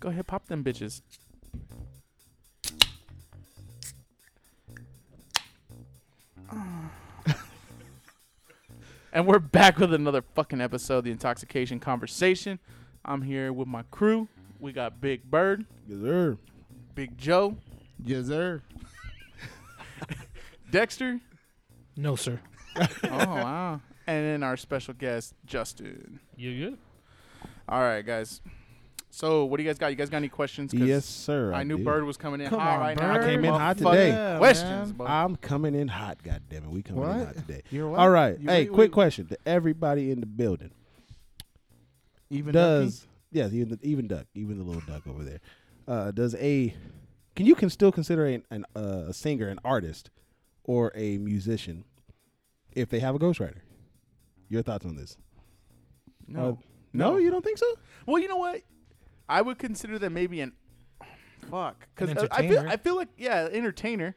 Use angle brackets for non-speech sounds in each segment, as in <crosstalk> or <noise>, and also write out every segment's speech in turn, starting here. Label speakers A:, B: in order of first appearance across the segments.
A: Go ahead, pop them bitches. <laughs> and we're back with another fucking episode of the Intoxication Conversation. I'm here with my crew. We got Big Bird,
B: Yes, sir.
A: Big Joe,
B: Yes, sir.
A: Dexter.
C: No, sir.
A: <laughs> Oh wow! And then our special guest, Justin.
C: You good?
A: All right, guys. So, what do you guys got? You guys got any questions? 'Cause
B: Yes, sir.
A: I, knew
B: did.
A: Bird was coming in
D: Come
A: hot
D: on,
A: right now.
D: Bird.
B: I came in hot
A: Motherfucking
B: today.
D: Yeah,
A: questions,
D: man.
A: bro.
B: I'm coming in hot. God damn it, we coming in
D: What?
B: hot today.
D: You're what?
B: All right.
A: You-
B: hey,
A: we-
B: quick
A: we-
B: question to everybody in the building.
D: Even
B: does yes, even the, even duck, even the little duck over there. Uh, does a can you can still consider a, an, uh, a singer an artist or a musician if they have a ghostwriter? Your thoughts on this?
A: no.
B: Uh, no, you don't think so?
A: Well, you know what? I would consider that maybe an fuck because
C: An
A: I feel
C: entertainer.
A: I feel like yeah, entertainer.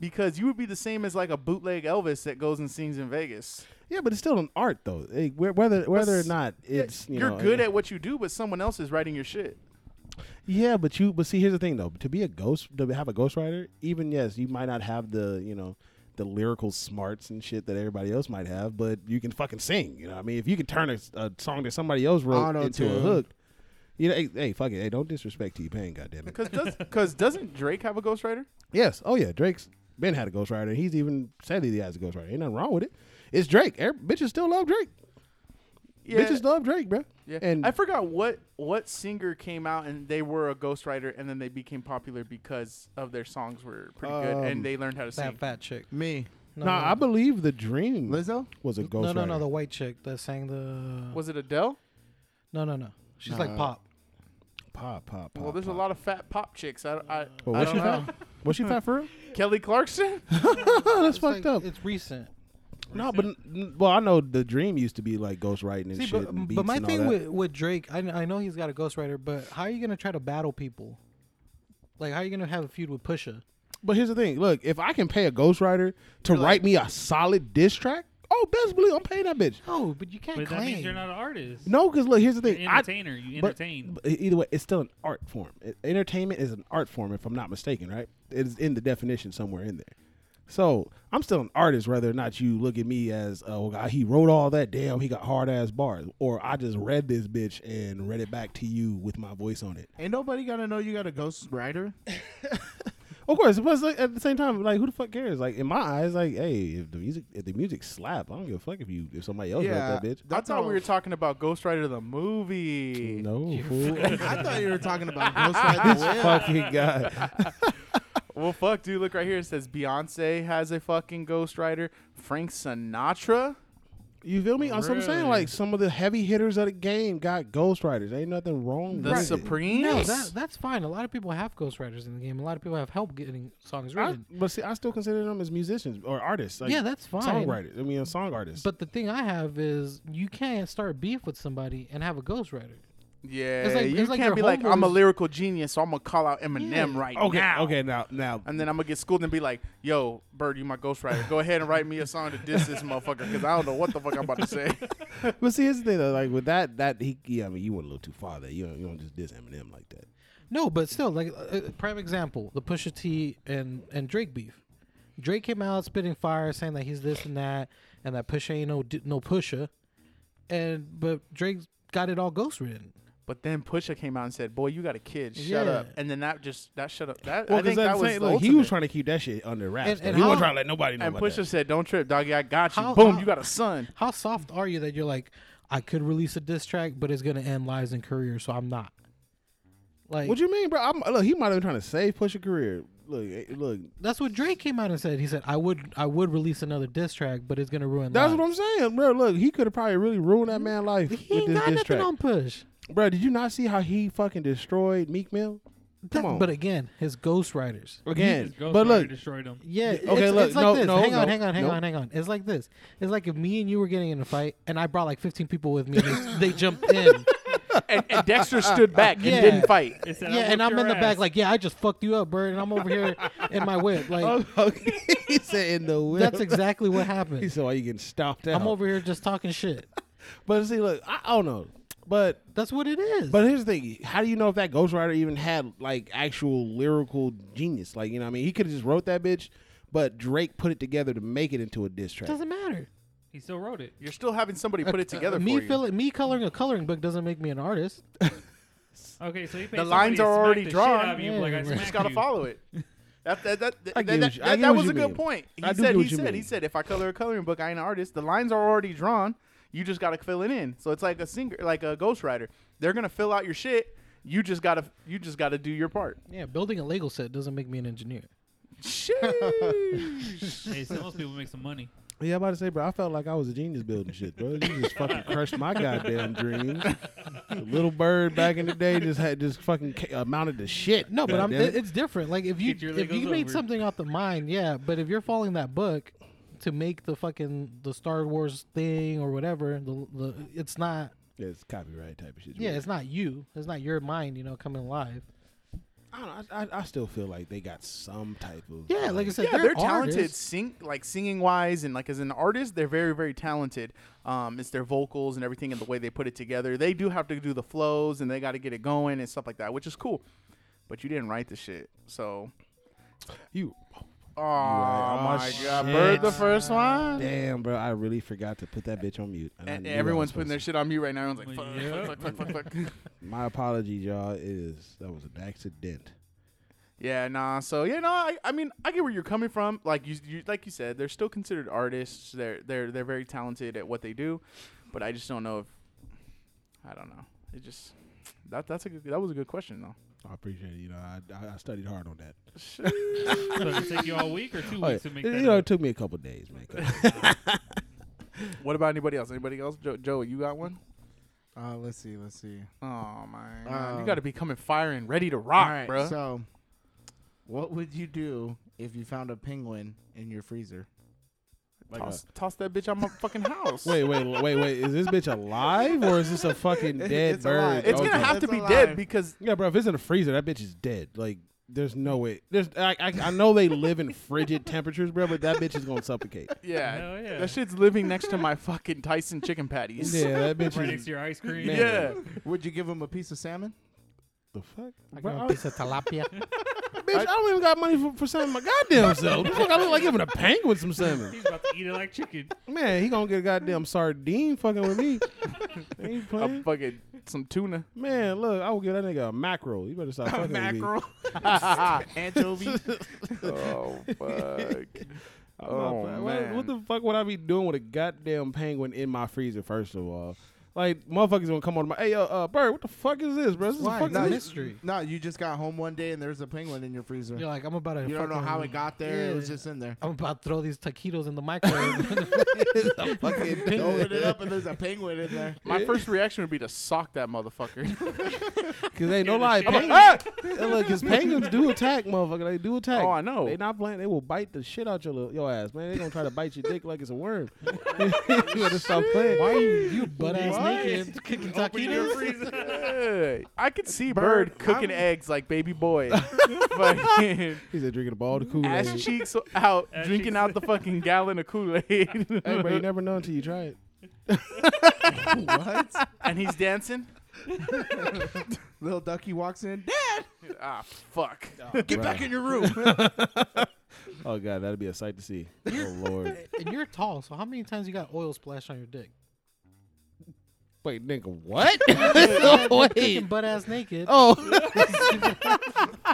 A: Because you would be the same as like a bootleg Elvis that goes and sings in Vegas.
B: Yeah, but it's still an art though. Eh, whe- whether whether or
A: s-
B: not it's you
A: are
B: know,
A: good
B: eh,
A: at what you do, but someone else is writing your shit.
B: Yeah, but you but see here's the thing though. To be a ghost to have a ghostwriter, even yes, you might not have the, you know, the lyrical smarts and shit that everybody else might have, but you can fucking sing. You know, what I mean, if you can turn a, a song that somebody else wrote into a
D: Auto-tune.
B: hook, you know, hey, hey, fuck it, hey, don't disrespect T Pain, goddamn it.
A: Because does,
B: <laughs>
A: cause doesn't Drake have a ghostwriter?
B: Yes, oh yeah, Drake's been had a ghostwriter. He's even said that he has a ghostwriter. Ain't nothing wrong with it. It's Drake. Every, bitches still love Drake. Bitches love Drake, bro.
A: Yeah.
B: and
A: I forgot what what singer came out and they were a ghostwriter and then they became popular because of their songs were pretty good
B: Um,
A: and they learned how to sing.
C: That fat chick.
D: me,
B: nah, I believe the Dream
D: Lizzo.
B: was a
C: no,
B: ghostwriter.
C: no, no, the white chick that sang the.
A: Was it Adele?
C: no, no, no. She's like
D: Nah.
C: pop.
B: pop, pop, pop.
A: well, there's
B: pop.
A: a lot of fat pop chicks. I, I,
B: Well,
A: I don't
B: was she
A: know.
B: fat? Was she fat <laughs> for real?
A: Kelly Clarkson?
B: That's
C: It's
B: fucked
C: like-
B: up.
C: It's recent.
B: No, but n- n- well, I know the dream used to be like ghostwriting and
C: See,
B: shit
C: but,
B: and beats
C: but my
B: and all
C: thing
B: that.
C: with, with Drake, I, kn- I know he's got a ghostwriter, but how are you gonna try to battle people? Like, how are you gonna have a feud with Pusha?
B: but here's the thing: look, if I can pay a ghostwriter to write me a solid diss track, oh, best believe I'm paying that bitch.
C: No, but you can't
E: But that means
C: claim.
E: you're not an artist.
B: No, because look, here's the
E: You're
B: thing:
E: an
B: I-
E: entertainer. you
B: but-
E: entertain.
B: but e, either way, it's still an art form. E- Entertainment is an art form, if I'm not mistaken, right? It is in the definition somewhere in there. So I'm still an artist, whether or not you look at me as, oh, God, he wrote all that. Damn, he got hard ass bars, or I just read this bitch and read it back to you with my voice on it.
D: Ain't nobody gotta know you got a ghost rider.
B: Of course, but it's like, at the same time, like who the fuck cares? Like in my eyes, like hey, if the music if the music slap, I don't give a fuck if you if somebody else
D: Yeah.
B: wrote that bitch.
A: I
D: That's
A: thought we
D: all.
A: were talking about Ghostwriter the movie.
B: No, fool.
D: <laughs> I thought you were
B: <laughs>
D: talking about ghost rider. Will.
B: fucking guy.
A: Well, fuck, dude. Look right here. It says Beyonce has a fucking ghostwriter. Frank Sinatra?
B: You feel me? That's what I'm saying.
E: Really?
B: Like some of the heavy hitters of the game got ghostwriters. Ain't nothing wrong
A: The
B: with it.
A: Supremes?
C: no, that, that's fine. A lot of people have ghostwriters in the game. A lot of people have help getting songs
B: I,
C: written.
B: but see, I still consider them as musicians or artists. Like
C: yeah, that's fine.
B: songwriters. I mean, song artists.
C: But the thing I have is you can't start beef with somebody and have a ghostwriter.
A: Yeah.
C: It's like-
A: you
C: it's like
A: can't
C: your
A: be like, I'm a
C: homeboys-
A: lyrical genius, so I'm going to call out Eminem
C: Yeah.
A: right
B: okay,
A: now.
B: okay, now now
A: And then I'm gonna get schooled and be like, "Yo, Bird, you my ghostwriter. Go ahead and write me a song to diss this motherfucker because I don't know what the fuck I'm about to say."
B: but see, here's the thing though. Like with that, that he, yeah, I mean, you went a little too far there. You don't, you don't just diss Eminem like that.
C: No, but still, like uh, uh, prime example, the Pusha T and and Drake beef. Drake came out spitting fire, saying that he's this and that, and that Pusha ain't no d- no Pusha, and but Drake got it all ghostwritten.
A: But then Pusha came out and said, "Boy, you got a kid. Shut
C: Yeah.
A: up." And then that just that shut up. That
B: Well,
A: I
B: 'cause
A: think
B: that's
A: that
B: the
A: was
B: thing,
A: the
B: look, he was
A: ultimate.
B: trying to keep that shit under wraps.
C: And-
B: though.
C: and
B: he
C: how-
B: wasn't trying to let nobody know
A: And
B: about
A: Pusha
B: that.
A: said, "Don't trip, doggy. I got you.
C: How-
A: Boom,
C: how-
A: you got a
B: <laughs>
A: son."
C: How soft are you that you're like, I could release a diss track, but it's gonna end lives and careers, so I'm not. Like
B: What you mean, bro? I'm, look, he might have been trying to save Pusha career. Look, eh, look,
C: that's what Drake came out and said. He said, I would I would release another diss track, but it's gonna ruin.
B: that's
C: lives.
B: what I'm saying, bro. Look, he could have probably really ruined that man's life
C: He
B: with
C: ain't
B: this
C: got
B: diss
C: nothing
B: track,
C: on push.
B: bro. Did you not see how he fucking destroyed Meek Mill? Come
C: That-
B: on,
C: But again, his ghostwriters.
B: again,
E: His
B: but
E: ghostwriter
B: look,
E: destroyed him.
C: Yeah.
B: Yeah,
C: It's,
B: okay, look,
C: it's like
B: no,
C: this.
B: no,
C: hang on,
B: no,
C: hang on, hang
B: no.
C: on, hang on. It's like this. It's like if me and you were getting in a fight, and I brought like 15 people with me, and
B: <laughs>
C: they, they jumped in.
A: and, and Dexter stood back and
C: Yeah.
A: didn't fight.
E: It said, I
C: yeah, and
E: whooped
C: I'm
E: your
C: in the back
E: ass.
C: like, yeah, I just fucked you up, bird, and I'm over here in
B: <laughs>
C: my whip.
B: Oh,
C: Like
B: okay. he said in the whip.
C: that's
B: <laughs>
C: exactly what
B: He
C: happened.
B: said, "Why you getting stomped out?"
C: I'm over here just talking shit.
B: But see, look, I, I don't know. But
C: That's what it is.
B: but here's the thing: how do you know if that ghostwriter even had like actual lyrical genius? Like you know, what I mean, he could have just wrote that bitch, but Drake put it together to make it into a diss
C: it
B: track.
C: doesn't matter.
E: He still wrote it.
A: You're still having somebody put it
C: Uh,
A: together
C: me
A: for you.
C: filling- me coloring a coloring book doesn't make me an artist.
E: Okay, so he paid
A: the
E: somebody
A: lines
E: to
A: are
E: smack
A: already
E: the shit
A: drawn.
E: out of you, like, I
C: Yeah.
A: You
B: <laughs>
E: smacked
A: just gotta
E: you.
A: follow it. That that that that,
B: I
A: that, that,
B: get what you- I get
A: that
B: what
A: was
B: you
A: a good
B: mean.
A: point. He
B: I
A: said
B: do get what
A: he
B: you
A: said he
B: mean.
A: said if I color a coloring book, I ain't an artist. The lines are already drawn. You just gotta fill it in. So it's like a singer, like a ghostwriter. They're gonna fill out your shit. You just gotta you just gotta do your
B: <laughs>
A: part.
C: Yeah, building a Lego set doesn't make me an engineer.
A: Sheesh.
E: Hey, some of those people make some money.
B: Yeah, I'm about to say, bro, I felt like I was a genius building shit, bro. You just fucking crushed my goddamn dreams. The little bird back in the day just had just fucking ca- amounted to shit.
C: No, but I'm,
B: goddamn it.
C: it's different. Like if you
E: Get your
C: if you
E: Legos
C: made
E: over.
C: something out the mind, yeah. But if you're following that book to make the fucking the Star Wars thing or whatever, the, the it's not.
B: Yeah, it's copyright type of shit.
C: Yeah, it's not you. It's not your mind. You know, coming alive.
B: I, don't, I, I I still feel like they got some type of
C: Yeah, like I said,
A: yeah, they're, talented
C: artists.
A: sing like singing wise and like as an artist, they're very very talented. Um, it's their vocals and everything and the way they put it together. They do have to do the flows and they got to get it going and stuff like that, which is cool. But you didn't write the shit, so
B: you.
A: oh
B: Right. Oh,
A: my god,
B: shit.
A: bird the first one.
B: Damn, bro, I really forgot to put that bitch on mute. and I
A: And
B: knew I
A: everyone's
B: was
A: putting their
B: supposed
A: shit on mute right now. Everyone's like,
E: Well,
A: fuck,
E: yeah.
A: fuck, fuck, fuck, fuck, fuck.
B: to- My apologies, y'all. It is that was an accident.
A: Yeah, nah. So yeah, no. I, I mean, I get where you're coming from. Like you, you, like you said, they're still considered artists. They're they're they're very talented at what they do, but I just don't know if I don't know. It just that that's a good, that was a good question though.
B: I appreciate it. You know, I, I- I studied hard on that.
E: So it take you all week or two
A: <laughs>
B: Oh, yeah.
E: weeks to make
B: It-
E: that.
B: you know,
E: up?
B: it took me a couple days, man.
E: <laughs>
B: 'cause-
A: What about anybody else? Anybody else? Joe, Joe you got one?
D: Uh, let's see. Let's see.
A: Oh my, God. you
D: Um,
A: got to be coming firing, ready to rock,
D: Alright,
A: bro.
D: So, what would you do if you found a penguin in your freezer?
B: like a-
A: toss, toss that bitch out my fucking house.
B: Wait, wait, wait, wait. Is this bitch alive or is this a fucking dead
D: It's
B: bird?
D: alive.
A: it's
D: Okay.
A: gonna have to
D: It's
A: be
D: alive.
A: dead because
B: Yeah, bro. If it's in a freezer, that bitch is dead. Like, there's no way. There's. I, I, I know they live in frigid temperatures, bro, but that bitch is gonna suffocate.
A: yeah,
E: Hell yeah.
A: that shit's living next to my fucking Tyson chicken patties.
B: Yeah, that bitch
E: right next
B: is.
E: to your ice cream.
B: Man.
A: <laughs> yeah.
D: Would you give him a piece of salmon?
B: The fuck,
C: I
B: Bro,
C: got
B: I-
C: a piece of tilapia. <laughs>
B: bitch! I don't even got money for, for selling my goddamn self. The fuck, I look like giving a penguin some salmon.
E: He's about to eat it like chicken.
B: Man, he gonna get a goddamn sardine fucking with me. Ain't
A: A
B: playing.
A: fucking some tuna.
B: Man, look, I will give that nigga a mackerel. You better
A: <laughs>
B: stop fucking with
D: Anchovy.
A: oh fuck.
B: me. I'm not
A: Oh,
B: playing. What-
A: man.
B: what the fuck would I be doing with a goddamn penguin in my freezer? First of all. Like motherfuckers gonna come on to my hey yo uh bird what the fuck is this bro this is
C: Why?
B: fucking <laughs>
C: Nah,
D: you-
C: mystery.
D: No, you just got home one day and there's a penguin in your freezer.
C: You're like, I'm about to.
D: you don't know
C: fucking-
D: how it got there. It was
C: Yeah.
D: just in there.
C: I'm about to throw these taquitos in the microwave. <laughs>
D: fucking <laughs> open it up and there's a penguin in there.
A: My first reaction would be to sock that motherfucker. <laughs>
B: Cause they ain't no lie,
E: I'm
B: penguins. <laughs> Yeah, look, cause penguins do attack, motherfucker. They do attack.
A: Oh, I know.
B: They not playing. They will bite the shit out your little, your ass, man. They gonna try to bite your dick like it's a worm. <laughs> you gotta stop playing.
C: Why you,
B: <laughs>
C: you butt ass
E: Why?
C: naked kicking
E: Open your
C: taquitos?
E: <laughs> freezer.
A: Hey, I could see Bird,
D: Bird,
A: cooking
D: I'm-
A: eggs like baby <laughs> boy. fucking
B: He said drinking a ball of Kool
A: <laughs> ass
B: Aid.
A: cheeks out,
E: Ass
A: drinking
E: cheeks.
A: out the fucking gallon of <laughs> Kool Aid.
B: Hey, bro, you never know until you try it.
D: what?
A: and he's dancing.
D: Little ducky walks in. Dad,
A: Ah, fuck.
D: get
B: Right.
D: back in your room.
B: Oh god, that'd be a sight to see. Oh
C: <laughs>
B: lord.
C: And you're tall, so how many times you got oil splashed on your dick?
B: Wait, nigga, what? <laughs>
C: Kicking butt ass naked.
B: oh. <laughs>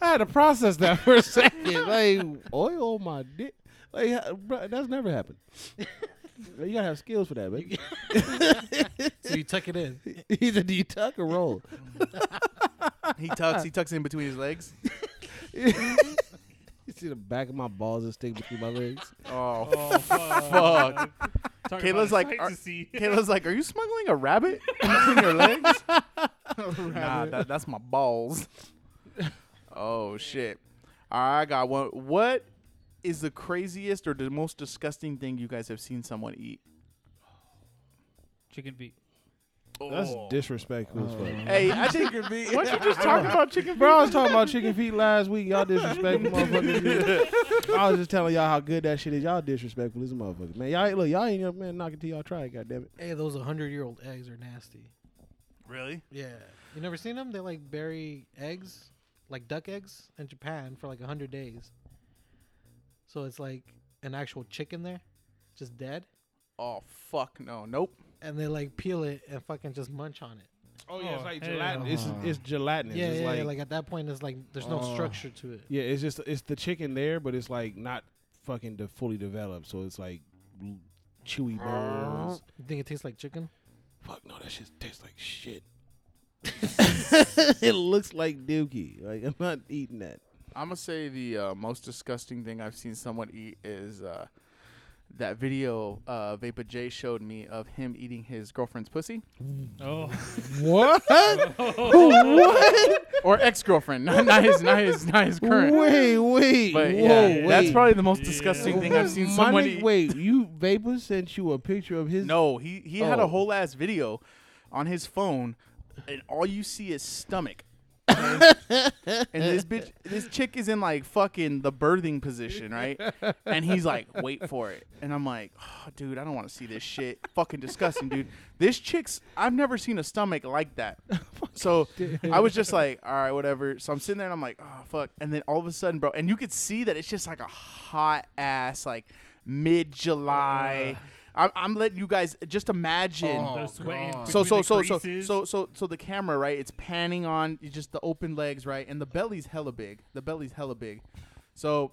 B: I had to process that for a second. Like oil my dick. Like, uh, bro, that's never
A: <laughs>
B: happened. you gotta have skills for that, baby.
C: So you tuck it in.
B: <laughs> Either do you tuck or roll?
A: He tucks. He tucks in between his legs. Mm-hmm.
B: <laughs> You see the back of my balls and stick between my legs.
A: Oh. f-
E: Oh, fuck.
A: Kayla's
E: Talk about a
A: like,
E: sight
A: are-
E: to see.
A: Kayla's like, "Are you smuggling a rabbit between <laughs> your legs?" nah, that, that's my <laughs> balls. Oh shit! I got one. What is the craziest or the most disgusting thing you guys have seen someone eat?
E: <laughs> chicken feet.
B: That's
A: Oh.
B: disrespectful as fuck.
A: Hey, I <laughs> think
D: could be.
A: once you just talk about chicken
B: Oh. Bro, I was talking about chicken feet last week.
A: <laughs>
B: Y'all disrespectful, motherfuckers. I was just telling y'all how good that shit is. Y'all disrespectful as a motherfucker, man. Y'all ain't- look, y'all ain't young man knocking till y'all try it. Goddamn it.
C: Hey, those 100 year old eggs are nasty.
A: really?
C: Yeah. You never seen them? They like bury eggs, like duck eggs, in Japan for like 100 days. So it's like an actual chicken there, just dead.
A: Oh fuck no, nope.
C: And they like peel it and fucking just munch on it.
B: Oh
E: yeah, it's like
B: gelatin.
E: gelatin-
B: It's, it's gelatinous.
C: Uh-huh. Yeah,
B: it's
C: yeah,
B: like,
C: yeah, like at that point, it's like there's no
D: Oh.
C: structure to it.
B: yeah, it's just it's the chicken there, but it's like not fucking de- fully developed. So it's like l- chewy bones.
C: You think it tastes like
D: <laughs>
C: chicken?
B: Fuck no, that shit tastes like
C: <laughs>
B: shit. <laughs> it looks like dookie. Like I'm not eating that.
A: I'm gonna say the uh, most disgusting thing I've seen someone eat is uh, that video uh, Vapor J showed me of him eating his girlfriend's pussy
E: Oh,
B: What? <laughs> what?
A: or ex-girlfriend, <laughs> not, not his, not his, not his current.
B: Wait, wait.
A: But
B: whoa,
A: yeah,
B: wait.
A: that's probably the most
E: Yeah.
A: disgusting thing I've seen
B: My
A: someone
B: nigga-
A: eat.
B: Wait, you Vapor sent you a picture of his?
A: No, he he had
B: Oh.
A: a whole ass video on his phone, and all you see is stomach.
B: <laughs>
A: and this bitch, this chick is in like fucking the birthing position, right? And he's like, "Wait for it," and I'm like, oh, "Dude, I don't want to see this shit. Fucking disgusting, dude. This chick's, I've never seen a stomach like that." So I was just like, "All right, whatever." So I'm sitting there and I'm like, "Oh fuck!" And then all of a sudden, bro, and you could see that it's just like a hot ass, like mid July. I'm, I'm letting you guys just imagine
E: they're sweating
D: God.
A: Oh, so so
E: between
A: so
E: the
A: so
E: creases.
A: so so so the camera right it's panning on you just the open legs right and the belly's hella big the belly's hella big so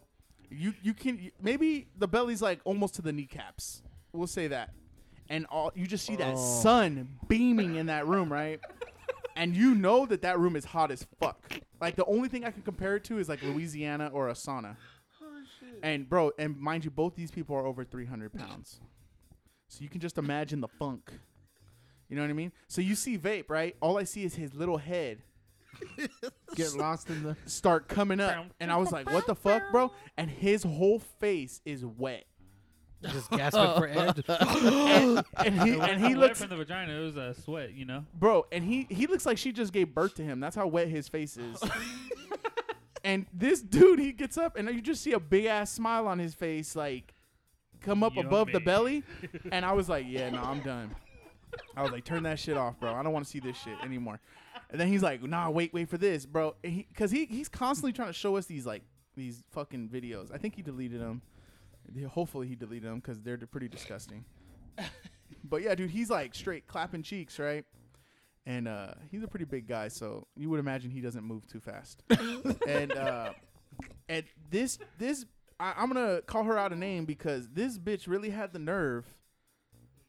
A: you you can you- maybe the belly's like almost to the kneecaps we'll say that and all you just see that
E: Oh.
A: sun beaming in that room right <laughs> and you know that that room is hot as fuck like the only thing i can compare it to is like louisiana or a sauna and bro and mind you both these people are over 300 pounds so you can just imagine the funk you know what I mean? So you see Vape, right? All I see is his little head
D: <laughs> get lost in the.
A: start coming up. And I was like, what the fuck, bro? And his whole face is wet.
C: Just gasping for
D: <laughs>
C: air. just-
A: And, and he
E: <laughs> It wasn't
A: and he
E: wet
A: looks
E: from the vagina. It was a sweat, you know.
A: bro, and he he looks like she just gave birth to him. That's how wet his face is. and this dude, he gets up and you just see a big ass smile on his face, like come up above the
E: Yummy.
A: belly. And I was like, Yeah, no, I'm done. I was like, turn that shit off, bro. I don't want to see this shit anymore. And then he's like, nah, wait, wait for this, bro. And he, Cause he he's constantly trying to show us these like these fucking videos. I think he deleted them. Yeah, Hopefully he deleted them because they're pretty disgusting. but yeah, dude, he's like straight clapping cheeks, right? And uh, he's a pretty big guy, so you would imagine he doesn't move too fast. and uh, and this this I, I'm gonna call her out a name because this bitch really had the nerve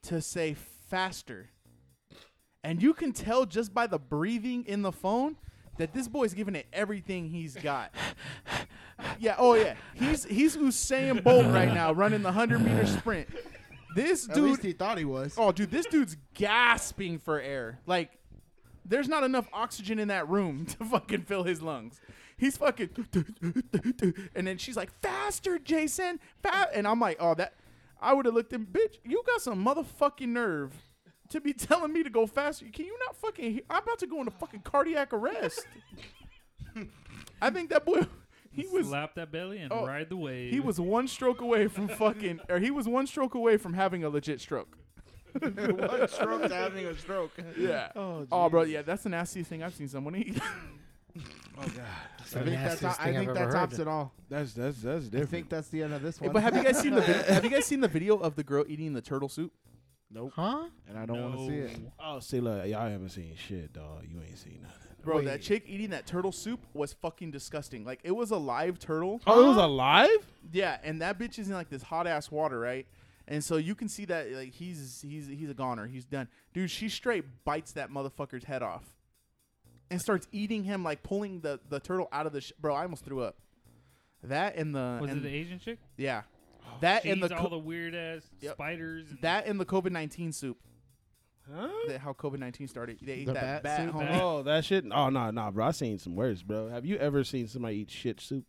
A: to say faster. And you can tell just by the breathing in the phone that this boy's giving it everything he's got. yeah, oh yeah. He's he's Usain Bolt right now running the 100 meter sprint. This
D: At least
A: dude
D: he thought he <laughs> was.
A: Oh dude, this dude's gasping for air. Like there's not enough oxygen in that room <laughs> to fucking fill his lungs. He's fucking and then she's like, "Faster, Jason." Fa-. And I'm like, "Oh, that I would have looked him, bitch. You got some motherfucking nerve to be <laughs> telling me to go faster. Can you not fucking he- I'm about to go into fucking cardiac arrest." <laughs> I think that boy he was
E: slap that belly and
A: Oh,
E: ride the wave.
A: he was one stroke away from fucking or he was one stroke away from having a legit stroke.
D: One stroke to having a stroke. <laughs>
A: Yeah. Oh, bro, yeah, that's the nastiest thing I've seen someone <laughs> eat.
C: That's
D: I
C: the
D: think that's
C: nastiest
D: I
C: thing I've
D: think that
C: ever heard.
D: tops it all.
B: That's that's that's
D: I
B: different.
D: think that's the end of this one.
A: but have you guys
E: <laughs>
A: seen the vid- have you guys seen the video of the girl eating the turtle soup?
D: Nope. <laughs>
C: Huh?
D: And I don't want to see it.
E: No.
B: oh, see, look, y'all haven't seen shit, dog. You ain't seen nothing.
A: Bro,
C: Wait.
A: that chick eating that turtle soup was fucking disgusting. Like it was a live turtle.
B: Oh, it was alive.
A: Yeah, and that bitch is in like this hot ass water, right? And so you can see that like he's he's he's a goner. He's done. Dude, she straight bites that motherfucker's head off. And starts eating him like pulling the the turtle out of the sh- bro, I almost threw up. That and the
E: Was
A: Uh, and,
E: it the Asian chick? <gasps>
A: yeah. That
E: She
A: and the
E: eats
A: co-
E: all the weird ass
A: Yep.
E: spiders. And
A: that and the COVID-19 soup.
B: Huh?
A: that how COVID nineteen started. They ate
D: The
A: that bat,
D: bat
A: bat
D: soup?
A: homie.
E: Bat.
B: Oh, that shit. Oh, nah, nah, bro. I seen some worse, bro. Have you ever seen somebody eat shit soup?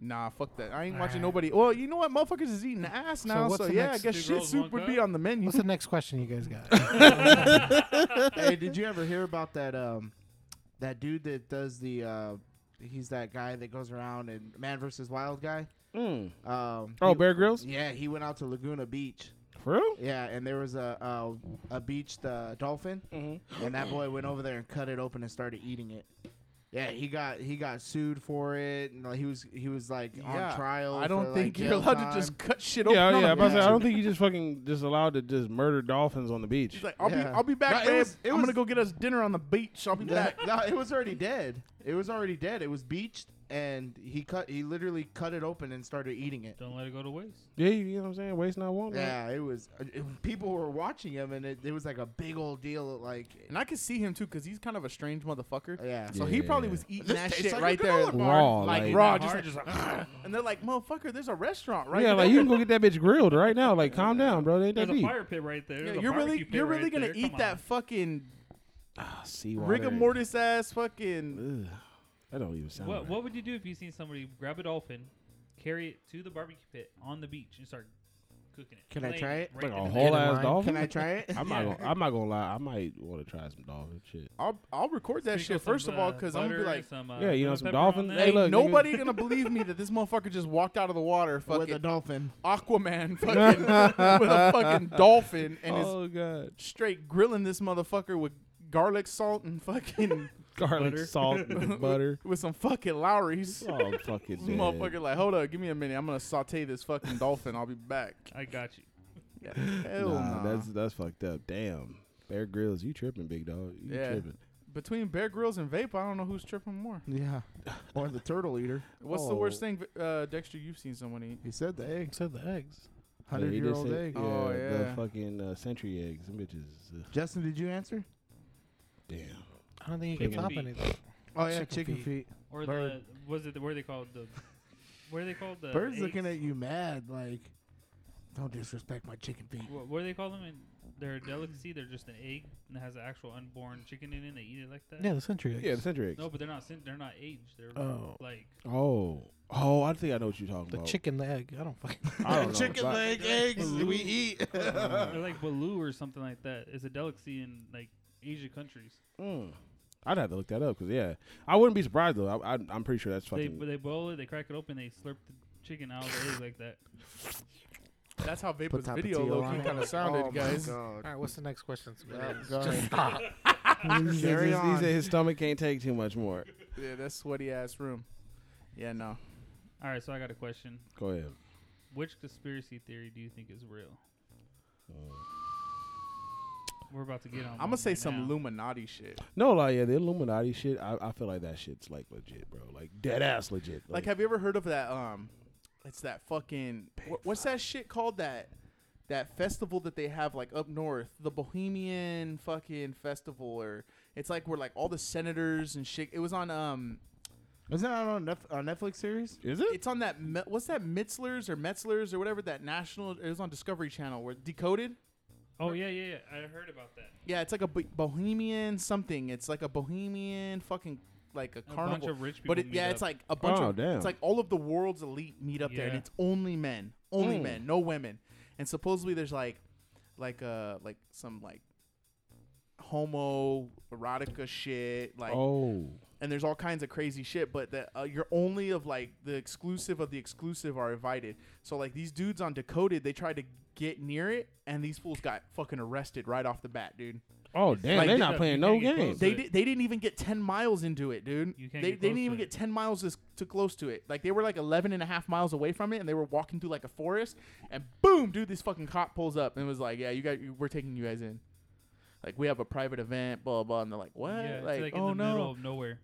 A: Nah, fuck that. I ain't watching
C: Alright.
A: nobody. Well, you know what? Motherfuckers is eating ass
C: So
A: now, so,
C: what's the
A: yeah, I
C: next-
A: guess
E: Two
A: shit
E: girls,
A: soup
E: one
A: would be
E: cup?
A: on the menu.
C: What's the next question you guys
D: <laughs>
C: got?
A: <laughs>
D: hey, did you ever hear about that um that dude that does the uh he's that guy that goes around and man versus wild guy?
B: Mm.
D: Um
B: Oh,
D: he-
B: Bear Grylls?
D: Yeah, he went out to Laguna Beach.
B: For real?
D: Yeah, and there was a a, a beached uh, dolphin, and that boy went over there and cut it open and started eating it. Yeah, he got he got sued for it, and like, he was he was like
A: Yeah,
D: on trial.
A: I don't
D: for,
A: think
D: like,
A: you're
D: jail
A: allowed
D: time.
A: to just cut shit open.
B: Yeah,
A: on
B: yeah.
A: the
B: I, was about to say, I
A: beach.
B: don't think you just fucking just allowed to just murder dolphins on the beach.
A: She's like, I'll
D: Yeah.
A: be, I'll be back,
D: No, it
A: babe.
D: was- it
A: I'm gonna
D: was-
A: go get us dinner on the beach. I'll be
D: <laughs> No,
A: back.
D: no, it was already dead. It was already dead. It was beached, and he cut he literally cut it open and started eating it.
E: Don't let it go to waste.
B: yeah, you know what I'm saying? Waste not, want not.
D: Yeah, it was. uh, It, people were watching him, and it, it was like a big old deal. Like,
A: And I could see him too, cause he's kind of a strange motherfucker.
D: yeah.
A: So
B: Yeah,
A: he
B: yeah,
A: probably
B: yeah.
A: was eating
D: This
A: that
D: tastes
A: shit
D: like a
A: right there,
D: granola
B: bar. Raw,
A: like,
B: like-
A: raw,
E: Hard,
A: just, like,
B: <sighs>
A: and they're like, motherfucker, there's a restaurant right
B: yeah,
A: there.
B: like you can go get that bitch grilled right now. Like, calm down, bro. It ain't
E: There's
B: that
E: a
B: deep.
E: fire pit right there.
A: Yeah,
E: There's a
A: you're really,
E: barbecue pit
A: you're really
E: right
A: gonna
E: there.
A: eat
E: Come
A: that
E: on.
A: fucking
B: Ah, seawater.
A: rigor mortis ass fucking.
B: Ugh. That don't even sound.
E: What
B: right.
E: What would you do if you seen somebody grab a dolphin, carry it to the barbecue pit on the beach, and start cooking it?
D: Can I
E: Laying
D: try it?
E: right
B: Like
E: in
B: a
E: the
B: whole
E: middle.
B: ass dolphin?
D: Can I try <laughs> it?
B: I'm not. Gonna, I'm not gonna lie. I might want to try some dolphin shit.
A: I'll, I'll record that
E: Sprinkle
A: shit first
E: some,
A: of all,
E: uh,
A: cause I'm gonna be
E: butter,
A: like,
E: some, uh,
B: Yeah, you know,
E: lemon
B: some
E: pepper on
B: dolphin-
E: there.
B: Hey,
A: ain't
B: look, nigga.
A: nobody gonna believe me that this motherfucker just walked out of the water,
D: With a
A: fucking
D: dolphin. <laughs>
A: Aquaman, fucking with a fucking dolphin, and is
B: oh god,
A: straight grilling this motherfucker with garlic salt and
E: <laughs>
A: fucking
B: garlic
E: Butter.
B: salt and butter.
A: with some fucking Lowry's.
B: Oh I'm fucking
A: This
B: dead.
A: motherfucker like, hold up, give me a minute. I'm gonna saute this fucking dolphin. I'll be
E: <laughs>
A: back.
E: I got you.
A: Yeah, Hell
B: Nah,
A: nah.
B: that's that's fucked up. Damn, Bear Grylls, you tripping, big dog? You
A: Yeah.
B: tripping?
A: Between Bear Grylls and Vape, I don't know who's tripping more.
D: <laughs> Yeah. Or the turtle eater.
A: What's the
D: Oh.
A: worst thing, uh, Dexter? You've seen someone eat?
D: He said the egg.
C: Said the eggs.
B: Yeah,
D: Hundred
B: he
D: year
B: did
D: old
B: say-
D: egg.
B: Yeah,
A: Oh,
B: the
A: yeah.
B: fucking uh, century eggs. Them bitches. Ugh,
D: Justin, did you answer?
B: damn.
C: I don't think you can
E: Chicken
C: top
E: feet.
C: anything.
D: Oh yeah,
C: Chicken
D: chicken,
C: feet.
D: feet.
E: Or
D: Bird.
E: the was it the, what are they called the what are they called the
D: Bird's looking
E: eggs?
D: at you mad, like, don't disrespect my chicken feet.
E: What, what do they call them? In, they're a delicacy. They're just an egg and it has an actual unborn chicken in it. and They eat it like that.
C: Yeah, the century eggs.
B: Yeah, the century eggs.
E: No, but they're not. sin- They're not aged. They're
C: Oh.
E: like
B: Oh, oh, I think I know what you're talking
C: the
B: about.
C: chicken, the egg. I don't <laughs> fucking.
B: I
D: <laughs>
B: don't know. Like-
D: leg eggs we eat.
E: <laughs> they're
D: <laughs>
E: like baloo or something like that. It's a delicacy in like Asia countries.
B: Mm. I'd have to look that up because yeah, I wouldn't be surprised though. I, I, I'm pretty sure that's
E: They
B: fucking.
E: they boil it. They crack it open. They slurp the chicken out of the egg like that.
A: That's how Vape's
D: Put
A: video
D: tapatio
A: low
D: on
A: key
D: it.
A: kind of sounded,
D: oh
A: guys.
D: My
C: All
D: God.
C: right, what's the next question?
D: Yeah, go ahead.
B: he, said
D: Carry
B: his, he
D: on.
B: said his stomach can't take too much more.
A: Yeah, that sweaty ass room. Yeah, no.
E: All right, so I got a question.
B: Go ahead.
E: Which conspiracy theory do you think is real? We're about to get on.
A: I'm gonna say some Illuminati shit.
B: No, like yeah, the Illuminati shit. I, I feel like that shit's like legit, bro. Like dead ass legit.
A: Like, have you ever heard of that? Um, it's that fucking wha- what's that shit called? That that festival that they have like up north, the Bohemian fucking festival, or it's like where like all the senators and shit. It was on um,
D: Isn't that on Nef- a Netflix series?
B: is it?
A: it's on that Me- what's that Mitzlers or Metzlers or whatever that national. It was on Discovery Channel where decoded.
E: Oh yeah, yeah, yeah. I heard about that.
A: Yeah, it's like a bo- Bohemian something. It's like a Bohemian fucking like a,
E: A
A: carnival.
E: bunch of rich people.
A: But it,
E: meet
A: yeah,
E: up.
A: it's like a bunch
B: Oh,
A: of
B: damn.
A: it's like all of the world's elite meet up there, and
E: Yeah.
A: it's only men, only
B: Mm.
A: men, no women. And supposedly there's like, like uh, like some like homo erotica shit, like,
B: oh,
A: and there's all kinds of crazy shit. But that uh, you're only of like the exclusive of the exclusive are invited. So like these dudes on Decoded, they tried to get near it, and these fools got fucking arrested right off the bat, dude.
B: oh damn,
A: Like,
B: they
A: you
B: not
E: know,
B: playing
E: you
B: no
E: can't get
B: games.
E: close.
A: They
E: So-
A: did, they didn't even get 10 miles into it, dude.
E: You can't
A: they
E: get
A: they didn't
E: close to
A: even
E: it.
A: get 10 miles as, to close to it. Like they were like 11 and a half miles away from it and they were walking through like a forest and boom, dude, this fucking cop pulls up and was like, "Yeah, you got you, we're taking you guys in." Like we have a private event, blah blah, and they're like, "What?"
E: Yeah, it's
A: like,
E: like,
A: "Oh
E: in the
A: no."
E: middle of nowhere.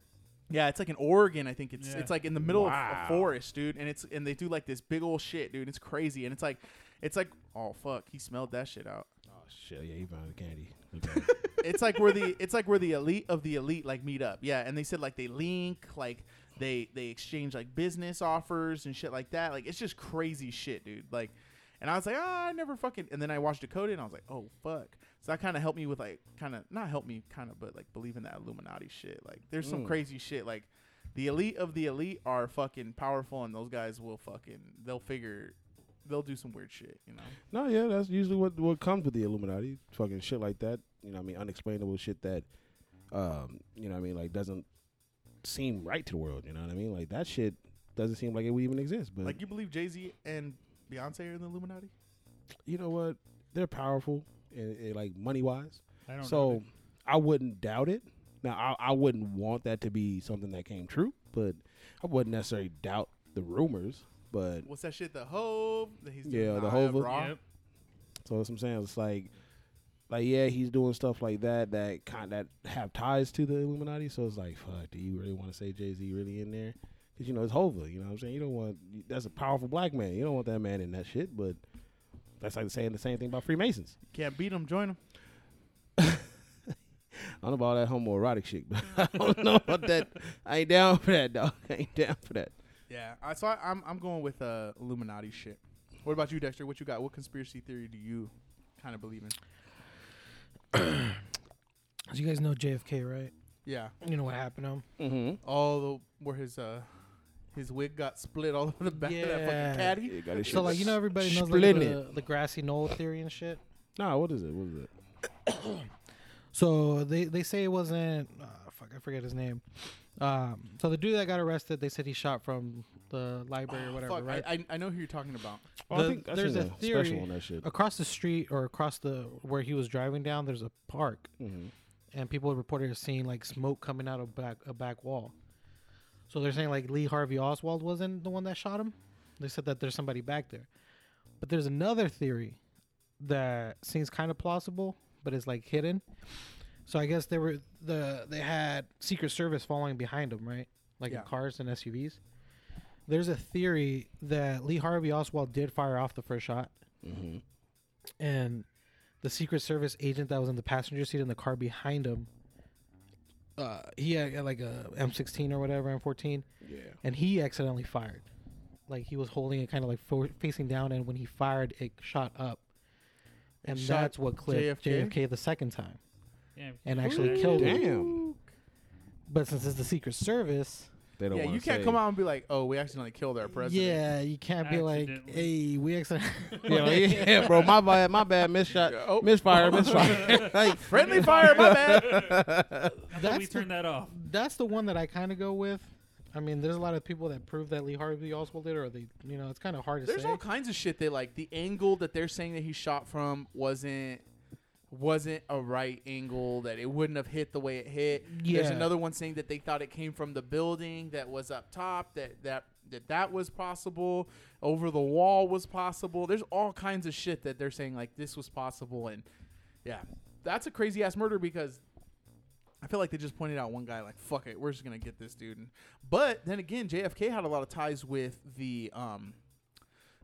A: Yeah, it's like in Oregon, I think it's
E: Yeah.
A: it's like in the middle
B: Wow.
A: of a forest, dude, and it's and they do like this big old shit, dude. It's crazy. And it's like it's like, "Oh fuck, he smelled that shit out."
B: Oh shit, yeah, he found the candy.
A: <laughs> it's like where the it's like where the elite of the elite like meet up. Yeah, and they said like they link, like they they exchange like business offers and shit like that. Like it's just crazy shit, dude. Like and I was like, ah, I never fucking. And then I watched Dakota, and I was like, oh fuck. So that kind of helped me with like, kind of not help me, kind of, but like believing that Illuminati shit. Like, there's some
B: Mm.
A: crazy shit. Like, The elite of the elite are fucking powerful, and those guys will fucking they'll figure they'll do some weird shit, you know.
B: No, yeah, that's usually what what comes with the Illuminati, fucking shit like that. You know, what I mean, unexplainable shit that, um, you know, what I mean, like doesn't seem right to the world. You know what I mean? Like that shit doesn't seem like it would even exist. But
A: Like you believe Jay Z and Beyonce are in the Illuminati?
B: you know what? They're powerful and, and, like money wise.
E: I don't
B: So
E: know.
B: I wouldn't doubt it. Now I, I wouldn't want that to be something that came true, but I wouldn't necessarily doubt the rumors. But
A: What's that shit? The Hove? That he's
B: Yeah,
A: doing
B: the
A: I Am
B: Hova.
A: Raw?
E: Yep.
B: So that's what I'm saying. It's like, like yeah, he's doing stuff like that that kind that have ties to the Illuminati. So it's like, fuck, do you really want to say Jay Z really in there? Because you know it's Hova. You know what I'm saying? You don't want that's a powerful black man. You don't want that man in that shit. But that's like saying the same thing about Freemasons.
A: Can't beat them, join them.
B: I don't know about all that homoerotic shit, <laughs> but I don't know about that. I ain't down for that, dog. <laughs> I ain't down for that.
A: Yeah, I, so I, I'm I'm going with uh, Illuminati shit. What about you, Dexter? What you got? What conspiracy theory do you kind of believe in?
C: So you guys know JFK, right?
A: Yeah.
C: You know what happened to him?
B: Mm-hmm.
A: All the where his uh his wig got split all <laughs> over the back of that
C: Yeah.
A: fucking caddy.
B: Yeah, got his
C: So like you know everybody knows like,
B: Splitting
C: the, the grassy knoll theory and shit.
B: Nah, what is it? What is it?
C: So they they say it wasn't uh, fuck I forget his name. Um, so the dude that got arrested, they said he shot from the library or whatever,
A: Fuck,
C: right?
A: I, I I know who you're talking about.
B: Oh,
C: The-
B: I think I
C: there's
B: seen
C: a theory-
B: special on that shit.
C: across the street or across the where he was driving down, there's a park,
B: Mhm.
C: and people reported seeing like smoke coming out of back a back wall. So they're saying like Lee Harvey Oswald wasn't the one that shot him. They said that there's somebody back there, but there's another theory that seems kind of plausible, but is like hidden. So I guess they were the they had Secret Service following behind them, right? Like
A: Yeah.
C: in cars and SUVs. There's a theory that Lee Harvey Oswald did fire off the first shot,
A: Mm-hmm.
C: and the Secret Service agent that was in the passenger seat in the car behind him, uh, he had uh, like a M16 or whatever, M14,
B: Yeah.
C: and he accidentally fired. Like he was holding it kind of like fo- facing down, and when he fired, it shot up, and
A: shot
C: that's what clipped
A: JFK?
C: JFK? the second time
E: Yeah,
C: and actually
E: <laughs>
C: killed him.
B: Damn.
C: But since it's the Secret Service,
B: They don't
A: yeah,
B: wanna
A: you can't
B: say-
A: come out and be like, oh, we accidentally killed our president.
C: yeah, you can't be like,
E: Accidentally.
C: "Hey, <laughs>
D: <laughs>
C: we accidentally."
B: <laughs> Yeah, like, yeah, bro. My bad. My bad. Miss <laughs> shot.
A: Yeah, oh.
B: Misfire. <laughs> Misfire. like,
A: Friendly fire, my bad.
E: I thought we
C: That's the-
E: turned
A: <laughs>
E: that off.
C: that's the one that I kind of go with. I mean, there's a lot of people that prove that Lee Harvey Oswald did, or they, you know, it's kind of hard to
A: There's
C: say.
A: all kinds of shit that like the angle that they're saying that he shot from wasn't wasn't a right angle that it wouldn't have hit the way it hit. There's
C: Yeah.
A: another one saying that they thought it came from the building that was up top that that that that was possible, over the wall was possible. There's all kinds of shit that they're saying like this was possible and yeah. That's a crazy ass murder because I feel like they just pointed out one guy, like, fuck it, we're just gonna get this dude. And- But then again, JFK had a lot of ties with the um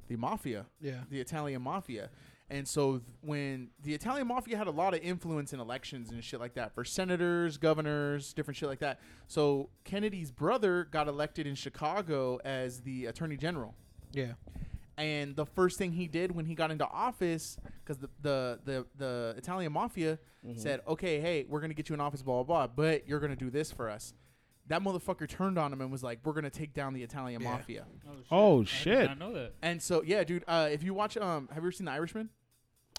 A: the mafia,
C: yeah,
A: the Italian mafia. And so th- when the Italian mafia had a lot of influence in elections and shit like that for senators, governors, different shit like that. So Kennedy's brother got elected in Chicago as the attorney general.
C: yeah,
A: And the first thing he did when he got into office, because the, the, the, the Italian mafia said, okay, hey, we're going to get you an office, blah, blah, blah, but you're going to do this for us. That motherfucker turned on him and was like, we're going to take down the Italian
C: Yeah.
A: mafia.
E: Oh shit!
B: Oh,
E: I
B: shit.
E: did not know that.
A: And so, yeah, dude, uh, if you watch, um, have you ever seen The Irishman?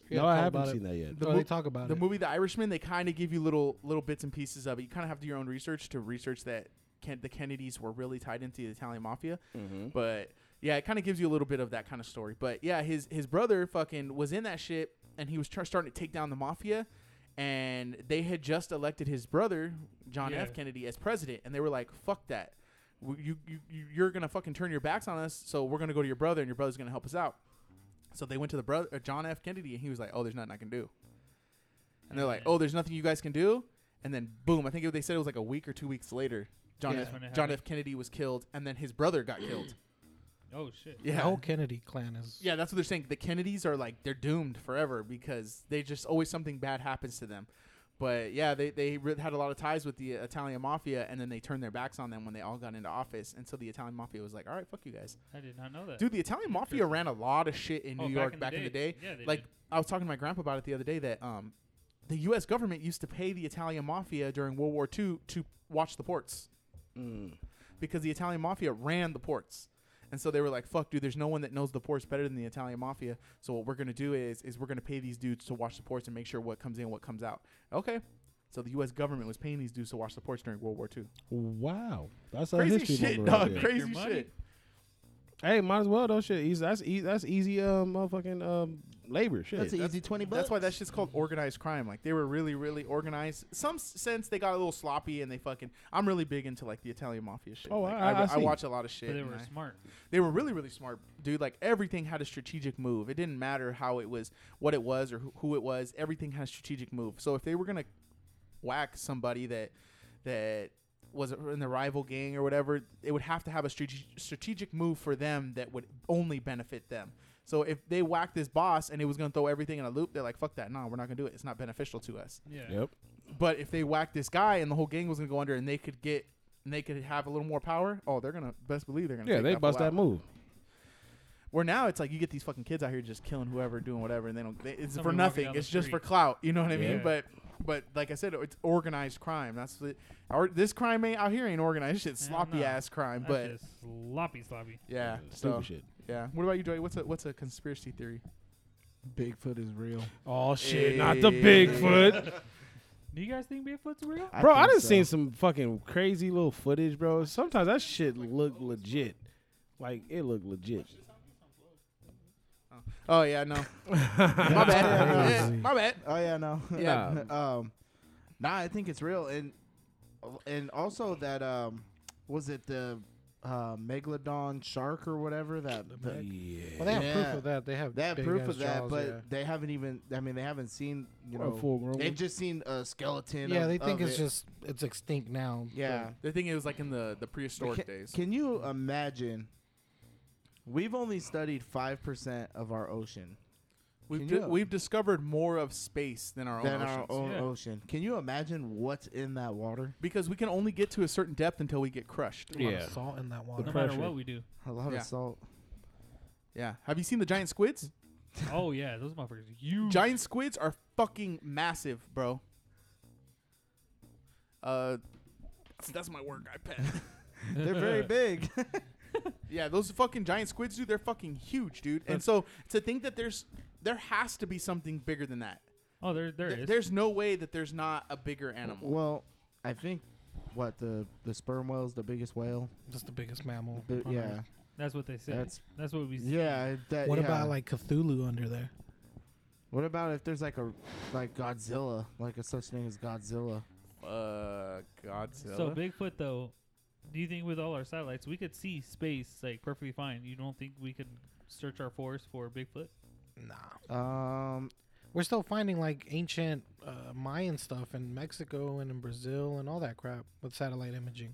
C: Yeah,
B: no, I
C: talk
B: haven't
C: about it.
B: seen that yet.
A: The
C: oh, they
A: mo-
C: talk about
A: the
C: it.
A: movie The Irishman, they kind of give you little little bits and pieces of it. You kind of have to do your own research to research that Ken- the Kennedys were really tied into the Italian mafia.
B: Mm-hmm.
A: But yeah, it kind of gives you a little bit of that kind of story. But yeah, his his brother fucking was in that shit, and he was tr- starting to take down the mafia. And they had just elected his brother John
E: Yeah.
A: F. Kennedy as president, and they were like, "Fuck that! W- You you you- you're gonna fucking turn your backs on us, so we're gonna go to your brother, and your brother's gonna help us out." So they went to the brother uh, John F. Kennedy, and he was like, "Oh, there's nothing I can do." And they're like, "Oh, there's nothing you guys can do." And then boom, I think it, they said it was like a week or two weeks later. John
C: Yeah.
A: F.
E: When it
A: John
E: happened.
A: F. Kennedy was killed, and then his brother got killed.
E: Oh shit!
C: The
A: Yeah,
C: whole Kennedy clan is.
A: yeah, that's what they're saying. The Kennedys are like they're doomed forever because they just always something bad happens to them. But yeah, they they re- had a lot of ties with the Italian mafia, and then they turned their backs on them when they all got into office. And so the Italian mafia was like, "All right, fuck you guys."
E: I did not know that.
A: Dude, the Italian mafia
E: Interesting.
A: ran a lot of shit in
E: Oh,
A: New York back in the day.
E: Yeah, they
A: like
E: did.
A: I was talking to my grandpa about it the other day that um, the U.S.
B: Mm.
A: government used to pay the Italian mafia during World War II to watch the ports. because the Italian mafia ran the ports. And so they were like, "Fuck, dude, there's no one that knows the ports better than the Italian mafia. So what we're gonna do is, is we're gonna pay these dudes to watch the ports and make sure what comes in, what comes out." Okay, so the U.S. government was paying these dudes to watch the ports during World War II.
B: Wow, that's a
A: Crazy
B: history
A: shit,
B: moment right
A: dog.
B: there.
E: Make your
A: Crazy
E: money.
A: shit.
B: Hey, might as well though. Shit, easy, that's easy. That's easy. Um, motherfucking um, labor. Shit.
D: That's an easy twenty bucks.
A: That's why that shit's called organized crime. Like they were really, really organized. Some s- sense they got a little sloppy and they fucking. I'm really big into like the Italian mafia shit.
B: Oh,
A: Like,
B: I- I see.
A: watch a lot of shit.
E: But they
A: and
E: were
A: I-
E: smart.
A: they were really really smart dude like everything had a strategic move it didn't matter how it was what it was or who, who it was everything had a strategic move so if they were gonna whack somebody that that was in the rival gang or whatever it would have to have a strate- strategic move for them that would only benefit them so if they whacked this boss and it was gonna throw everything in a loop they're like fuck that no we're not gonna do it it's not beneficial to us
E: Yeah.
B: Yep.
A: but if they whack this guy and the whole gang was gonna go under and they could get and they could have a little more power oh they're gonna best believe they're gonna
B: Yeah,
A: take
B: they
A: fool
B: bust that
A: out.
B: move.
A: Where now it's like you get these fucking kids out here just killing whoever, doing whatever, and they don't. They, it's for
E: Somebody walking
A: nothing.
E: down the
A: It's just for
E: street.
A: clout. You know what I mean?
E: Yeah.
A: But but like I said, it's organized crime. That's the or this crime ain't out here ain't organized shit.
E: Hell
A: Sloppy
E: no.
A: ass crime.
E: That's
A: But
E: just sloppy, sloppy.
A: yeah, so
B: Stupid shit.
A: yeah. What about you, Joey? What's a what's a conspiracy theory?
D: Bigfoot is real.
B: Oh
A: shit, not the Hey. Bigfoot.
E: Do you guys think Bigfoot's real?
B: bro. I done seen some fucking crazy little footage, bro. Sometimes that shit look legit. Like it looked legit.
A: Oh yeah,
D: <laughs>
A: no. my
D: My
A: bad. Yeah, my bad.
D: Oh yeah, no. <laughs>
B: Yeah.
D: um, nah, I think it's real, and and also that um, was it the uh, megalodon shark or whatever that. that
B: Yeah.
C: Well, they have
D: Yeah.
C: proof of that. They have
D: they have
C: big
D: proof
C: ass
D: of that,
C: jaws,
D: but
C: yeah.
D: they haven't even. I mean, they haven't seen. You know,
B: full grown.
D: they've just seen a skeleton.
C: yeah,
D: of-
C: they think
D: of
C: it's
D: it.
C: just it's extinct now. but-
D: Yeah.
A: The thing is, like in the the prehistoric
D: Can-
A: days.
D: Can you imagine? We've only studied five percent of our ocean
A: We've
D: Can
A: di-
D: you- uh,
A: we've discovered more of space than our own
D: than our
A: oceans.
D: own
E: Yeah.
D: ocean. Can you imagine what's in that water?
A: because we can only get to a certain depth until we get crushed.
C: A lot
B: Yeah.
C: of salt in that
E: No
C: water.
E: matter
B: pressure.
E: what we do.
D: A lot
A: Yeah.
D: of
C: <laughs>
D: salt.
A: Yeah. Have you seen the giant squids?
E: Oh yeah, those motherfuckers are huge.
A: Giant squids are fucking massive, bro. Uh, that's- that's my work iPad.
D: They're very big.
A: <laughs> yeah, those fucking giant squids, dude. They're fucking huge, dude. And so to think that there's there has to be something bigger than that.
E: Oh, there, there
A: There-
E: is.
A: there's no way that there's not a bigger animal.
D: well, I think what the the sperm whale's the biggest whale.
C: That's the biggest mammal.
D: The-
C: on
D: yeah,
C: Earth.
E: That's what they say. That's,
D: that's
E: what we.
D: yeah. That,
C: What
D: yeah.
C: about like Cthulhu under there?
D: What about if there's like a like Godzilla, like a such thing as Godzilla?
A: Uh, Godzilla.
E: So Bigfoot though, do you think with all our satellites we could see space like perfectly fine? You don't think we could search our forest for Bigfoot? <laughs>
C: Nah.
D: Um,
C: We're still finding like ancient uh, Mayan stuff in Mexico and in Brazil and all that crap with satellite imaging.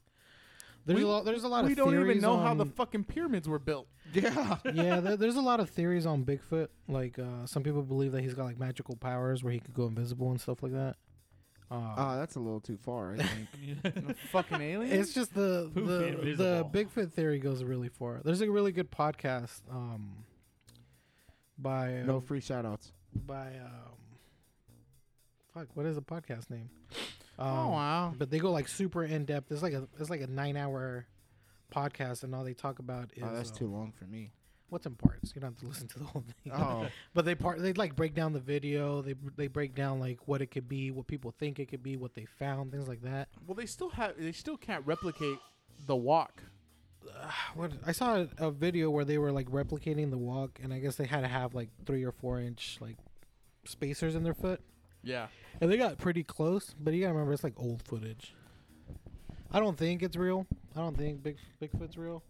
C: There's
A: We-
C: a lot. There's a lot
A: we
C: of
A: don't even
C: theories
A: know how the
C: <laughs> on-
A: fucking pyramids were built.
D: yeah.
A: <laughs>
C: yeah, there, there's a lot of theories on Bigfoot. Like uh, some people believe that he's got like magical powers where he could go invisible and stuff like that. Uh,
D: Oh, that's a little too far.
C: <laughs>
D: I think.
A: <laughs> fucking aliens.
C: it's
A: <laughs>
C: just the
E: Poop
C: the, the
E: invisible.
C: Bigfoot theory goes really far. There's a really good podcast um, by uh,
D: no free shoutouts. Ah,
C: by um, fuck what is the podcast name?
A: oh
C: Um,
A: wow.
C: But they go like super in depth. It's like a it's like a nine hour podcast, and all they talk about is
D: Oh, that's
C: uh,
D: too long
C: <laughs>
D: for me.
C: what's in parts. You don't have to listen to the whole thing.
D: Oh,
C: <laughs> But they part they like break down the video. They they break down like what it could be, what people think it could be, what they found, things like that. <sighs>
A: Well, they still have. They still can't replicate the walk.
C: What I saw a, a video where they were like replicating the walk, and I guess they had to have like three or four inch like spacers in their foot,
A: Yeah.
C: and they got pretty close. But you gotta remember, it's like old footage. I don't think it's real. I don't think Big Bigfoot's real.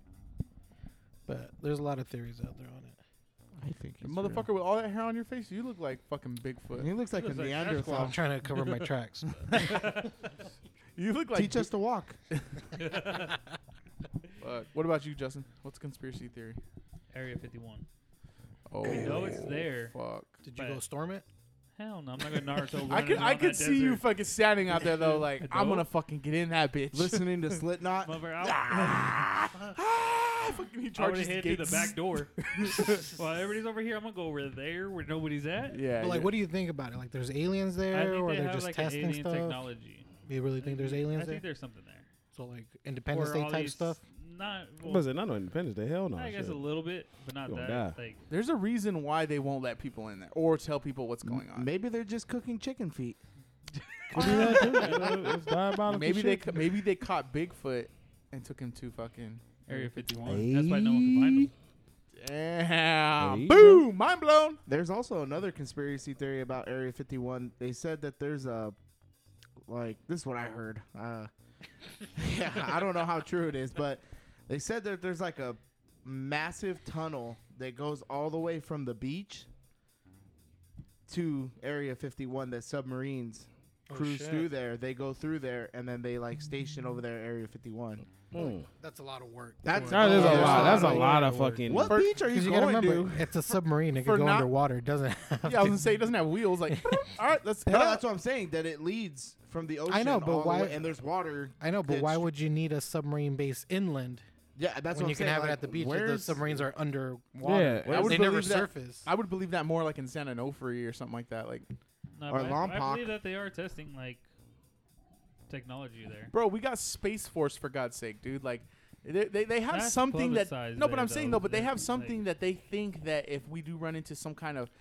C: But there's a lot of theories out there on it.
D: I think
A: The motherfucker with all that hair on your face, you look like fucking Bigfoot.
D: He looks like a
E: Looks like
D: Neanderthal.
C: I'm trying to cover
E: <laughs>
C: my tracks.
A: You look like
D: Teach us to walk.
A: <laughs> Fuck. What about you, Justin? What's conspiracy theory?
E: Area 51.
A: Oh,
E: know it's there.
A: Fuck.
C: Did you
E: But-
C: go storm it?
E: Hell no, I'm not gonna Naruto.
A: I could I could see you fucking standing out there though, like
E: <laughs> I
A: I'm
E: don't.
A: gonna fucking get in that bitch. <laughs>
D: Listening to Slipknot.
E: Mother out.
A: ah,
E: <laughs>
A: fucking he
E: I would have
A: charges the
E: hit through
A: <laughs>
E: the
A: gates.
E: back door. <laughs> While everybody's over here, I'm gonna go over there where nobody's at.
A: Yeah.
C: But like,
A: yeah.
C: what do you think about it? Like, there's aliens
E: I
C: there,
E: think
C: or
E: they
C: they are
E: have
C: just
E: like an
C: testing
E: alien
C: stuff.
E: technology.
C: You really think there's
E: I
C: aliens
E: think
C: there?
E: there's something there.
C: So like Independence
E: Or
C: Day
E: all
C: type
E: these-
C: stuff.
E: Not. well,
B: Was it not on Independence Day? Hell no.
E: I guess
B: shit.
E: a little bit, but not
B: You
E: that.
B: gonna die.
E: Like
A: There's a reason why they won't let people in there or tell people what's going on.
D: Maybe they're just cooking chicken feet.
B: Could be that
E: <laughs>
B: too. You know, it's diabolical
A: Maybe they
B: shit.
A: ca- maybe they caught Bigfoot and took him to fucking
E: Area 51. That's why no one can find them.
A: Damn.
B: There you
A: Boom. Mind blown.
D: There's also another conspiracy theory about Area 51. They said that there's a like this is what I heard. Uh, <laughs> yeah, I don't know how true it is, but they said that there's like a massive tunnel that goes all the way from the beach to Area 51 that submarines
C: Oh,
D: cruise
C: shit.
D: through there. They go through there and then they like station over there at Area 51.
B: Mm.
C: That's a lot of work.
D: That's-
B: That is a
D: Yeah.
B: lot. That's a
D: Yeah.
B: lot of fucking.
D: What
A: For-
D: beach are you
C: Because you
D: going
C: gotta remember,
D: to?
C: it's a
E: <laughs>
C: submarine. It
A: For
C: can go
A: not-
C: underwater. It doesn't <laughs> have.
A: Yeah, I was
C: to-
A: gonna say it doesn't have wheels. Like, <laughs> all right, let's.
D: No,
A: head out.
D: that's what I'm saying. That it leads from the ocean.
C: know, but
D: all the
C: why-
D: way- and there's water.
C: I know, but
D: that's-
C: why would you need a submarine base inland
D: Yeah,
C: when
D: that's what
C: you
D: I'm
C: can
D: saying,
C: have it
D: like,
C: at the beach? if The
D: Where's
C: submarines are underwater.
B: Yeah,
A: I would
C: they never
A: believe that-
C: surface.
A: I would believe that more like in San Onofre or something like that. Like,
E: No,
D: Or
E: but I, I
D: Lompoc.
E: believe that they are testing like technology there.
A: bro, we got Space Force for God's sake, dude. Like, they they, they have
E: That's
A: something that no,
E: publicized
A: but
E: there,
A: I'm saying
E: though.
A: though, but they
E: That-
A: have
E: like-
A: something that they think that if we do run into some kind of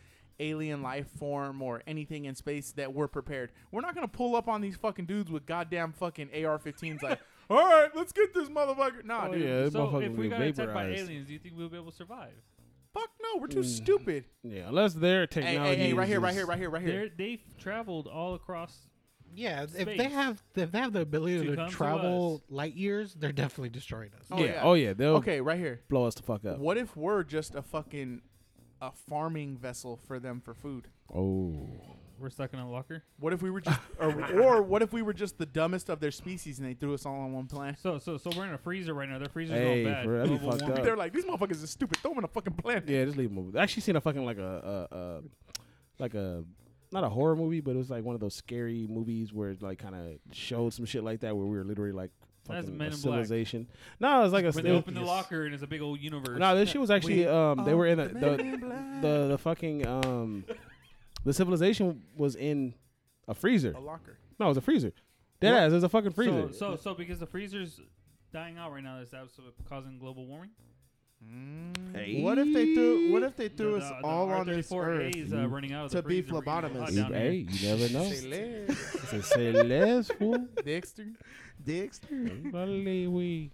A: alien life form or anything in space, that we're prepared. We're not gonna pull up on these fucking dudes with goddamn fucking AR-15s. like, <laughs> all right, let's get this motherfucker. Nah,
B: Oh,
A: dude.
B: yeah, this
E: so
B: motherfucker
E: if we
B: get
E: got attacked by
B: vaporized.
E: aliens, do you think we'll be able to survive?
A: Fuck no, we're too stupid.
B: Yeah, unless their
A: Hey,
B: technology.
A: hey, hey, right
B: is
A: here, right
B: just-
A: here, right here, right here.
E: They're, they've traveled all across.
C: Yeah, if they
E: space
C: have if they have the ability
E: to
C: to,
E: come to
C: travel light years, they're definitely destroying us.
A: Oh,
B: yeah.
A: yeah.
B: Oh yeah. They'll
A: Okay, right here.
B: blow us the fuck up.
A: What if we're just a fucking a farming vessel for them for food?
B: Oh.
E: We're stuck in a locker.
A: What if we were just,
B: <laughs>
A: or, or what if we were just the dumbest of their species and they threw us all on one planet?
E: So so so we're in a freezer right now. Their freezer's
B: Hey,
E: all bad.
B: for real, that'd be
E: Global
B: fucked
E: warming.
B: up.
A: They're like, these motherfuckers are stupid. Throw them on a fucking planet.
B: Yeah, just leave them. over. I actually seen a fucking like a, a, a like a not a horror movie, but it was like one of those scary movies where it like kind of showed some shit like that where we were literally like
E: That's
B: fucking
E: Men
B: a
E: in Black.
B: civilization. No, it was like a.
E: When
B: it
E: they
B: was-
E: open the locker and it's a big old universe.
B: No, this shit was actually um they
A: are
B: were in a,
A: the
B: the,
A: men in
B: the
A: black.
B: the fucking um the civilization was in a freezer.
A: A locker.
B: No, it was a freezer. Dead
E: What?
B: ass, it was a fucking freezer.
E: So, so so because the freezer's dying out right now, is that what's causing global warming?
A: Mm.
D: What if they threw? What if they threw
E: The-
D: us
E: the
D: all on this
E: R34A
D: earth?
E: is, uh, running out of the
D: to be
E: freezer right now. It's hot
D: phlebotomist.
E: down here.
B: Hey, you never know.
E: <laughs>
B: It's a celeste, fool.
A: Dexter.
D: Dexter.
B: Bloody wee.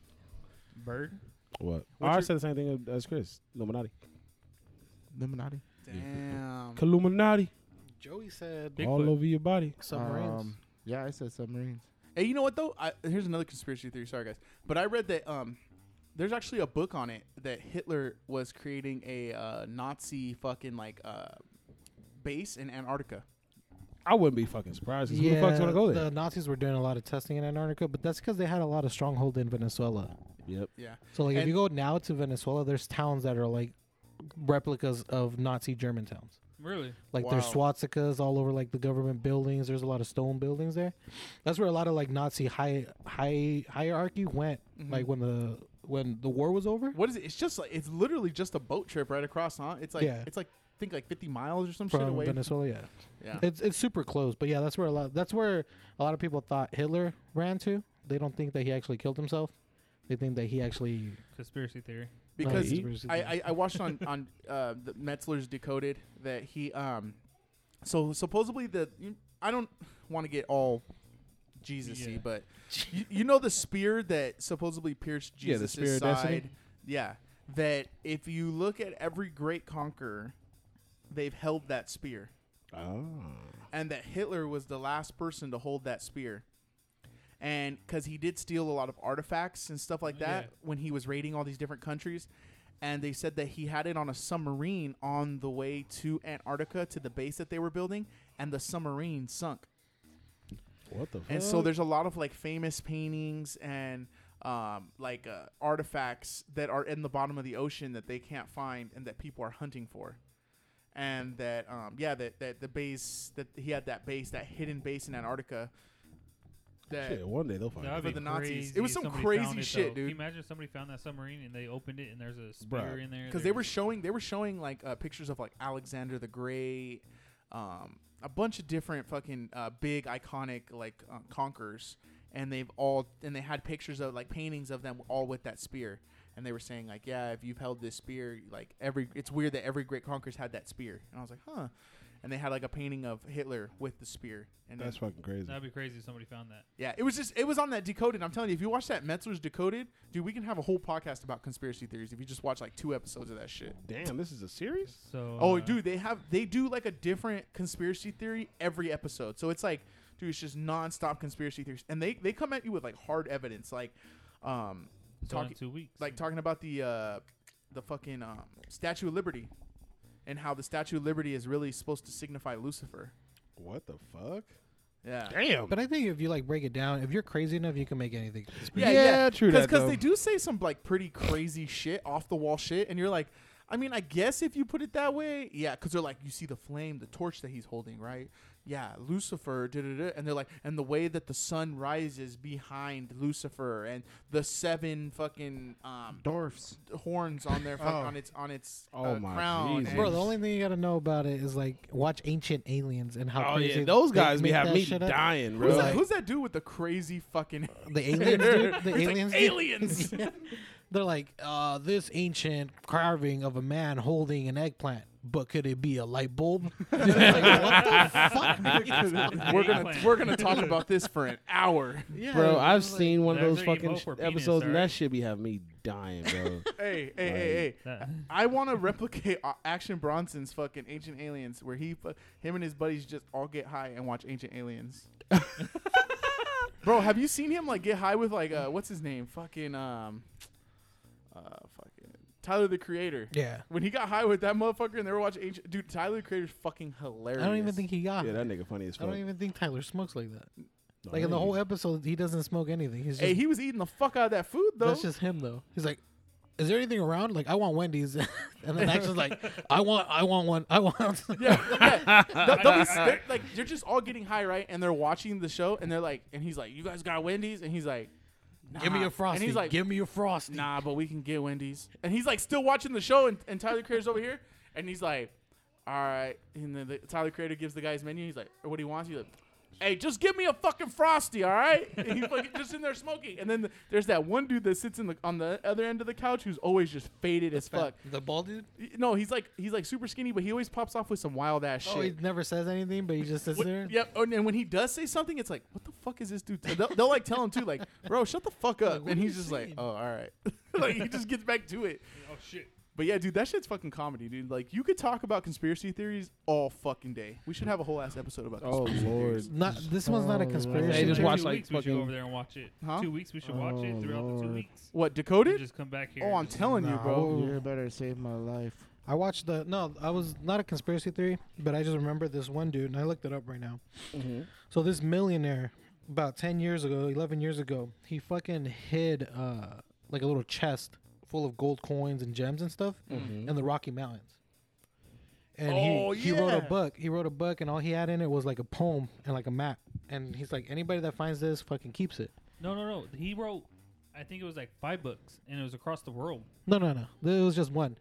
E: Bird.
B: What? Mm-hmm.
A: What's
B: I
A: your-
B: said the same thing as Chris. Illuminati.
D: Illuminati.
A: Damn.
B: Illuminati.
C: Joey said
E: Bigfoot.
B: All over your body.
C: submarines.
D: Um, yeah, I said submarines.
A: Hey, you know what though? I, here's another conspiracy theory. Sorry guys, but I read that um, there's actually a book on it that Hitler was creating a uh, Nazi fucking like uh base in Antarctica.
B: I wouldn't be fucking surprised. 'cause who the fuck's gonna go there?
C: The Nazis were doing a lot of testing in Antarctica, but that's because they had a lot of stronghold in Venezuela.
B: Yep.
A: Yeah.
C: So like if
A: And-
C: you go now to Venezuela, there's towns that are like replicas of Nazi German towns.
E: Really?
C: Like there's
A: Wow.
C: swastikas all over like the government buildings. There's a lot of stone buildings there. That's where a lot of like Nazi high high hierarchy went. Like when the when the war was over.
A: What is it? It's just like it's literally just a boat trip right across, huh? It's like
C: Yeah.
A: it's like I think like 50 miles or some shit
C: from
A: away.
C: Venezuela. Yeah.
A: Yeah.
C: it's it's super close. But yeah, that's where a lot that's where a lot of people thought Hitler ran to. They don't think that he actually killed himself. They think that he actually.
E: Conspiracy theory.
A: because
C: Nice.
A: he- I, I I watched on on uh, the Metzler's decoded that he um so supposedly the I don't want to get all Jesus-y,
E: Yeah.
A: but you, you know the spear that supposedly pierced
B: Yeah, the
A: Jesus'
B: spear of
A: side.
B: destiny?
A: Yeah, that if you look at every great conqueror, they've held that spear,
B: Oh.
A: and that Hitler was the last person to hold that spear. And because he did steal a lot of artifacts and stuff like that
E: Yeah.
A: when he was raiding all these different countries. And they said that he had it on a submarine on the way to Antarctica to the base that they were building, and the submarine sunk.
B: What the fuck?
A: And so there's a lot of like famous paintings and um, like uh, artifacts that are in the bottom of the ocean that they can't find and that people are hunting for. And that um, yeah, that, that the base that he had that base, that hidden base in Antarctica. That
B: Shit, one day they'll find
E: That
B: out.
E: would
A: For
E: be
A: the Nazis.
E: crazy
A: It was
E: if
A: some
E: somebody
A: crazy
E: found it,
A: shit,
E: though.
A: dude.
E: Can you imagine somebody found that submarine and they opened it and there's a spear
B: Bruh.
E: in there?
A: because they were showing they were showing like uh, pictures of like Alexander the Great, um, a bunch of different fucking uh, big iconic like uh, conquerors, and they've all and they had pictures of like paintings of them all with that spear and they were saying like yeah if you've held this spear like every it's weird that every great conqueror's had that spear and i was like huh and they had like a painting of hitler with the spear and
B: That's
A: then-
B: fucking crazy.
E: That'd be crazy if somebody found that.
A: yeah it was just it was on that decoded i'm telling you if you watch that metzler's decoded dude we can have a whole podcast about conspiracy theories if you just watch like two episodes of that shit
B: Damn, this is a series.
E: So.
A: Oh,
E: uh,
A: dude, they have they do like a different conspiracy theory every episode. So it's like, dude, it's just nonstop conspiracy theories, and they they come at you with like hard evidence, like, um,
E: it's
A: talk-
E: gone in two weeks.
A: like talking about the uh, the fucking um, Statue of Liberty, and how the Statue of Liberty is really supposed to signify Lucifer.
B: What the fuck?
A: Yeah.
B: Damn.
C: But I think if you like break it down, if you're crazy enough, you can make anything.
B: Yeah, true that,
A: Because
B: though.
A: they do say some like pretty crazy shit, off the wall shit, and you're like, I mean, I guess if you put it that way, yeah. Because they're like, you see the flame, the torch that he's holding, right? Yeah, Lucifer, da da da, and they're like, and the way that the sun rises behind Lucifer, and the seven fucking um,
D: Dwarfs.
A: horns on their fuck-
D: Oh.
A: on its on its
B: Oh
A: uh,
B: my
A: crown.
B: Jesus.
A: and-
C: Bro, the only thing you gotta know about it is like watch Ancient Aliens and how
B: oh
C: crazy
B: yeah, those
C: they
B: guys be
C: make
B: having
C: that
B: me
C: shit up.
B: dying,
A: who's,
B: bro.
A: that, who's that dude with the crazy
C: <laughs>
A: fucking <laughs>
C: The aliens, dude. The
A: He's like,
C: aliens, dude. <laughs>
A: aliens?
C: They're like, uh, this ancient carving of a man holding an eggplant, but could it be a light bulb? <laughs> It's like, what the fuck?
B: <laughs>
A: we're gonna we're gonna talk about this for an
B: <laughs>
A: hour.
C: Yeah,
B: bro, I've
C: it's like-
B: seen one of
E: That's
B: those
E: what you
B: fucking
E: vote for
B: sh-
E: penis,
B: episodes, and
E: alright?
B: that shit be having me dying, <laughs> bro.
A: hey, hey, hey, hey. <laughs>
E: That-
A: I want to replicate <laughs> uh, Action Bronson's fucking Ancient Aliens, where he, fu- him and his buddies just all get high and watch Ancient
C: <laughs>
A: Aliens. Bro, have you seen him like get high with like uh, what's his name? Fucking um, uh, fucking Tyler the Creator.
C: Yeah.
A: When he got high with that motherfucker and they were watching Ancient, dude, Tyler the Creator's fucking hilarious.
C: I don't even think he got
B: yeah,
C: it.
B: that nigga funny as
C: I
B: fuck.
C: don't even think Tyler smokes like that.
B: No,
C: Like in the
B: that
C: whole
B: nigga-
C: episode, he doesn't smoke anything. He's just,
A: Hey, he was eating the fuck out of that food though.
C: that's just him though. He's like, is there anything around? Like, I want Wendy's, <laughs> and then Action's like, I want, I want one, I want.
A: <laughs> Yeah, yeah. They'll- they'll be- they're, like they're just all getting high, right? And they're watching the show, and they're like, and he's like, "You guys got Wendy's?" And he's like,
C: <laughs> Give me
A: "Nah."
C: a frosty.
A: And he's like,
C: Give me a frosty.
A: "Nah, but we can get Wendy's." And he's like, still watching the show, and, and Tyler Creator's over here, and he's like, "All right." And then the, Tyler Creator gives the guy his menu. He's like, "Or "What he wants?" He's like. Hey, just give me a fucking frosty, all right? <laughs> And he's fucking just in there smoking, and then the, there's that one dude that sits in the on the other end of the couch who's always just faded as fuck.
C: The bald dude.
A: No, he's like he's like super skinny, but he always pops off with some wild ass shit.
C: Oh, he never says anything, but he just sits
A: What-
C: there.
A: Yep. oh, And when he does say something, it's like, what the fuck is this dude? t-" They'll, they'll like tell him too, like, bro, shut the fuck up.
C: what
A: and
C: are
A: he's
C: you
A: just like,
C: saying?
A: oh, all right. <laughs> like he just gets back to it.
E: Oh shit.
A: But yeah, dude, that shit's fucking comedy, dude. Like you could talk about conspiracy theories all fucking day. We should have a whole ass episode about.
B: Oh
A: conspiracy
B: lord.
A: Theories.
C: Not this one's not a
B: Oh,
C: conspiracy.
B: Hey, just
E: Every
C: theory.
B: watch,
E: two
B: like,
E: weeks we should
B: fucking-
E: go over there and watch it.
A: Huh?
E: Two weeks we should watch
D: Oh,
E: it throughout the two
D: Lord.
E: weeks.
A: What
E: We
A: decoded?
E: just come back here.
A: Oh, I'm
E: and just-
A: telling you, bro.
D: You better save my life.
C: <laughs> I watched the no. I was not a conspiracy theory, but I just remember this one dude, and I looked it up right now.
B: Mm-hmm.
C: So this millionaire, about ten years ago, eleven years ago, he fucking hid uh, like a little chest full of gold coins and gems and stuff
B: Mm-hmm.
C: in the Rocky Mountains. And
A: Oh,
C: he, he wrote a
A: yeah.
C: book. He wrote a book, and all he had in it was like a poem and like a map. And he's like, anybody that finds this fucking keeps it.
E: No, no, no. He wrote, I think it was like five books, and it was across the world.
C: No, no, no. It was just one.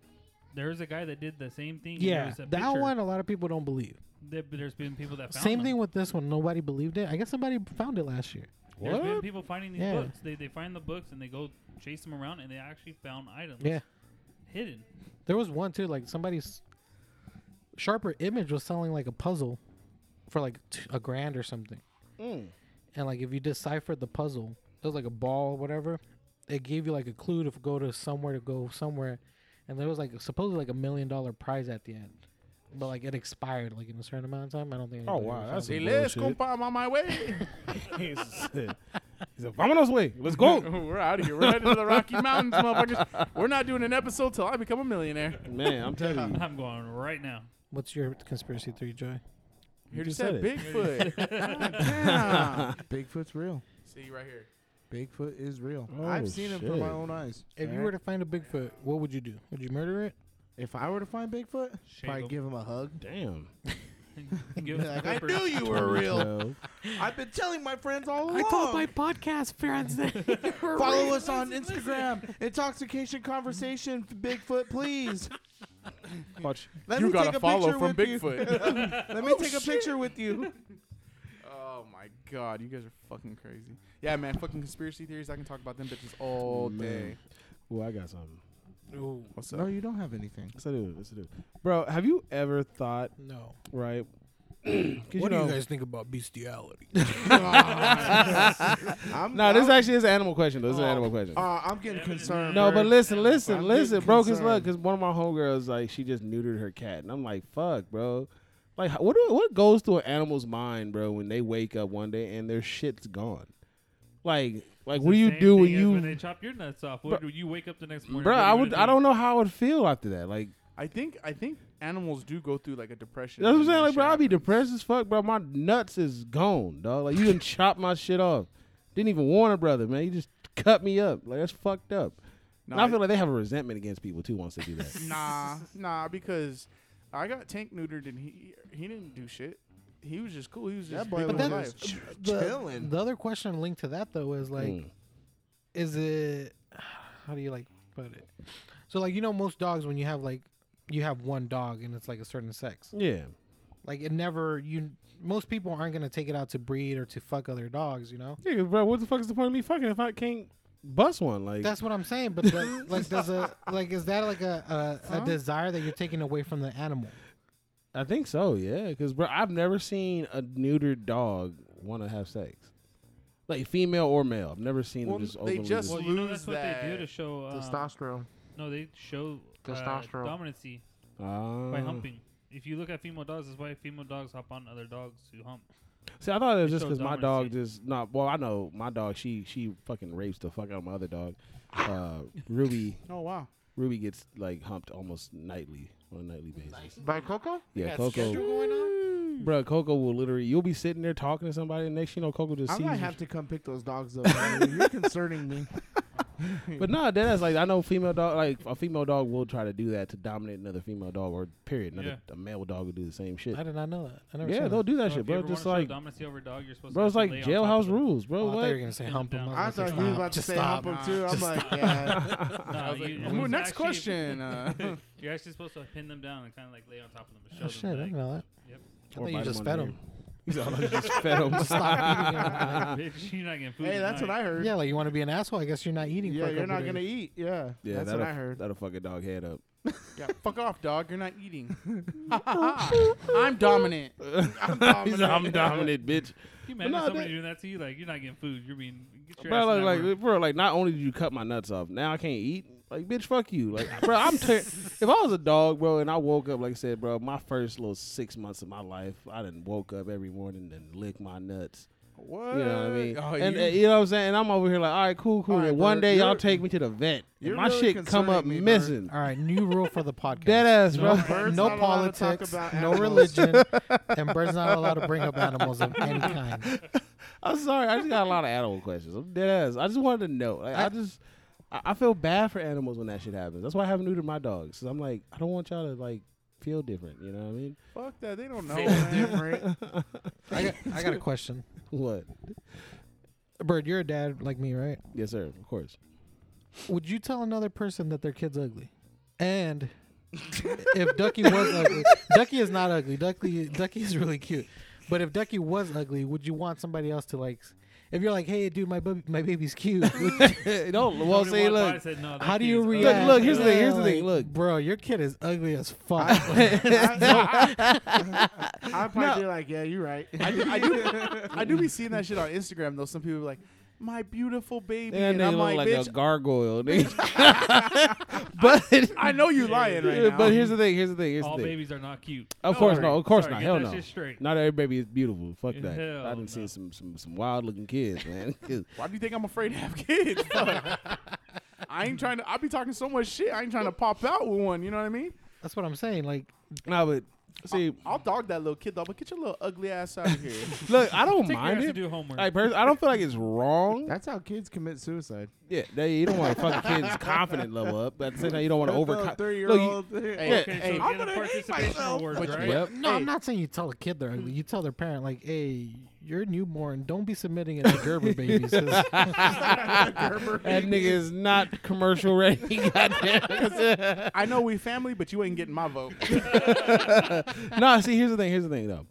E: There was a guy that did the same thing. and there
C: Yeah,
E: was a
C: that
E: picture
C: one a lot of people don't believe.
E: that- but there's been people that found
C: Same
E: them.
C: thing with this one. Nobody believed it. I guess somebody found it last year.
E: There's been
B: What?
E: people finding these
C: Yeah.
E: books. They, they find the books and they go chase them around, and they actually found items
C: Yeah.
E: hidden.
C: There was one too. Like somebody's sharper image was selling like a puzzle for like t- a grand or something.
B: Mm.
C: And like if you deciphered the puzzle, it was like a ball, whatever. It gave you like a clue to f- go to somewhere to go somewhere, and there was like supposedly like a million dollar prize at the end, but like it expired like in a certain amount of time. I don't think.
B: Oh,
C: anybody
B: wow,
C: ever
B: that's
C: found
A: Say,
C: it.
B: Some
A: let's
B: bullshit.
A: compa, I'm on my way. <laughs>
B: <laughs> he's he's like, "Vamonos way. Let's go."
A: We're out of here. We're headed to the Rocky Mountains, motherfuckers. We're not doing an episode till I become a millionaire.
B: Man, I'm telling you.
C: <laughs>
E: I'm going right now.
C: What's your conspiracy theory, Joy?
A: Here you
B: just
A: said
B: said
A: Bigfoot. God damn.
D: Bigfoot's real.
A: See you right here.
D: Bigfoot is real.
B: Oh,
D: I've seen him
B: shit.
D: from my own eyes.
C: If you
D: Alright?
C: were to find a Bigfoot, what would you do? Would you murder it?
D: if I were to find Bigfoot,
E: Shave
D: probably
E: him.
D: give him a hug.
B: Damn.
E: <laughs>
D: <laughs>
E: Give
D: Be
E: us
D: like,
E: the
D: I
E: paper.
D: knew you were real.
B: 12.
D: I've been telling my friends all along.
C: podcast friends that
D: Follow us on Instagram. Intoxication conversation, Bigfoot, <laughs> please.
B: Watch.
D: Let
A: You
D: me
A: gotta
D: take a
A: follow
D: picture
A: from
D: <laughs>
C: Oh,
D: with you.
A: Bigfoot.
D: Let me take a picture with you.
A: Oh Oh my god, you guys are fucking crazy. Yeah, man, fucking conspiracy theories. I can talk about them bitches all
B: Man.
A: day.
B: Well, I got something.
A: What's
D: No,
A: up?
D: you don't have anything.
B: Yes, I do. Yes, I do. Bro, have you ever thought,
C: No. <clears throat>
B: right? <clears throat> 'cause you know-
C: think
B: <laughs>
C: about bestiality? <laughs>
D: I'm,
B: No, this
D: I'm,
B: actually is an animal question, though. This is an animal question.
D: uh, I'm getting concerned.
B: No,
D: bro.
B: but listen, listen,
D: I'm
B: listen,
D: getting
B: bro. Cause look,
D: concerned.
B: cause one of my homegirls like she just neutered her cat, and I'm like, fuck, bro. Like, h- what do- what goes through an animal's mind, bro, when they wake up one day and their shit's gone? Like, like, what do you do when you,
E: when they chop your nuts off? What do you wake up the next morning?
B: bro?
E: what are
B: I
E: you
B: would,
E: gonna
B: I
E: do?
B: don't know how I would feel after that. Like,
A: I think I think animals do go through like a depression.
B: that's what I'm
A: when
B: saying.
A: that
B: Like, bro,
A: shit
B: I'd be
A: happens.
B: depressed as fuck, bro. My nuts is gone, dog. Like, you didn't chop my shit off. Didn't even warn a brother, man. You just cut me up. Like, that's fucked up.
A: No,
B: and I
A: I-
B: feel like they have a resentment against people too once they do that. <laughs>
A: Nah, nah, because I got tank neutered and he he didn't do shit. He was just cool. He was just
D: That boy
A: living his
D: was just
A: life.
C: the,
D: Chilling.
C: the other question linked to that though is like,
B: Mm.
C: is it? How do you like put it? So like you know most dogs when you have like you have one dog and it's like a certain sex
B: Yeah.
C: like it never you most people aren't gonna take it out to breed or to fuck other dogs you know
B: Yeah, bro, what the fuck is the point of me fucking if I can't bust one? Like,
C: that's what I'm saying but the, like does a like is that like a a, a desire that you're taking away from the animal
B: I think so, yeah. Because, bro, I've never seen a neutered dog want to have sex. Like, female or male. I've never seen
A: Well,
B: them just
A: they
B: openly.
A: just-
E: Well, you know
A: lose
E: that's what they do
A: that
E: to show. Um,
D: Testosterone.
E: no, they show uh,
D: Testosterone.
E: dominancy
B: Ah.
E: by humping. If you look at female dogs, that's why female dogs hop on other dogs to hump.
B: See, I thought it was
E: They
B: just
E: show
B: because my dog
E: dominancy.
B: just not. Well, I know my dog. She she fucking rapes the fuck out of my other dog. Uh, Ruby
A: Oh wow.
B: Ruby gets like humped almost nightly on a nightly basis.
D: By Coco?
B: Yeah, Coco, bro, Coco will literally. You'll be sitting there talking to somebody, and next you know, Coco just
D: I
B: sees.
D: might
B: you.
D: have to come pick those dogs up. man. <laughs> You're concerning me.
B: But no, nah, that's like I know female dog like a female dog will try to do that to dominate another female dog or period. Another a male dog will do the same shit.
C: I did not know that I never
B: Yeah,
C: seen
B: they'll
C: that.
B: do that
E: So
B: shit,
E: if you
B: bro.
E: ever
B: Just
E: wanna show
B: like
E: dominancy over a dog, you're supposed
B: bro,
E: to
B: it's like
E: lay on top of
B: jailhouse
E: them.
B: rules, bro.
C: Oh, I thought you were
B: what?
C: gonna say hump him
E: down.
C: was
D: I
C: like,
D: thought
C: just
D: you were
C: stop,
D: about to
C: just
D: say
C: stop.
D: hump him too. I'm
C: Just
D: like, <laughs> yeah.
E: Nah, Uh, you-
A: Ooh,
E: you're
A: next
E: actually-
A: question.
E: <laughs>
A: Uh, <laughs>
E: You're actually supposed to pin them down and kind of like lay on top of them and
C: <laughs>
E: show
C: Oh,
E: them.
C: shit, I didn't
E: like,
C: know that.
E: Yep.
C: I
B: Or
C: thought
B: bite
C: you
B: 'em
C: just
B: on
C: fed
B: the <laughs>
C: him.
B: ear. "Oh, just fed him.
C: <laughs> Stop
E: <laughs> Bitch, you're not getting food.
D: hey, that's what I heard.
C: Yeah, like you want to be an asshole. I guess you're not eating.
D: Yeah,
C: for a
D: you're
C: couple
D: not
C: days.
D: gonna eat. Yeah,
B: Yeah,
D: that's
B: that'll,
D: what I heard.
B: That'll fuck a dog head
D: <laughs>
B: up.
A: yeah, fuck off, dog. You're not eating. I'm dominant. I'm dominant.
B: <laughs> He's I'm dominant, bitch.
E: You imagine
B: But no,
E: somebody
B: that-
E: doing that to you? Like, you're not getting food. You're being. Get your ass
B: Bro,
E: in that
B: like,
E: room.
B: like, bro, like, not only did you cut my nuts off, now I can't eat. Like, bitch, fuck you. Like, <laughs> bro, I'm. Ter- if I was a dog, bro, and I woke up, like I said, bro, my first little six months of my life, I didn't woke up every morning and lick my nuts.
A: What?
B: You know what I mean?
A: Oh,
B: and
A: you-
B: uh, you know what I'm saying? And I'm over here like, all right, cool, cool.
D: All right,
B: and one
D: bro,
B: day y'all
D: you're-
B: take me to the vet, and
D: you're
B: my
D: really
B: shit come up
D: concerning me, bro.
B: missing.
C: All right, new rule for the podcast.
B: Dead ass, bro.
C: <laughs> No,
D: Bird's
C: no
D: not allowed to talk
C: politics,
D: about
C: no
D: animals.
C: religion,
D: <laughs>
C: and Bird's not allowed to bring up animals of any kind.
B: I'm sorry. I just got a lot of animal questions. I'm dead ass. I just wanted to know. Like, I,
C: I-
B: just, I, I feel bad for animals when that shit happens. That's why I haven't neutered my dogs. Cause I'm like, I don't want y'all to like feel different. You know what I mean? <laughs>
A: fuck that. They don't know.
E: Feel
A: man.
D: Different.
C: I got, I got a question.
B: What?
C: Bird, you're a dad like me, right?
B: Yes, sir. Of course. <laughs>
C: Would you tell another person that their kid's ugly? And if Ducky was ugly, Ducky is not ugly. Ducky, Ducky is really cute. But if Ducky was ugly, would you want somebody else to like? If you're like, hey, dude, my bu- my baby's
B: <laughs>
C: cute. would-
B: don't. Well, see,
E: Somebody walked by and
B: look.
E: said, no, that
C: How do
E: kid
C: you
E: is ugly.
C: react?
B: look, here's the thing,
C: Yeah,
B: here's the thing,
C: like,
B: look.
C: bro, your kid is ugly as fuck.
A: <laughs>
D: I'd probably be like, yeah, you're right.
A: I do, I do. I
D: <laughs>
A: do be seeing that shit on Instagram though. Some people be like, "My beautiful baby,"
B: That
A: and
B: nigga
A: I'm
B: look
A: like,
B: like,
A: "Bitch,
B: a gargoyle, nigga. but
A: I know you lying right now."
B: but here's the thing. Here's the thing. Here's
E: All
B: the thing.
E: babies are not cute.
B: Of course
A: Sorry.
B: no. Of course
E: Sorry,
B: not.
E: get
B: Hell
E: that
B: no.
E: shit straight.
B: Not every baby is beautiful. Fuck that.
E: Hell
B: I done seen
E: no.
B: some some some wild looking kids, man. <laughs>
A: Why do you think I'm afraid to have kids? <laughs> Fuck. I ain't trying to. I be talking so much shit. I ain't trying to pop out with one. You know what I mean?
C: <laughs> That's what I'm saying. Like,
B: nah, but see,
A: I'll dog that little kid though. But get your little ugly ass out of here. <laughs>
B: look, I don't
E: Take your
B: mind
E: ass
B: it.
E: to do homework.
B: Like, pers- I don't feel like it's wrong.
D: That's how kids commit suicide.
B: Yeah, they, you don't want to fuck a kid's confident level up, but at the same time, you don't want to over.
D: Three year
B: Look, <laughs>
D: <laughs> old.
A: Hey,
E: okay,
A: hey,
E: so
A: I'm
E: get a
A: gonna hate
E: participation
A: myself.
E: award,
A: But you-
E: right?
B: you, yep.
C: no, I'm not saying you tell a kid they're
B: Mm.
C: ugly. You tell their parent, like, hey, your new newborn, don't be submitting it to
B: <laughs>
C: Gerber babies. 'cause
B: That nigga is not commercial ready. <laughs> Goddamn.
A: I know we family, but <laughs> you ain't getting my vote.
B: no, see, here's the thing. Here's the thing, though.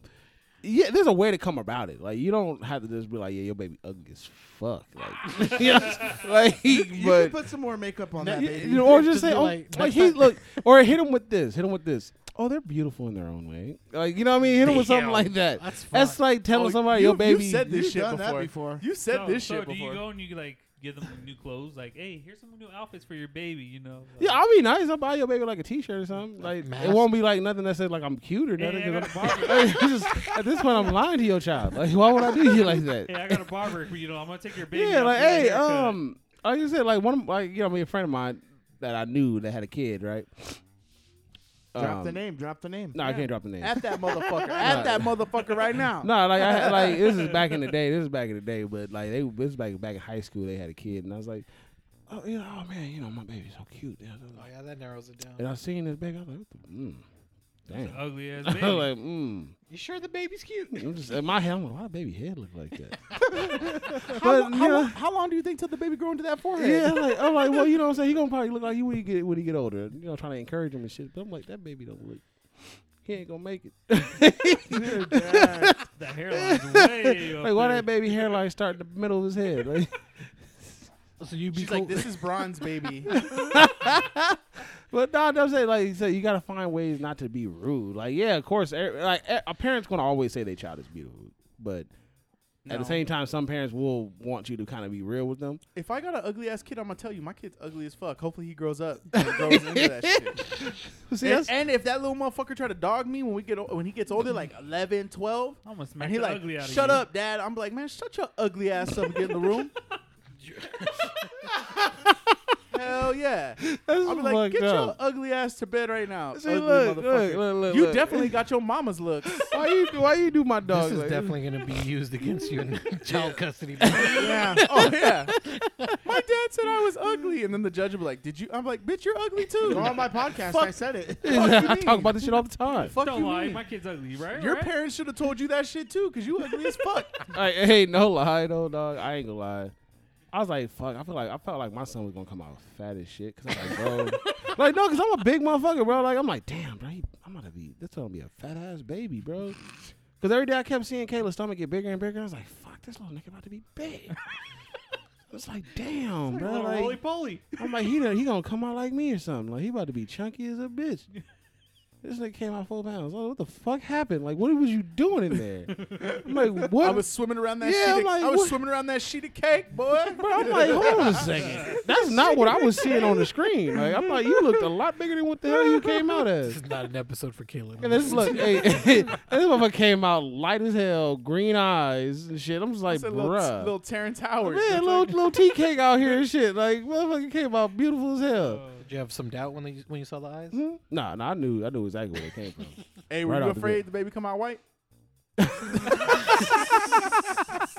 B: yeah, there's a way to come about it. Like you don't have to just be like, yeah, your baby ugly as fuck. Like, <laughs> you know, like,
D: You
B: <laughs> but
D: could put some more makeup on
B: Nah,
D: that
B: you-
D: baby.
B: you know, or just
C: Just be
B: say, oh,
C: like,
B: like, he look, or hit him with this, hit him with this. Oh, they're beautiful in their own way. Like you know what I mean? Hit him with something
C: Damn.
B: like that.
C: That's
B: That's
C: fucked.
B: like telling
A: Oh,
B: somebody
A: you-
B: your baby.
A: You said this
D: You've
A: shit
D: done that
A: before.
D: before.
A: You said
E: so,
A: this
E: so
A: shit
E: do you
A: before.
E: go and you like give them new clothes? Like, hey, here's some new outfits for your baby. You know? Like,
B: yeah, I'll be nice. I'll buy your baby like a T-shirt or something. Like
C: mask.
B: it won't be like nothing that says like I'm cute or
E: Hey,
B: nothing.
E: I
B: 'cause
E: got a
B: I'm- <laughs> like, it's just- at this point, I'm lying to your child. Like why would I do you like
E: <laughs>
B: that?
E: hey, I got a barber. You know, I'm gonna take your baby.
B: Yeah,
E: I'll
B: like
E: give you a
B: hey,
E: haircut."
B: um, like you said, like one of like you know, I mean, a friend of mine that I knew that had a kid, right?
D: drop the
B: Um,
D: name. Drop the name.
B: No, I can't drop the name.
A: At that motherfucker. At that motherfucker right now.
B: No, like I had- like this is back in the day. This is back in the day, but like they this is back back in high school. They had a kid, and I was like, oh, you know, oh man, you know, my baby's so cute. Yeah, da, da,
C: Oh
B: da.
C: yeah, that narrows it down.
B: And I seen this baby. I was like, what the- mm, damn.
E: Ugly ass
B: I was
E: baby.
B: like, mm.
C: You sure the baby's cute?
B: I'm just in my head. I'm like, why baby head look like <laughs> that?
A: How,
B: but
A: lo-
B: you
A: how,
B: know-
A: lo- how long do you think till the baby grow into that forehead?
B: yeah, like, I'm like, well, you know what I'm saying? He gonna probably look like you when he get when he get older. You know, trying to encourage him and shit. But I'm like, that baby don't look. He ain't gonna make it.
E: the hairline's way up
B: like, why
E: there.
B: that baby hairline start in the middle of his head? Like, <laughs>
C: So you be
A: She's like,
C: cool-
A: this is bronze, baby.
B: but no, I'm saying like you said, you gotta find ways not to be rude. Like, yeah, of course, er, like er, a parent's gonna always say their child is beautiful, but at
A: No.
B: the same time, some parents will want you to kind of be real with them.
A: if I got an ugly ass kid, I'm gonna tell you, my kid's ugly as fuck. Hopefully he grows up
B: <laughs>
A: and grows into that shit.
B: See,
A: And,
B: that's,
A: and if that little motherfucker try to dog me when we get o- when he gets older, like 11, 12,
E: I'm gonna smack
A: and he
E: the
A: like,
E: ugly out of
A: shut
E: you.
A: up, dad. I'm like, man, shut your ugly ass up and get in the
E: <laughs>
A: room. <laughs> Hell
B: <laughs>
A: yeah.
B: that's
A: I'll be like,
B: fucked
A: get
B: up.
A: your ugly ass to bed right now.
B: See,
A: ugly
B: look, look,
A: motherfucker.
B: look, look,
A: you
B: look.
A: definitely got your mama's
B: <laughs>
A: looks.
B: <laughs>
A: <laughs>
B: why you why you do my dog?
C: this is
B: like
C: definitely going to be used against
B: <laughs>
C: you in child custody. But
A: yeah. Oh yeah. My dad said I was ugly, and then the judge would be like, "Did you?" I'm like, "Bitch, you're ugly too."
D: Go on my podcast.
A: Fuck.
D: I said it.
A: <laughs> Fuck
B: <laughs>
A: you
B: I talk
A: mean?
B: about this shit all the time.
A: Fuck
E: Don't
A: you
E: lie,
A: mean?
E: my kid's ugly, right?
A: Your
E: right?
A: parents should have told you that shit too, cause you ugly as
B: <laughs>
A: fuck.
B: Like, hey, no lie, no dog. I ain't gonna lie. I was like, fuck. I feel like I felt like my son was gonna come out fat as shit. Cause I'm like, bro, like no, cause I'm a big motherfucker, bro. Like I'm like, damn, bro, he- I'm gonna be this gonna be a fat ass baby, bro. Cause every day I kept seeing Kayla's stomach get bigger and bigger. I was like, fuck, this little nigga about to be big. It's like, damn, bro. like-
E: roly poly.
B: I'm like, he done, he gonna come out like me or something. Like he about to be chunky as a bitch. This nigga came out four pounds. Like, what the fuck happened? Like, what was you doing in there? I'm like, what?
A: I was swimming around that
B: Yeah,
A: sheet.
B: I'm
A: Of,
B: like,
A: I was
B: what?
A: swimming around that sheet of cake, boy.
B: Bro, I'm <laughs> like, hold on a second. That's not what I was seeing on the screen. Like, I'm like, you looked a lot bigger than what the hell you came out
C: this
B: as.
C: is not an episode for Caleb.
B: And this look, hey, <laughs> this motherfucker came out light as hell, green eyes and shit. I'm just like,
A: It's a little,
B: bruh.
A: little Terrence Howard.
B: Man, little little
A: <laughs>
B: tea cake out here and shit. Like, motherfucker came out beautiful as
A: Uh.
B: hell.
C: Did you have some doubt when you, when you saw
B: <laughs>
C: the eyes?
B: Hmm? Nah, nah, I knew, I knew exactly where it came
A: <laughs>
B: from.
A: hey, were
B: right
A: you
B: off the
A: afraid
B: rip.
A: the baby come out
B: <laughs>
A: white?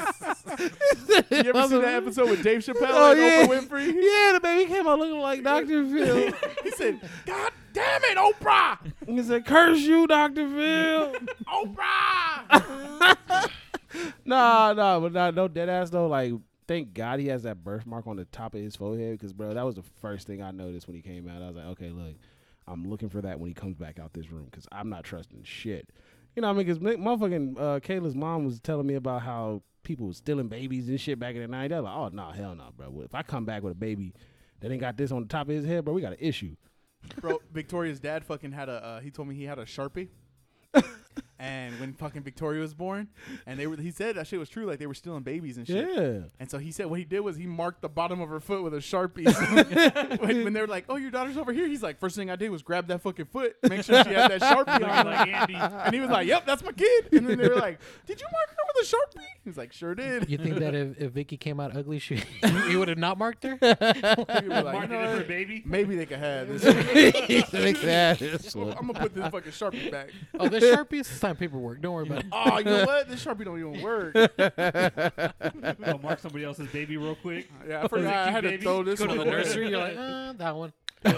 A: you ever see that episode with Dave Chappelle
B: Oh,
A: and
B: yeah.
A: Oprah Winfrey?
B: <laughs> Yeah, the baby came out looking like Dr.
A: <laughs>
B: Phil.
A: he said, "God damn it, Oprah!
B: He said, Curse you, Dr.
A: <laughs>
B: Phil.
A: Oprah!"
B: nah, nah, but nah, no dead ass though. Like, thank God he has that birthmark on the top of his forehead because, bro, that was the first thing I noticed when he came out. I was like, okay, look, I'm looking for that when he comes back out this room because I'm not trusting shit. You know what I mean? Because motherfucking uh, Kayla's mom was telling me about how people was stealing babies and shit back in the night. They're like, oh, nah, hell no, bro. If I come back with a baby that ain't got this on the top of his head, bro, we got an issue.
A: Bro, Victoria's dad fucking had a. Uh, he told me he had a sharpie. and when fucking Victoria was born, and they were, he said that shit was true. Like they were stealing babies and shit.
B: Yeah.
A: And so he said what he did was he marked the bottom of her foot with a sharpie. <laughs> when, when they were like, "Oh, your daughter's over here," he's like, first thing I did was grab that fucking foot, make sure she had that sharpie
E: Looking
A: on."
E: <laughs> like Andy.
A: and he was like, "Yep, that's my kid." And then they were like, "Did you mark her with a sharpie?" He's like, "Sure did."
C: You think that if, if Vicky came out ugly, she <laughs> you would have not marked her?
A: <laughs> We were like, "You
E: Mark it
A: know
E: in for
A: what? <laughs>
E: baby.
A: Maybe they could have this. <laughs> I'm gonna put this fucking sharpie back.
C: Oh, this sharpie is signed paperwork. Don't worry about it.
A: Oh, you know what? This sharpie don't even work.
E: I'll mark somebody else's baby real quick.
A: Yeah, I forgot. I had to
E: baby?
A: throw this
E: Go to
A: one
E: the
A: away.
E: <laughs> nursery.
C: You're like, uh,
B: <laughs>
C: that one.
A: <laughs>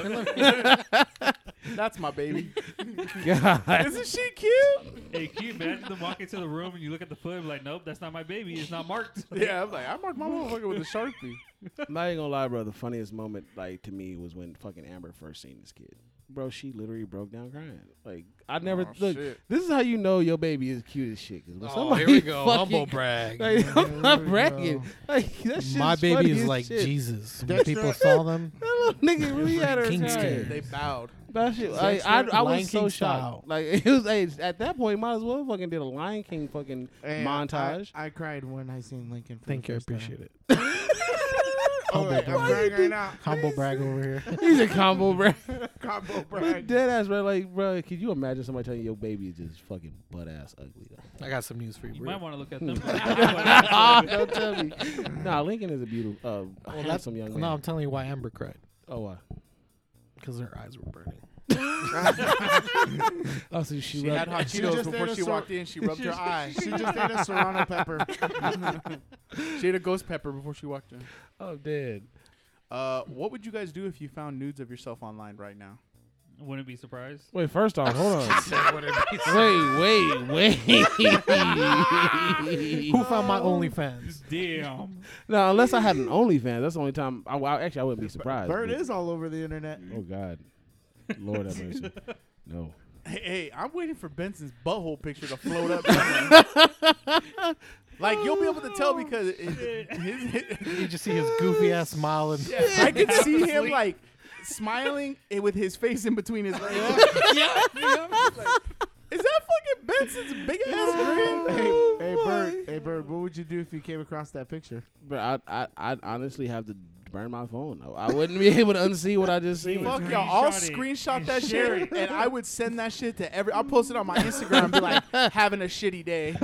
A: That's my <laughs> baby.
B: <laughs> God.
A: Isn't she cute?
E: Hey, can you imagine them walking to the room and you look at the foot and be like, nope, that's not my baby. It's not marked. <laughs>
A: Yeah, I'm like, I marked my motherfucker with a sharpie.
B: I'm not even gonna lie, bro. The funniest moment, like to me, was when fucking Amber first seen this kid. bro, she literally broke down crying. Like I never
A: Oh,
B: look.
A: shit.
B: This is how you know your baby is cute as shit. 'cause when
F: Oh,
B: somebody
F: here we go.
B: fucking-
F: Humble brag.
B: <laughs> Like, I'm
D: Here
B: not
D: we
B: bragging.
D: go.
B: Like that shit's
C: My
B: funny
C: baby is
B: as
C: like
B: shit.
C: Jesus. When
D: That's
C: people
D: right.
B: <laughs>
C: saw them.
B: That little
C: <laughs>
B: nigga really had her
C: Kingston.
B: tired.
A: They bowed.
B: That shit,
C: Sex
B: like, I,
C: work,
B: I
C: Lion
B: was so
C: King
B: shocked.
C: style.
B: Like <laughs> it was hey, at that point, might as well fucking did a Lion King fucking
D: And I-
B: montage.
D: I, cried when I seen Lincoln. For
C: Thank
D: the
C: you. I
D: first time.
C: appreciate it.
D: <laughs> Oh, wait, <laughs> I'm
B: Why you
D: crying
B: do-
D: right now.
C: Humble brag over here.
B: He's a combo, bro.
D: Combo
B: But
D: brag.
B: dead ass, bro. Like, bro, could you imagine somebody telling you your baby is just fucking butt ass ugly? <laughs> Though?
C: I got some news for you,
E: You
C: bro.
E: might want to look at them. <laughs>
B: Don't tell me. Nah, Lincoln is a beautiful, uh,
C: Well, that's-
B: handsome young man.
C: No, I'm telling you why Amber cried.
B: oh, uh,
C: Because her eyes were
E: <laughs>
C: burning. <laughs>
B: oh, so she,
A: She
B: rubbed-
A: had hot
D: She
A: Cheetos
D: just
A: before
D: ate a
A: she
D: sor-
A: walked in. <laughs> She rubbed her eye.
D: she just ate a
A: <laughs>
D: serrano pepper.
A: She ate a ghost pepper before she walked in.
B: oh, dead.
A: Uh, what would you guys do if you found nudes of yourself online right now?
E: Wouldn't be surprised.
B: Wait, first off, <laughs> hold on.
E: <laughs>
F: wait, wait, wait.
C: Who found my OnlyFans?
E: <laughs> Damn.
B: no, unless I had an OnlyFans, that's the only time. I, well, actually, I wouldn't be surprised.
D: Bird
B: but-
D: is all over the internet.
B: Oh God, Lord have mercy. No.
A: Hey, hey, I'm waiting for Benson's butthole picture to float up. somewhere. <laughs> like you'll be able to tell because it, it- his,
C: You just see his goofy ass smile and
A: <laughs> I can see him like smiling and with his face in between his legs. <laughs> Like, is that fucking Benson's big ass grin?
D: Hey,
A: Oh
D: hey, Bird. Hey, Bird. What would you do if you came across that picture?
B: But I, I, I'd honestly have to burn my phone. I, I wouldn't be <laughs> able to unsee what I just seen.
A: Fuck y'all! I'll
E: Screenshot it
A: screenshot
E: and
A: that
E: share
A: shit, and I would send that shit to every. I'll post it on my Instagram and be
D: <laughs>
A: like, "Having a shitty day."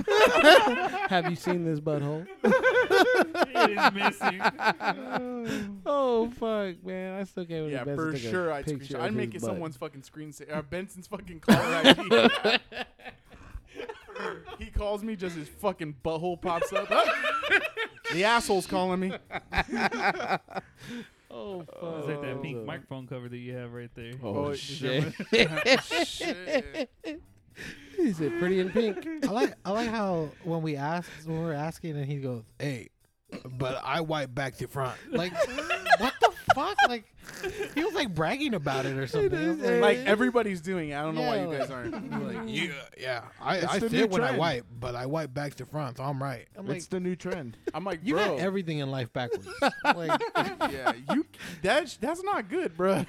B: have you seen this butthole?
E: It is missing.
B: oh fuck, man! I still can't. believe
A: Yeah,
B: Benson
A: for
B: took a
A: sure. I'd
B: picture
A: screenshot.
B: of
A: I'd
B: his
A: make it
B: butt.
A: someone's fucking screen sa- or Benson's <laughs> fucking caller ID. <laughs> he calls me, just his fucking butthole pops up. <laughs> Oh, the asshole's calling me.
B: Oh fuck!
E: It's like that pink microphone cover that you have right there.
B: Oh,
A: Oh,
B: shit!
A: Shit.
B: Is it pretty in pink?
C: I like I like how when we asked when we were asking and he goes, "Hey, but I wipe back the front." Like, what the fuck? Like, he was like bragging about it or something. He was like,
A: Like everybody's doing it. I don't know why
C: Yeah,
A: you guys
C: <laughs>
A: aren't. Like,
F: yeah, yeah.
D: It's
F: I, I
D: the
F: fit
D: new
F: when I
D: trend.
F: wipe, but I wipe back to front, so I'm right.
C: I'm like,
D: it's the new trend.
A: I'm like,
C: you
A: bro.
C: got everything in life backwards. like,
A: yeah,
C: <laughs>
A: you. That's that's not good, bro.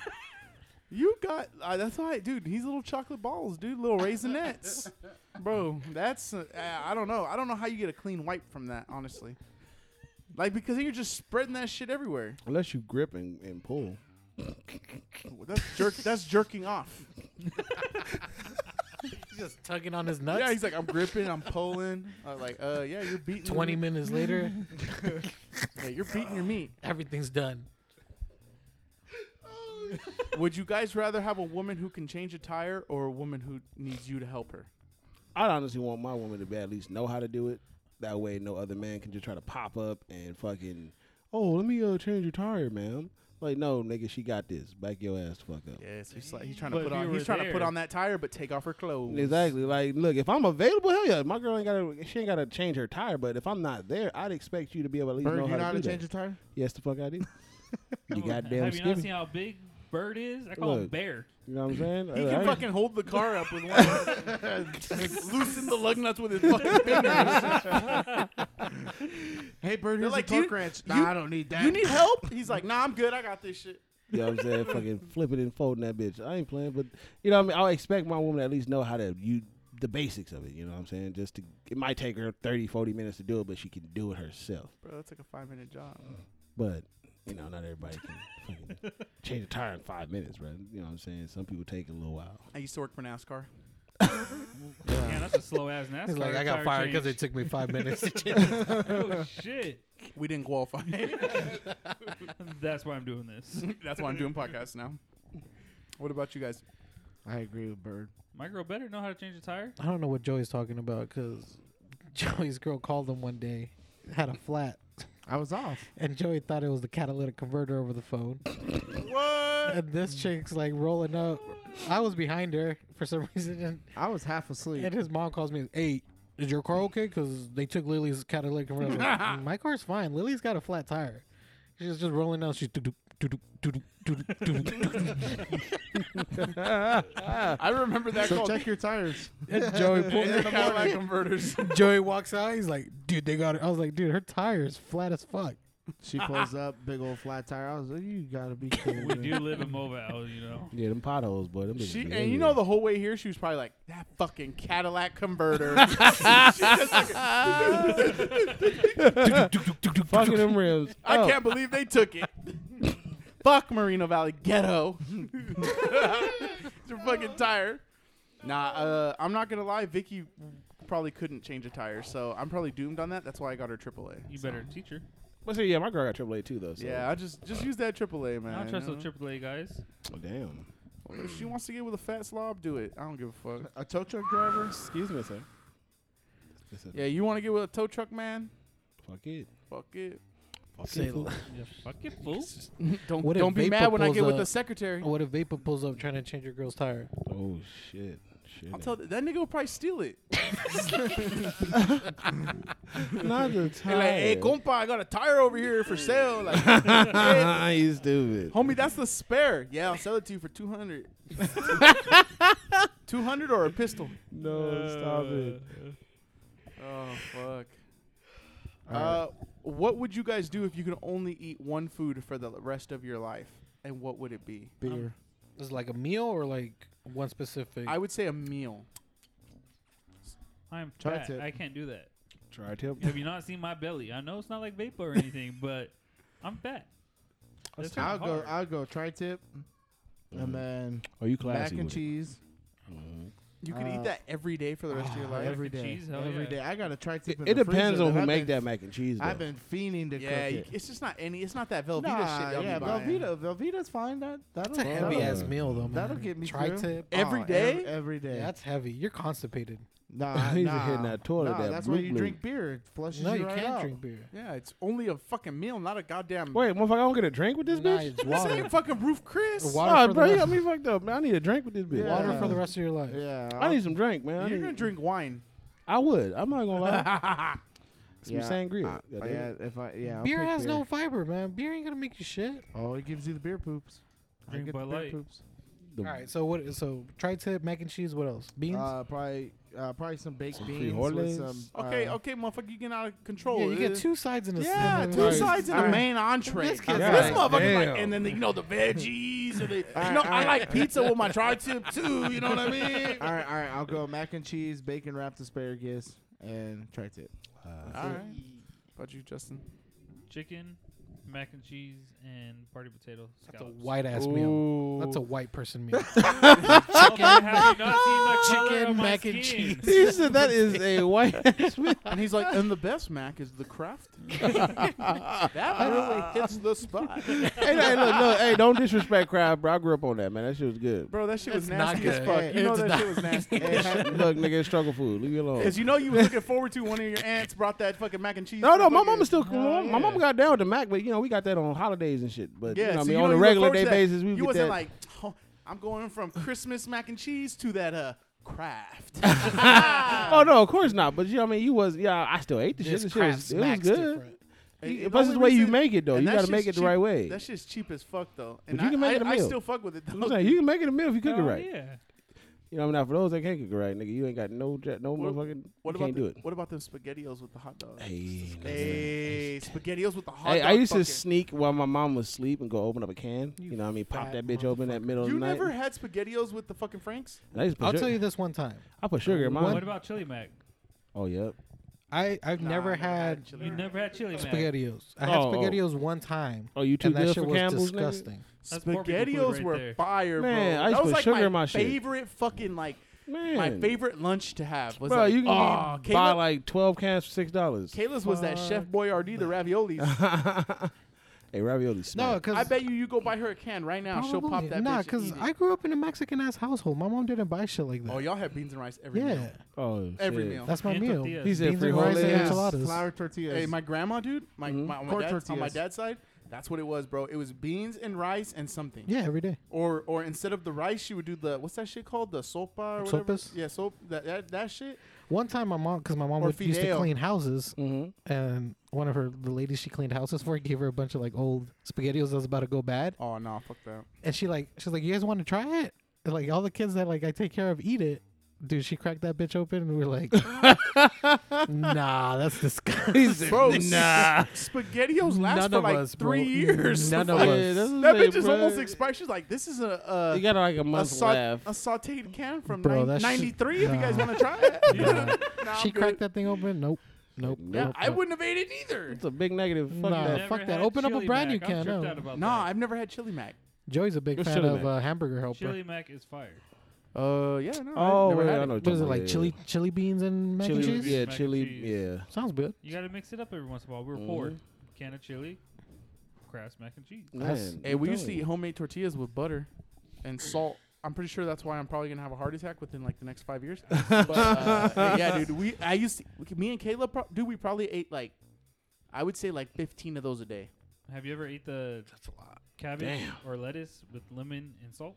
A: You got uh, that's all right, dude. He's little chocolate balls, dude. Little
C: <laughs>
A: raisinets, bro. That's uh, I don't know. I don't know how you get a clean wipe from that, honestly. Like because then you're just spreading that shit everywhere.
B: Unless you grip and, and pull.
A: That's jerk. That's jerking off.
C: he's just tugging on his nuts.
A: Yeah, he's like I'm gripping, I'm pulling. Uh, like uh, yeah, you're beating.
C: Twenty
A: your,
C: minutes <laughs> later,
A: Yeah, you're beating your meat.
C: everything's done.
A: Would you guys rather have a woman who can change a tire or a woman who needs you to help her?
B: I'd honestly want my woman to be at least know how to do it. That way, no other man can just try to pop up and fucking. Oh, let me uh, change your tire, ma'am. Like, no, nigga, she got this. Back your ass the fuck up.
A: Yeah, so he's like he's trying
E: But
A: to put
E: if you
A: on
E: were
A: he's trying to put
E: there-
A: on that tire, but take off her clothes.
B: Exactly. Like, look, if I'm available, hell yeah, my girl ain't gotta. She ain't gotta change her tire. But if I'm not there, I'd expect you to be able to at least
D: Bird,
B: know
D: you
B: how
D: know
B: to,
D: how to
B: do
D: change
B: that.
D: a tire?
B: Yes, the fuck I do. you
E: Come on,
B: goddamn
E: Have you not
B: skippy.
E: seen
B: You
E: how big Bird is? I call him
B: Look.
E: Bear.
B: know what I'm saying?
A: He
B: Like, I
A: can
B: ain't-
A: fucking hold the car up with one. <laughs> like, loosen the lug nuts with his <laughs> fucking fingers.
D: Hey, Bird,
A: They're like,
D: here's like,
A: "Do
D: a
A: you-
D: torque wrench.
A: you-
D: Nah, I don't need that.
A: you need help? He's like, Nah, I'm good. I got this shit.
B: You know what I'm saying? fucking flipping and folding that bitch. I ain't playing, but you know what I mean. I'll expect my woman to at least know how to you the basics of it. You know what I'm saying? Just to it might take her 30, 40 minutes to do it, but she can do it herself.
A: Bro, that's like a five minute job.
B: But you know, not everybody <laughs> can fucking change a tire in five minutes, bro. You know what I'm saying? Some people take a little while.
A: I used to work for NASCAR.
E: Yeah, that's a slow ass NASCAR.
C: He's like, I got
E: tire
C: fired because it
E: change."
C: took me five minutes. <laughs>
E: <laughs> oh shit.
A: We didn't qualify. <laughs>
E: That's why I'm doing this.
A: that's why I'm doing podcasts now. What about you <laughs> guys?
D: I agree with Bird.
E: My girl better know how to change a tire.
C: I don't know what Joey's talking about because Joey's girl called him one day, had a flat,
D: I was off.
C: and Joey thought it was the catalytic converter over the phone.
A: What?
C: And this chick's like rolling up. I was behind her for some <laughs> reason, and,
D: I was half asleep.
C: and his mom calls me, "Hey, is your car okay?" Because they took Lily's catalytic converter. I was <laughs> like, My car's fine. Lily's got a flat tire. <laughs> She's just rolling down. She's doo-doo, doo-doo, doo-doo, doo-doo, doo-doo, doo-doo, doo-doo.
A: I remember that
D: So
A: called
D: check your tires.
F: And Joey, pull,
A: Cadillac converters.
F: Joey walks out. He's like, dude, they got it. I was like, dude, her tire is flat as
C: <laughs>
F: fuck.
D: She pulls up, big old flat tire. I was like, you gotta be kidding
E: We
D: me.
E: do live in Mobile, you know.
B: Yeah, them potholes, boy. Them bitches
A: She
B: be
A: and you
B: everywhere.
A: know the whole way here, she was probably like that fucking Cadillac converter. <laughs> She just like,
B: fucking them
D: <laughs>
B: rims.
A: I
B: Oh,
A: can't believe they took it. <laughs> Fuck Marino Valley ghetto. it's your fucking tire. Nah, uh, I'm not gonna lie. Vicky probably couldn't change a tire, so I'm probably doomed on that. That's why I got her AAA.
E: You better teach her.
B: But see, yeah, my girl got AAA too though. So.
A: Yeah, I just just use that AAA, man.
E: I don't trust
A: you
E: those
A: know?
E: AAA guys.
B: Oh, damn.
A: Well, If she wants to get with a fat slob, do it. I don't give a fuck.
D: A tow truck driver?
B: Excuse me, sir. Listen,
A: Yeah, you want to get with a tow truck man?
B: Fuck it.
A: Fuck it.
B: Fuck
C: Say
B: it. fool.
E: You fucking fool.
A: <laughs> Don't
C: What if
A: don't be
C: Vapor
A: mad when I
C: pulls
A: get with
C: up?
A: the secretary.
C: What if Vapor pulls up trying to change your girl's tire?
B: Oh shit. Shit.
A: I'll tell th- that nigga will probably steal it.
B: Not the
A: Be like, hey, compa, I got a tire over here for sale.
D: <laughs>
A: Like,
B: <laughs>
A: "Hey,
B: time. you stupid.
A: homie, that's the spare. Yeah, I'll sell it to you for two
D: <laughs>
A: hundred. Two hundred or a pistol?
B: No, stop it.
A: Oh fuck. Uh, what would you guys do if you could only eat one food for the rest of your life? And what would it be?
D: Beer.
C: Is it like a meal or like one specific?
A: I would say a meal.
E: I'm
D: Try
E: fat.
D: to-
E: I can't do that.
B: Try tip.
E: Have you not seen my belly? I know it's not like vapor or <laughs> anything, but I'm fat. That's
D: I'll
E: fucking
D: go.
E: hard.
D: I'll go tri-tip, and then
B: Are you
D: mac
B: classy?
D: and
B: with it.
D: cheese
B: Mhm.
A: You could
D: Uh,
A: eat that every day for the rest of your
D: Ah,
A: life.
D: every
E: Mac and
D: day.
E: cheese, hell
D: Every
E: Oh, yeah.
D: day. I got a
B: It,
D: tri-tip. in
B: it
D: the
B: depends
D: freezer
B: on who
D: I've
B: made
D: been-
B: that mac and cheese. Though. <laughs>
D: I've been fiending to
A: yeah,
D: cook
A: you,
D: it.
A: it's just not any. It's not that Velveeta
D: Nah,
A: shit. y'all be
D: yeah,
A: buying.
D: Velveeta. Velveeta's fine. That that'll
C: that's a
D: that'll-
C: heavy ass
B: Uh,
C: meal though, man.
D: That'll get me
C: Tri tip.
D: through.
A: Every
D: ev-
A: day?
D: oh, every eh. day.
C: Yeah, that's heavy. You're constipated.
D: nah,
B: <laughs> He's
D: nah,
B: hitting that toilet,
D: Nah,
B: that
D: that's why
B: blue
D: you
B: blue.
D: drink beer. It flushes
C: No,
D: you,
C: you
D: right
C: can't
D: out.
C: drink beer.
A: Yeah, it's only a fucking meal, not a goddamn.
B: Wait, motherfucker, I don't get a drink with this
C: Nah,
B: bitch.
C: it's
B: <laughs>
A: this
C: water.
A: ain't fucking Roof Chris.
C: Water
B: Nah,
C: for the
B: bro, you
C: rest-
B: got me fucked up. Man, I need a drink with this bitch.
D: Yeah.
C: Water for the rest of your life.
D: Yeah,
B: <laughs> I
D: I'll-
B: need some drink, man. I,
A: You're
B: need,
A: gonna drink wine.
B: I would. I'm not gonna lie. <laughs> some
D: Yeah,
B: sangria.
D: I-
B: God damn it.
D: yeah, if I yeah. I'll
C: beer
D: pick
C: has no fiber, man. Beer ain't gonna make you shit.
D: Oh, it gives you the beer poops. I
E: Drink
D: get
E: Bud
D: the beer
E: Light.
D: poops.
B: The-
C: All right, so what? So tri tip, mac and cheese. What else? Beans.
D: Uh, probably uh, probably some baked
B: Some
D: beans
B: frijoles.
D: with some.
A: Okay,
D: uh,
A: okay, motherfucker, you getting out of
C: yeah,
A: control.
C: you get
A: Uh,
C: two sides in a
A: Yeah,
C: sandwich.
A: two
C: Alright.
A: sides in the
C: Alright.
A: main entree.
C: This
A: This,
C: kid's
B: like,
A: motherfucker,
F: damn.
A: like, and then you know the veggies. Or the, you
D: Alright,
A: know, I
D: alright.
A: like pizza with my tri-tip too. You know what I <laughs> mean?
D: <laughs> all right, all right. I'll go mac and cheese, bacon wrapped asparagus, and tri-tip.
B: Uh,
A: All right. About you, Justin.
E: Chicken, mac and cheese, and party potato
C: That's a
E: scallops.
C: white ass meal. That's a white person
D: <laughs>
C: meal.
E: Have you not seen the color
C: Chicken,
E: of my
C: mac and
E: skin?
C: cheese.
B: <laughs> he said that is a white <laughs> ass man.
A: And he's like, and the best Mac is the craft. that really hits the spot,
B: hey, no, hey, look, look, hey, don't disrespect crab, bro. I grew up on that, man. That shit was <laughs> good.
A: bro. That shit was
C: It's not
A: nasty as
C: good.
A: fuck. You know
C: It's
A: that
C: not-
A: shit <laughs> was nasty.
D: It had-
B: look, nigga, it's struggle food. Leave me alone.
A: Because you know you was looking forward to one of your aunts brought that fucking mac and cheese.
B: No,
A: for
B: no, my
A: fucking-
B: mama still. my mom-
E: yeah.
B: My mama got down with the Mac, but you know we got that on holidays and shit. But
A: Yeah,
B: you know, what I
A: so
B: mean,
A: you know
B: on
A: you
B: a
A: look
B: regular
A: forward to
B: day
A: that.
B: basis, we
A: You
B: get
A: wasn't
B: that.
A: like, "Oh, I'm going from Christmas mac and cheese to that uh craft.
B: <laughs>
A: <laughs>
B: oh no, of course not. But you know, what I mean, you was yeah. I still ate the shit.
C: This
B: The shit
C: Kraft
B: was, it was
C: smacks
B: good.
C: different.
A: And
B: You- Plus,
A: only
B: it's the way you
A: reason-
B: make it though.
A: and
B: You
A: that
B: got to
A: shit's
B: make it the
A: cheap-
B: right way.
A: That shit's cheap as fuck though. And
B: But you can
A: I,
B: make it a
A: I, I
B: meal.
A: still fuck with it
B: You
A: though.
B: know what I'm saying? You can make it a meal if you cook it
A: Oh,
E: Hell
B: right.
E: Yeah.
B: You know, what I mean, now for those that can't cook it right, nigga, you ain't got no ja- no
A: What-
B: motherfucking.
A: what
B: you
A: about
B: can't
A: the,
B: do it?
A: What about them spaghettios with the hot dogs?
B: Hey,
A: Hey, spaghettios with the hot
B: Hey,
A: dog.
B: I used to
A: fucking-
B: sneak while my mom was asleep and go open up a can. You, know what I mean? Pop
C: fat
B: that bitch open at middle
A: You
B: of the night.
A: never had spaghettios with the fucking franks?
B: And I used to put
C: I'll
B: sugar,
C: tell you this one time.
B: I put sugar in
E: What
B: mine.
E: about chili mac?
B: Oh, yep.
C: I I've never had
A: chili.
E: You never had chili mac.
C: spaghettios. I had
B: Oh, oh.
C: spaghettios one time.
B: Oh, you too
C: And that
B: good
C: shit
B: for
C: was
B: Campbell's, nigga?
C: disgusting.
E: That's poor people
A: Spaghettios
E: food right
A: were
E: there.
A: fire,
B: Man,
A: bro.
B: I used
A: that
B: to
A: was
B: put
A: like
B: sugar
A: my
B: in my shit.
A: favorite fucking like
B: Man.
A: my favorite lunch to have was
B: Bro,
A: like,
B: you can
A: oh,
B: get- buy
A: Kayla-
B: like 12 cans for $6.
A: Kayla's was that Chef Boyardee, the <laughs> raviolis.
B: hey, ravioli
C: No,
B: smack.
C: because
A: I bet you you go buy her a can right now. She'll pop that.
C: Nah,
A: because
C: because I grew up in a Mexican ass household. My mom didn't buy shit like that.
A: Oh, y'all had beans and rice every
C: yeah,
A: meal.
B: oh,
A: Every
B: shit.
A: meal.
C: that's my
E: And
C: meal.
E: tortillas.
B: He said
C: Beans and rice and
B: frijoles.
C: enchiladas.
D: flour tortillas.
A: Hey, my grandma, dude, my, my, on my
D: Corn
A: dad's, on my
D: tortillas.
A: dad's side, that's what it was, bro. It was beans and rice and something.
C: Yeah, every day.
A: Or or instead of the rice, she would do the what's that shit called? The sopa or whatever.
C: Sopas?
A: Yeah, soap that that, that shit.
C: One time, my mom, because my mom
A: Or
C: would, used to
A: fideo.
C: clean houses,
B: Mhm.
C: and one of her the ladies she cleaned houses for gave her a bunch of like old spaghettios that was about to go bad, <laughs>
A: Oh no, fuck that.
C: and she like she's like, "You guys want to try it?" like all the kids that like I take care of eat it. Dude, she cracked that bitch open, and we we're <laughs> like, "Nah, that's disgusting."
A: Bro, <laughs> nah. SpaghettiOs last
C: None
A: for
C: of
A: like
C: us, bro. Mm,
A: three years. <laughs>
C: None of
A: Like,
C: us.
A: That bitch is almost expired. She's like, this is a uh,
B: You got like a
A: a,
B: month
A: sau-
B: left.
A: a sauteed can from
C: Bro,
A: nine-
C: that shit-
A: 93 if you guys
C: nah.
A: want to
C: <laughs>
A: try it.
E: Yeah.
A: Nah,
C: she
A: I'm
C: cracked
A: good.
C: that thing open. Nope, nope.
A: Yeah,
C: nope,
A: I
C: nope.
A: wouldn't have ate it either.
B: It's a big negative. Fuck
C: Nah.
B: that.
E: Never
C: Uh, fuck that.
E: had
C: Open up a
E: Chili
C: brand
E: Mac.
C: new can,
E: I'm tripped
C: no.
E: out about
A: No,
E: that.
A: I've never had Chili Mac.
C: Joey's a big
B: What's
C: fan
B: Chili
C: of
B: Mac?
C: uh, Hamburger Helper.
E: Chili Mac is fire.
A: Uh, yeah, no.
B: Oh,
A: I never had
B: wait, I
A: it.
B: know
C: What is it like?
B: Yeah.
C: Chili, chili beans and mac
B: Chili,
C: and cheese.
B: yeah,
E: Mac and
B: chili,
E: cheese.
B: yeah.
C: Sounds good.
E: You got to mix it up every once in a while. We were poor.
C: Mm-hmm.
E: Can of chili, Kraft mac and cheese.
B: Nice.
A: Hey, we used to eat homemade tortillas with butter and salt. I'm pretty sure that's why I'm probably gonna have a heart attack within like the next five
C: <laughs>
A: years. but uh, yeah, dude, we I used to, we- me and Kayla, pro- dude, we probably ate like I would say like 15 of those a day.
E: Have you ever ate the cabbage or lettuce with lemon and salt?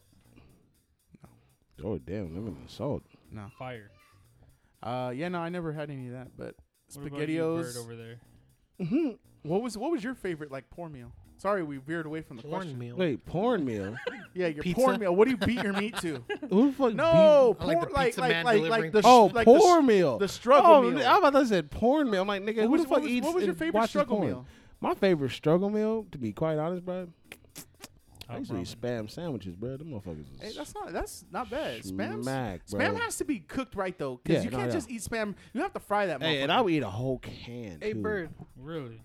G: Oh damn, lemon and salt.
E: Fire.
A: Uh, yeah, no, I never had any of that. But
E: What about you, Bird,
A: spaghettios.
E: over there.
A: What was what was your favorite like porn meal? Sorry, we veered away from the question.
C: meal.
B: Wait, porn meal.
A: Yeah, your
C: Pizza?
A: porn meal. What do you beat your meat to?
B: Who the fuck?
A: No,
C: I <laughs> like
A: porn,
C: the
A: like
C: pizza
A: like
C: man
A: like,
C: delivering
A: like the
C: pizza.
B: Oh,
A: like the,
B: porn
A: s-
B: meal.
A: the struggle
B: oh,
A: meal.
B: I about to say porn meal. I'm like, nigga,
A: What
B: who
A: was,
B: the fuck
A: what was,
B: eats
A: what was your
B: and
A: favorite
B: watches
A: struggle
B: porn?
A: meal?
B: My favorite struggle meal, to be quite honest, bro. I
E: Hot
B: used to eat
E: ramen.
B: spam sandwiches, bro. Them motherfuckers.
A: Oh, Hey,
B: is
A: that's not that's not bad. Spam
B: smack, bro.
A: spam has to be cooked right though, because
B: Yeah,
A: you
B: no,
A: can't
B: yeah.
A: just eat spam. You have to fry that.
B: Hey,
A: motherfucker.
B: and I would eat a whole can.
C: Hey,
B: too.
C: Bird.
E: Really?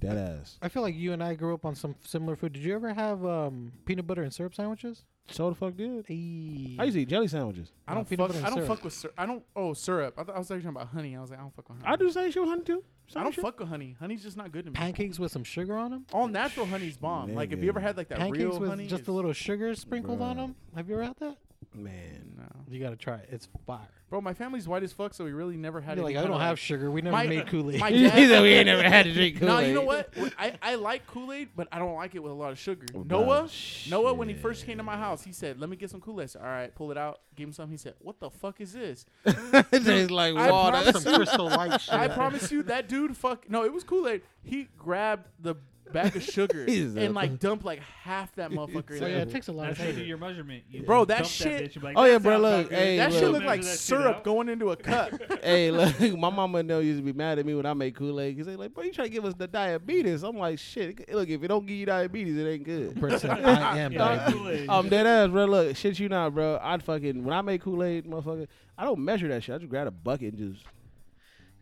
B: That ass.
C: I feel like you and I grew up on some similar food. Did you ever have um, peanut butter and syrup sandwiches?
B: So the fuck did. I
C: I
B: used to eat jelly sandwiches.
A: I don't
C: Peanut
A: fuck.
C: butter and
A: I don't
C: syrup.
A: fuck with syrup. I don't. Oh, syrup. I, thought I was actually talking about honey. I was like, I don't fuck with honey.
B: I do the same shit with honey too.
A: I
B: Same
A: don't
B: shit.
A: fuck with honey. Honey's just not good to me.
C: pancakes with some sugar on them.
A: All natural honey's bomb. Like if you ever
B: Nigga.
A: had like that
C: pancakes
A: real
C: with
A: honey,
C: just a
A: it's-
C: little sugar sprinkled on
B: Bruh.
C: 'em. on them. Have you ever had that?
B: Man, <laughs>
A: No.
C: You gotta try it. It's fire.
A: Bro, my family's white as fuck, so we really never had.
C: You're
A: any
C: like I
A: kinda,
C: don't have sugar. We never
A: My-
C: made Kool Aid.
A: my
B: He <laughs>
A: dad-
B: said we ain't never had to drink.
A: No, you know
B: Kool-Aid. <laughs>
A: what? I, I like Kool Aid, but I don't like it with a lot of sugar.
B: Well,
A: Noah,
B: bruh,
A: Noah, when he first came to my house, he said, "Let me get some Kool Aid." All right, pull it out, give him some. He said, "What the fuck is this?"
B: it tastes like
A: I
B: water.
A: promise you, crystal <laughs> light shit. I promise you, that dude, fuck, no, it was Kool Aid. He grabbed the bag of sugar
B: He's
A: and
B: up.
A: like dumped like half that motherfucker. in
C: so yeah,
A: there.
C: it takes a lot of
E: That's how you do
C: sugar. <laughs>
E: your measurement. You
A: Bro, that
E: dump
A: shit-
E: bitch, you're like,
B: Oh, yeah,
E: "That
B: bro,
E: sounds
B: look,
E: not good."
B: hey,
A: that shit
B: look.
A: looked
E: Measure
A: like
E: that shit
A: syrup
E: out.
A: going into a cup.
B: hey, <laughs> look, my mama and them used to be mad at me when I made Kool Aid because they like, bro, you trying to give us the diabetes? I'm like, shit. Look, if it don't give you diabetes, it ain't good.
C: Person, I am.
E: Yeah,
C: <laughs> diabetic.
E: Kool-Aid.
B: I'm dead ass, bro. Look, shit, you not, bro. I'd fucking when I make Kool Aid, motherfucker, I don't measure that shit. I just grab a bucket and just.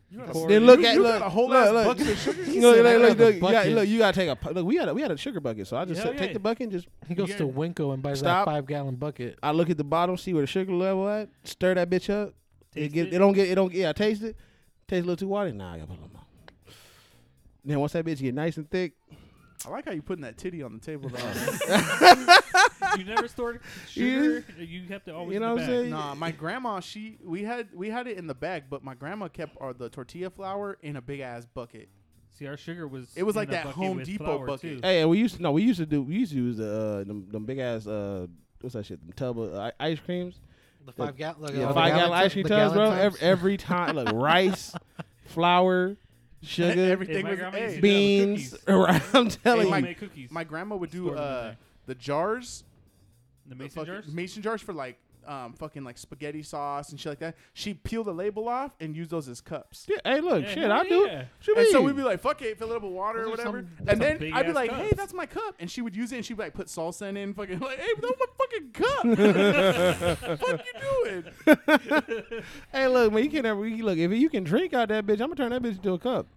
A: You got a-
E: Pour
A: you-
B: Then look
A: you
B: at
A: got
B: look,
A: a whole
B: look,
A: ass
B: look.
A: bucket of
B: <laughs>
A: sugar.
B: Look, look,
C: said, "I
B: look,
C: grab a
B: look, you got-
C: bucket."
B: look, you gotta take a pu- look. We had a, we had a sugar bucket, so I just
E: Hell
B: said, take
E: yeah.
B: the bucket and just.
C: He goes to
E: Yeah.
C: Winco and buys
B: Stop.
C: that five gallon bucket.
B: I look at the bottom, see where the sugar level at, stir that bitch up. It
E: Taste
B: get it.
E: it?
B: don't get it don't yeah, I taste it. Taste a little too watery. Nah, I gotta put a little more. Then once that bitch get nice and thick,
A: I like how you putting that titty on the table. <laughs> Though.
E: you never stored
B: You-
E: sugar. You have Oh, to always.
B: you
E: in
B: know
E: the
B: what I'm
E: bag.
B: saying?
A: nah, my grandma, she we had we had it in the bag, but my grandma kept our, the tortilla flour in a big ass bucket.
E: See, our sugar was.
A: It was
E: in
A: like
E: a
A: that
E: bucket
A: Home
E: with
A: Depot
E: flour,
A: bucket.
E: too.
B: Hey, we used to no, we used to do we used to use the uh them, them big ass uh what's that shit? Them tub of uh, ice creams.
C: The five gallon,
B: Yeah, five gallon ice cream tubs, bro. Every, every time like rice, flour, sugar,
A: Everything. Thing
E: Hey, my
A: was-
E: grandma
A: hey.
E: used to do that with
B: beans. <laughs>
E: cookies.
B: Right, I'm
E: Hey,
B: telling
E: we
A: my-
B: you.
E: made cookies.
A: My grandma would do
E: Store them in
A: uh,
E: there.
A: the jars
E: the
A: the
E: mason
A: fucking-
E: jars.
A: mason jars for like um, fucking like spaghetti sauce and shit like that. She peeled the label off and used those as cups.
B: Yeah, hey, look,
E: Yeah,
B: shit,
E: hell
B: I do.
E: yeah.
B: it. Shit,
A: And so
B: mean?
A: we'd be like, "Fuck it, fill it up with water or
C: Those are
A: whatever."
C: some-
A: and then
E: big
A: I'd be
E: ass
A: like, "Hey,
E: cups.
A: that's my cup," and she would use it, and she'd like put salsa in it, and fucking <laughs> like, "Hey, that's my fucking <laughs> cup." fuck you doing?
B: Hey, look, man, you can never you- look if you can drink out that bitch. I'm gonna turn that bitch into a cup.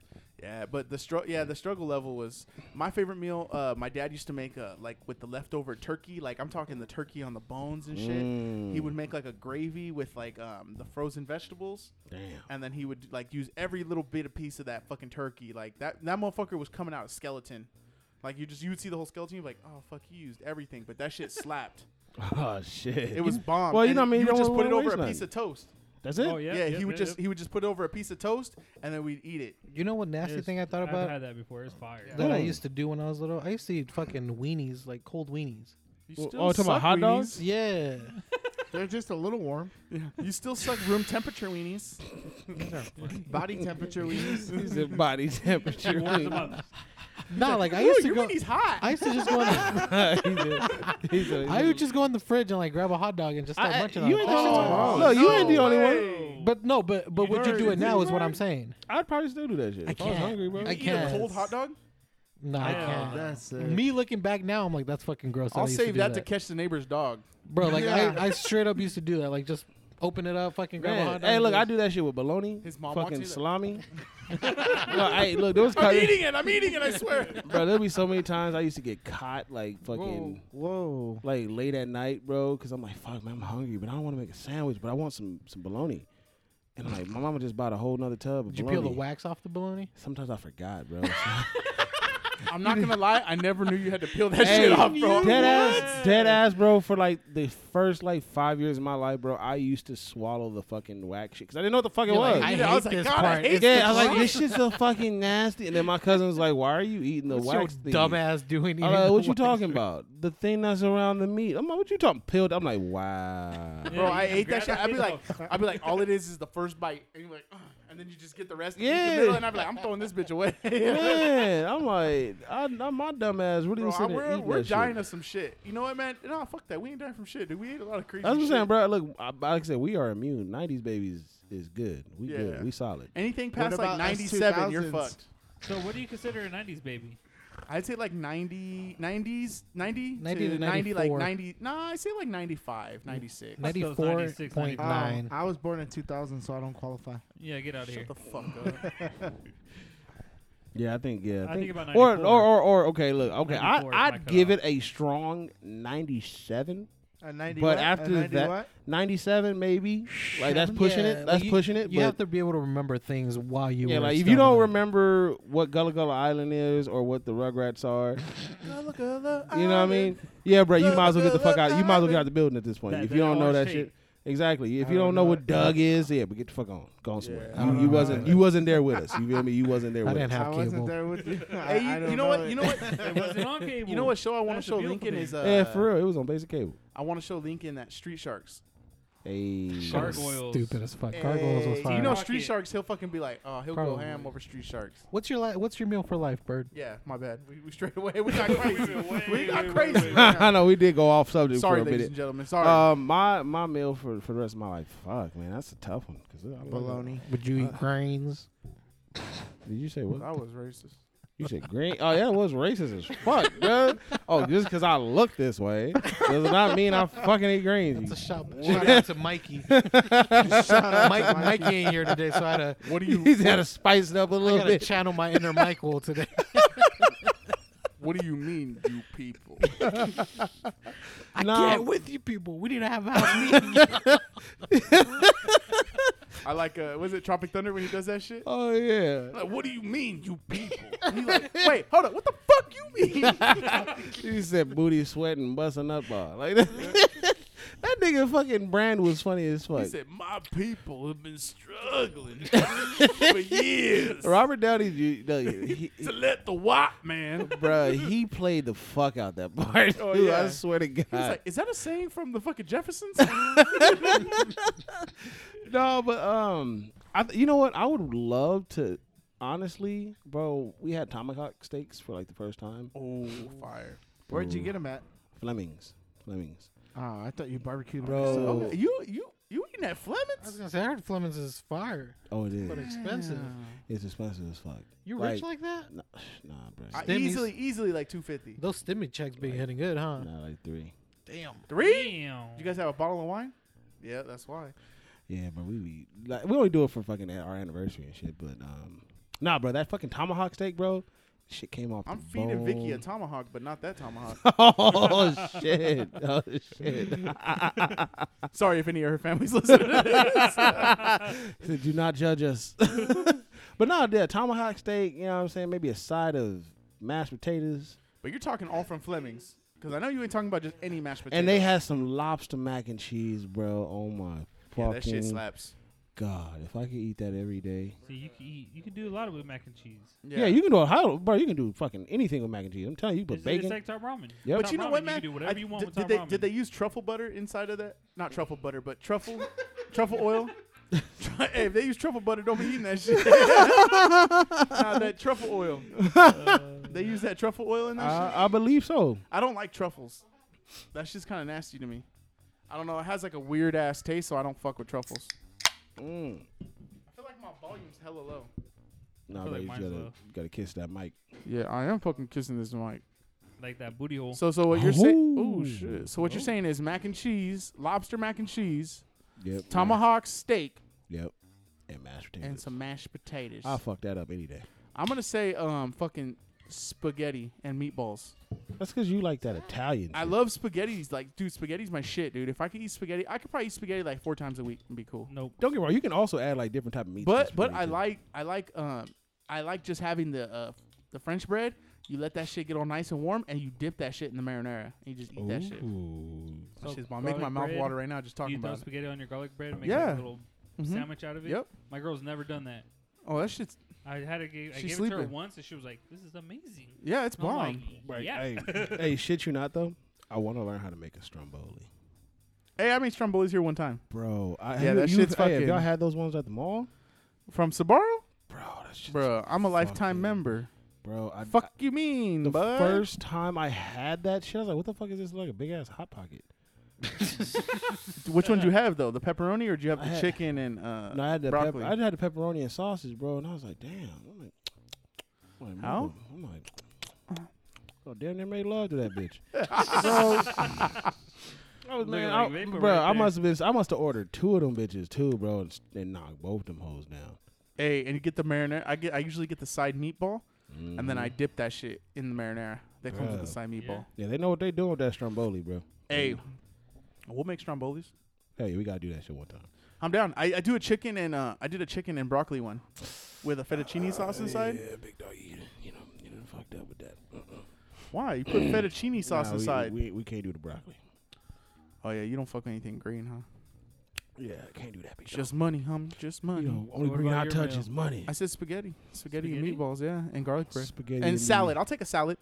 A: Yeah, but the struggle, yeah, the struggle level was my favorite meal. Uh, my dad used to make uh, like with the leftover turkey, like I'm talking the turkey on the bones and shit. He would make like a gravy with like um, the frozen vegetables,
B: Damn.
A: and then he would like use every little bit of piece of that fucking turkey. Like that that motherfucker was coming out a skeleton. Like you just you would see the whole skeleton, you'd be like, oh fuck, he used everything, but that shit slapped.
B: <laughs> <laughs> Oh shit.
A: It was bomb.
B: Well, you
A: And
B: know what I mean?
A: You would
B: You
A: just
B: don't
A: put it
B: wanna
A: over
B: waste
A: a piece
B: nothing.
A: of toast.
B: That's it.
E: Oh yeah.
A: yeah,
E: yep,
A: he would
E: yep,
A: just
E: yep.
A: he would just put it over a piece of toast, and then we'd eat it.
C: You know what nasty
E: It's-
C: thing I thought
E: I've
C: about
E: had that before. It's fire.
C: that I
B: Ooh.
C: used to do when I was little? I used to eat fucking weenies, like cold weenies.
A: You
B: Well,
A: still
B: oh, talking about
A: suck
B: hot
A: weenies.
B: dogs?
C: Yeah,
D: They're just a little warm.
A: You still suck room temperature weenies.
D: Body temperature. We use.
A: <laughs>
B: It's body <laughs>
E: She
B: temperature. <laughs>
E: warms them up.
C: Nah, like I
A: Ooh,
C: used to
A: your
C: go.
A: Wendy's hot.
C: I used to just go. In
B: <laughs>
C: the, I would just go in the fridge and like grab a hot dog and just start
B: I-
C: munching on
B: you
C: it. Oh.
B: ain't
C: That
B: the only
C: shit's gross.
B: one. No, Oh, you ain't the only one.
A: one.
C: But no, but but would you do it now? Is what I'm saying.
B: I'd probably still do that shit.
C: I
B: If was
C: can't.
B: hungry, bro.
A: You
C: I
A: eat a cold
C: can't.
A: hot dog?
C: No, I
E: Yeah.
C: can't.
D: That's it.
C: Me looking back now, I'm like, that's fucking gross. that I
A: I'll
C: used to
A: save
C: do
A: that, to catch the neighbor's
B: <laughs>
A: dog.
C: bro. Like
D: Yeah.
C: I, I straight up used to do that. Like just open it up, fucking grab a
B: Man,
C: hot dog.
B: hey,
C: and
B: look, I
C: just-
B: do that shit with bologna,
A: His mom wants
B: fucking
A: you to-
B: <laughs> salami. no, hey, look, there was
A: I'm
B: kind
A: eating it. I'm eating it. I swear.
B: bro. There'll be so many times I used to get caught, like fucking,
D: Whoa. Whoa.
B: like late at night, bro, because I'm like, fuck, man, I'm hungry, but I don't want to make a sandwich, but I want some some bologna. And I'm like, my mama just bought a whole nother tub of
C: Did you
B: bologna.
C: peel the wax off the bologna?
B: Sometimes I forgot,
C: <laughs>
B: bro.
A: I'm not gonna lie. I never knew you had to peel that
B: Hey,
A: shit off, bro.
B: Dead ass, dead ass, bro. For like the first like five years of my life, bro, I used to swallow the fucking wax shit because I didn't know what the fuck it
C: You're
B: was.
C: like,
A: I,
C: I
A: I
C: hate
A: was like,
C: this
A: God, I
C: part.
A: hate
B: yeah,
A: this
B: I was like,
A: part."
B: this shit's so fucking nasty. And then my cousin was like, why are you eating the
C: What's your
B: wax? thing?
C: dumbass doing?
B: I'm
C: eating
B: like,
C: the
B: what you
C: wax?
B: talking about? The thing that's around the meat. I'm like, what you talking? Peeled. I'm like, wow.
C: <laughs>
A: Bro,
E: Yeah,
A: I
E: you
A: ate that
E: grab
A: shit.
E: that
A: I'd be
E: shit
A: like, I'd be like, all it is is the first bite, and you're like, "Ugh," and then you just get the rest. and eat the
B: Yeah.
A: middle, and I'd be like, I'm throwing this bitch away. <laughs>
B: Man, I'm like, I, I, my dumb ass really
A: Bro,
B: was
A: I-
B: sitting there
A: we're
B: eating
A: we're
B: that shit.
A: dying of some shit. You know what, man? No, fuck that. We ain't dying from shit, dude. We ate a lot of crazy.
B: That's what I'm
A: shit.
B: saying, bro. Look, I- like I said, we are immune. '90s babies is good. We
A: Yeah.
B: good. We solid.
A: Anything past
D: about
A: like
D: us
A: 97, you're
D: 2000s?
A: fucked.
E: So what do you consider a '90s baby?
A: I'd say like 90, 90s, 90,
C: 90 to
A: 90, like
C: 94.
A: 90. Nah, I'd say like 95, 96.
E: Fuck those 96,
C: 94.9.
D: Oh,
E: 95.
D: I was born in 2000, so I don't qualify.
E: Yeah, get out of here.
A: Shut the fuck up.
B: Yeah, I think. Yeah,
E: I think about
B: or,
E: 94.
B: or or or okay. Look, okay. I
E: 94 is my
B: I'd
E: cutoff.
B: give it a strong 97,
D: A 90
B: but
D: what? A
B: after
D: 90
B: that,
D: what?
B: 97 maybe. Like that's pushing
C: Yeah,
B: it. That's
C: like, you-
B: pushing it.
C: You
B: but
C: have to be able to remember things while you.
B: yeah,
C: were
B: like if
C: still
B: you don't
C: in it.
B: remember what Gullah Gullah Island is or what the Rugrats are, you know what I mean? Yeah, bro, you might as well get the fuck out. You might as well get out the building at this point
E: That-
B: if
E: that
B: you don't know
E: orange
B: that
E: shape.
B: shit. Exactly. If
D: I
B: you
D: don't
B: don't know
D: know
B: what
D: it.
B: Doug is, yeah, but get the fuck on, go on somewhere.
A: Yeah, I
B: you
A: don't
B: you
A: know
B: wasn't
A: it.
B: you wasn't there with us. You feel me? You wasn't there
C: I
B: with
C: didn't
B: us.
D: I
C: have
D: wasn't
C: cable.
D: there
A: <laughs>
D: with you. I,
A: Hey, you,
D: I don't
A: you know, what?
D: it.
A: You know what?
E: It wasn't on
A: <laughs>
E: cable.
A: you know what show I want to
E: That's a
A: show
E: beautiful
A: Lincoln
E: thing.
A: is uh,
B: yeah, for real, it was on basic cable.
A: I want to show Lincoln that Street Sharks.
B: Hey,
E: Gargoyles.
C: Stupid as fuck. Gargoyles was
A: Hey,
C: fire.
A: You know
E: Rocket.
A: Street Sharks, he'll fucking be like, oh, he'll go
C: Probably.
A: ham over Street Sharks.
C: what's your li- What's your meal for life, bird?
A: Yeah, my bad. We, we straight away. We got crazy.
E: way,
A: we got
E: way,
A: crazy.
E: way,
A: <laughs>
E: way.
A: man.
B: <laughs> I know we did go off subject
A: Sorry,
B: for a
A: ladies and
B: minute.
A: gentlemen. Sorry.
B: Um, my my meal for for the rest of my life. Fuck, man, that's a tough one. Cause I love
D: Baloney.
C: Would you eat grains?
B: it. Did you say what?
A: I was racist.
B: You said green. Oh yeah, it was racist as fuck, bro. Oh, just because I look this way does not mean I fucking eat greens.
C: It's a <laughs> shout, shout out to <laughs> Mikey. uh, Mike, Mikey ain't here today, so I had to,
A: What <laughs>
B: <laughs>
A: do
B: He's
A: you
B: had to spice it up a
C: I
B: little
C: had to
B: bit.
C: channel my inner Michael today.
A: What do you mean, you people?
C: <laughs> I
B: No.
C: can't with you people. We need to have a house meeting.
A: I like. Uh, was it Tropic Thunder when he does that shit?
B: Oh yeah,
A: <laughs> Like, what do you mean, you people? <laughs> He's like, wait, hold up. What the fuck you <laughs> mean?
B: he said booty sweating, busting up all like that. <laughs> that nigga fucking brand was funny as
A: He
B: fuck.
A: said, my people have been <laughs> struggling for years
B: Robert
A: <laughs>
B: Downey, Jr., no, he,
A: to let the white <laughs> man.
B: bro, he played the fuck out that <laughs> part.
A: Oh,
B: dude,
A: yeah.
B: I swear to God.
A: He was like, is that a saying from the fucking <laughs> Jeffersons?
B: No, but um, I th- you know what? I would love to. Honestly, bro, we had tomahawk steaks for like the first time.
A: oh, fire.
D: Where'd you get him at?
B: Flemings, Flemings.
D: Oh, I thought you barbecued
B: Bro.
D: him.
B: Oh.
A: Okay, you you you eating at
C: <laughs> I was
A: Fleming's?
C: gonna say, I heard Fleming's is fire,
B: Oh, it
C: but
B: is.
C: expensive.
B: It's expensive as fuck.
C: You
B: Like-
C: rich like that?
B: Nah, nah bro.
A: I
C: Stimmies.
A: easily easily like two fifty.
C: Those stimmy checks be hitting good, huh?
B: Not like three.
C: Damn.
A: Three?
E: Damn.
A: You guys have a bottle of wine? Yeah, that's why.
B: Yeah, bro, we be like we only do it for fucking our anniversary and shit. But um, nah, bro, that fucking tomahawk steak, bro, shit came off.
A: I'm
B: the
A: feeding Vicky a
B: <laughs> bone.
A: tomahawk, but not that tomahawk.
B: oh shit! Oh shit!
A: <laughs> Sorry if any of her <laughs> family's <laughs> listening. to this.
B: He said, Do not judge us. <laughs> but no, yeah, tomahawk steak, you know what I'm saying? Maybe a side of mashed potatoes.
A: but you're talking all from Fleming's, because I know you ain't talking about just any mashed potatoes.
B: And they had some lobster mac and cheese, bro. Oh my
A: yeah, that shit
B: fucking
A: slaps.
B: God. If I could eat that every day.
E: See, you can eat, you can do a lot with mac and cheese.
B: Yeah, you can do a how bro, you can do fucking anything with mac and cheese. I'm telling you, you can
E: It's,
B: put
E: it's
B: bacon.
E: like top ramen.
B: Yep.
E: Top
A: But you know
E: ramen,
A: what,
E: can
A: man?
E: do whatever
A: I-
E: you want
A: did,
E: with
A: did
E: top
A: they
E: ramen.
A: did they use truffle butter inside of that? Not truffle butter, but <laughs> truffle truffle oil. <laughs> Tru- hey, if <laughs> they use truffle butter, don't be eating that shit. nah, that truffle oil. They use that truffle oil in that shit.
B: I, I believe so.
A: I don't like truffles. That's just kind of nasty to me. I don't know. It has like a weird ass taste, so I don't fuck with truffles.
B: Mm.
A: I feel like my volume's hella low.
B: Nah,
E: feel
B: bro,
E: like
B: you
E: mine's
B: gotta
E: low.
B: you gotta kiss that mic.
A: Yeah, I am fucking kissing this mic.
E: like that booty hole.
A: So, so what you're saying?
B: Oh.
A: Oh shit! So what you're saying is mac and cheese, lobster mac and cheese,
B: Yep.
A: tomahawk steak,
B: Yep. And mashed potatoes.
A: and some mashed potatoes.
B: I'll fuck that up any day.
A: I'm gonna say um fucking spaghetti and meatballs.
B: That's because you like that Italian.
A: I
B: shit.
A: love spaghetti's. Like, dude, spaghetti's my shit, dude. If I could eat spaghetti, I could probably eat spaghetti like four times a week and be cool.
E: Nope.
B: Don't get me wrong. You can also add like different type of meats. to
A: But
B: this
A: but
B: spaghetti,
A: I
B: too.
A: like I like um I like just having the uh the French bread. You let that shit get all nice and warm, and you dip that shit in the marinara, and you just eat that shit.
B: Ooh.
A: That
E: So
A: shit's bomb. Making my
E: garlic
A: mouth
E: bread,
A: water right now just talking
E: you throw
A: about it.
E: spaghetti on your garlic bread and make
A: Yeah.
E: like a little
A: Mhm.
E: sandwich out of it.
A: Yep.
E: My girl's never done that.
A: Oh, that shit's
E: I had a gave, I
A: She's
E: gave it to her
A: sleeping.
E: once and she was like, "This is amazing."
A: yeah, it's
E: And I'm
A: bomb.
E: like, yeah.
A: <laughs>
B: Hey, hey, shit you not though. I want to learn how to make a stromboli,
A: hey, I made Stromboli's here one time
B: bro. I,
A: Yeah,
B: you-
A: that
B: you-
A: shit's
B: hey, Have y'all
A: fucking-
B: had those ones at the mall,
A: from Sabaro,
B: bro? That shit's
A: bro. I'm a lifetime
B: fucking-
A: member.
B: bro. I,
A: Fuck you mean,
B: The
A: bud?
B: first time I had that shit, I was like, "What the fuck is this? Like a big ass hot pocket?"
A: Which one do you have though? The pepperoni, or do you have
B: I
A: the
B: had-
A: chicken and uh,
B: No, I had the pep-
A: broccoli?
B: I had the pepperoni and sausage, bro, and I was like, "Damn!" I'm like, I'm like,
A: How?
B: "Mother-" I'm like, "Oh, damn, they made love to that
A: <laughs>
B: bitch."
E: I was
B: Man, I, bro, I must have been. I must have ordered two of them bitches too, bro, and, s- and knocked both them hoes down.
A: hey, and you get the marinara. I get. I usually get the side meatball, and then I
E: Mm-hmm.
A: dip that shit in the marinara that comes with
B: Bruh.
A: the side meatball.
B: Mm-hmm. Yeah, they know what they doing with that stromboli, bro.
A: Hey, we'll make strombolis.
B: Hell yeah, we gotta do that shit one time.
A: I'm down. I, I do a chicken and uh, I did a chicken and broccoli one with a fettuccine sauce inside.
B: Uh, Yeah, big dog, you, you know, you done fucked up with that.
A: Why you put fettuccine sauce
B: Nah, we-
A: inside?
B: We, we can't do the broccoli.
A: oh yeah, you don't fuck with anything green, huh?
B: Yeah, can't do that. Big dog.
A: Just money, hum. Just money.
B: you know, only
E: what
B: green
E: about
B: I
E: your
B: touch
E: meal?
B: is money.
A: I said spaghetti, spaghetti,
E: Spaghetti?
A: and meatballs, yeah, and garlic bread
B: Spaghetti
A: and salad. I'll take a salad.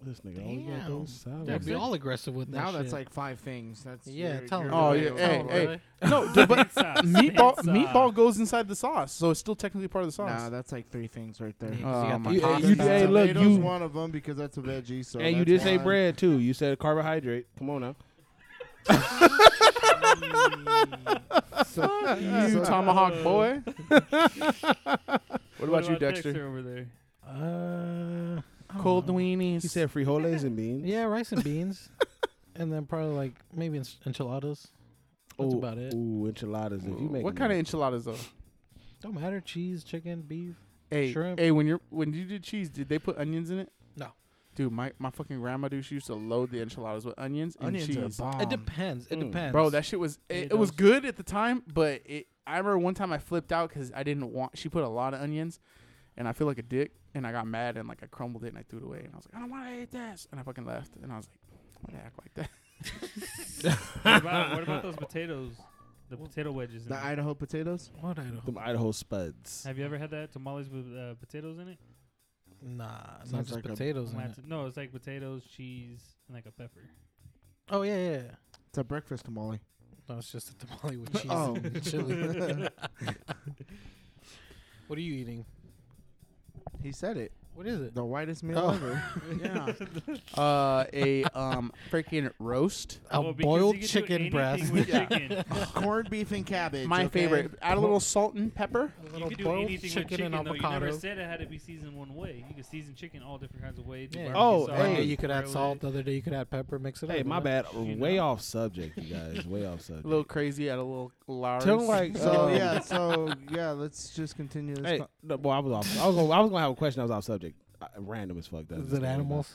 B: This nigga always got
C: Damn.
B: those salad.
C: They'd be all aggressive with that
D: Now that's
C: shit.
D: like five things. That's
C: yeah,
D: you're-
C: tell
D: you're
C: him.
A: Oh,
D: really
A: yeah,
D: over-
A: hey,
D: Oh,
A: hey.
E: <laughs>
D: really?
A: No, dude, but
E: sauce,
A: meatball
E: pizza.
A: meatball goes inside the sauce, so it's still technically part of the sauce.
D: Nah, that's like three things right there.
C: Yeah, 'cause you
A: Oh
C: got
A: my
C: the
B: God.
C: hot
B: You- you-
C: sauce.
B: hey, look,
D: Tomatoes
B: you-
D: one of them because that's a veggie. So
B: and you
D: that's
B: did say
D: one.
B: bread too. You said carbohydrate. Come on now.
A: you
B: <laughs>
A: tomahawk boy. what
E: What
A: about you, Dexter?
E: over there?
C: Uh, I don't
A: Cold
C: know.
A: weenies.
B: You said frijoles and beans.
C: Yeah, rice and <laughs> beans, and then probably like maybe ens- enchiladas. That's
B: Ooh,
C: about it.
B: Ooh, enchiladas. If you make
A: what
B: them,
A: kind of enchiladas though?
C: Don't matter. Cheese, chicken, beef.
A: Hey,
C: Shrimp.
A: hey, when you're when you did cheese, did they put onions in it?
C: No.
A: Dude, my, my fucking grandma dude, she used to load the enchiladas with onions and
D: Onions are
A: cheese.
D: bomb.
C: it depends. It
B: Mm.
C: depends,
A: Bro, that shit was
C: Yeah,
A: it, it was
C: those-
A: good at the time, but it I remember one time I flipped out because I didn't want she put a lot of onions, and I feel like a dick, and I got mad and like I crumbled it and I threw it away and I was like I don't want to eat this, and I fucking left and I was like I'm gonna act like that.
E: <laughs> What about, what about those potatoes? The potato wedges. in
D: The
E: it?
D: Idaho potatoes.
C: What I don't.
B: Them Idaho spuds.
E: Have you ever had that tamales with uh, potatoes in it?
C: Nah, it's not
D: Sounds
C: just
D: like a
C: potatoes. in
E: Might have
C: it.
E: to- No, it's like potatoes, cheese, and like a pepper.
C: Oh yeah, yeah. yeah.
D: It's a breakfast tamale.
C: No, it's just a tamale with cheese
D: Oh.
C: and chili. <laughs> what are you eating?
D: He said it.
C: What is it?
D: The whitest meal
C: Oh.
D: ever.
A: <laughs> yeah. <laughs>
D: <laughs>
A: Uh, a um freaking roast.
C: A
E: Well, because you
C: boiled
E: can do
C: chicken
E: anything
C: breast.
E: With
A: Yeah.
E: <laughs> chicken.
D: Corned beef and cabbage.
A: My
D: okay?
A: favorite. Add a little salt and pepper.
C: A
E: You
C: little
E: could do
C: boiled
E: anything with chicken,
C: and
E: though. You never
C: avocado.
E: said it had to be seasoned one way. You could season chicken all different kinds of ways.
C: Yeah.
B: Oh,
C: One
E: Barbecue
B: hey.
C: day
E: sauce,
C: you could add
E: grill
C: salt.
E: it.
C: The other day you could add pepper. Mix it up.
B: Hey, my
C: you know?
B: bad.
E: You
B: Way
E: know.
B: off subject, you guys.
A: <laughs>
B: Way off subject.
A: A little crazy. Add a little Lars.
B: Tell 'em, like
D: So
B: um,
D: yeah, so yeah, let's just continue this.
B: Hey,
D: con-
B: no, boy, I was off. I was gonna, I was gonna have a question. I was off subject. Uh, random as fuck. That's
C: Is it animals?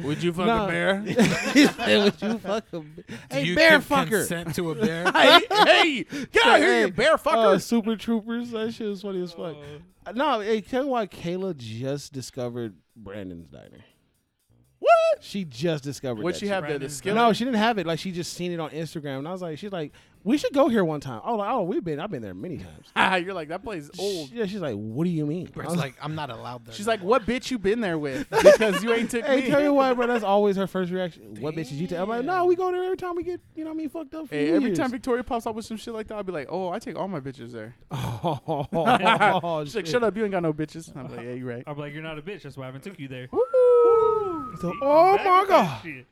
A: Would you fuck
B: No.
A: a
B: <laughs>
A: bear? <laughs>
B: Would you fucking hey bear fucker?
C: to a bear. <laughs>
A: hey, hey, get out here,
B: Hey,
A: you bear fucker! Oh.
B: Uh, Super Troopers. That shit was funny as fuck. Uh, No, hey, tell me why Kayla just discovered Brandon's diner.
A: what? What?
B: She just discovered.
A: What'd
B: that
A: she
B: shit.
A: have there? The
E: Brandon's
A: skillet? <laughs>
B: Oh, No, she didn't have it. Like she just seen it on Instagram, and I was like, she's like, we should go here one time. Oh, like, oh, we've been. I've been there many times.
A: Ah, You're like, that place old.
B: She- yeah, she's like, what do you mean? I
C: It's
B: was
C: like I'm not allowed there.
A: She's like, what bitch you been there with? Because you ain't took
B: Hey,
A: me.
B: tell you what, bro. That's always her first reaction. What bitches you take? I'm like, no, we go there every time we get, you know, what I mean, fucked up. For
A: Hey, every
B: years."
A: time Victoria pops up with some shit like that, I'll be like, oh, I take all my bitches there.
B: <laughs> oh,
A: <laughs> She's like, shut up, you ain't got no bitches. I'm like, yeah, you right.
E: I'm like, you're not a bitch. That's why I haven't took you there.
B: <laughs> So-
E: See?
B: oh
E: Back
B: my
E: with that
B: god.
E: shit.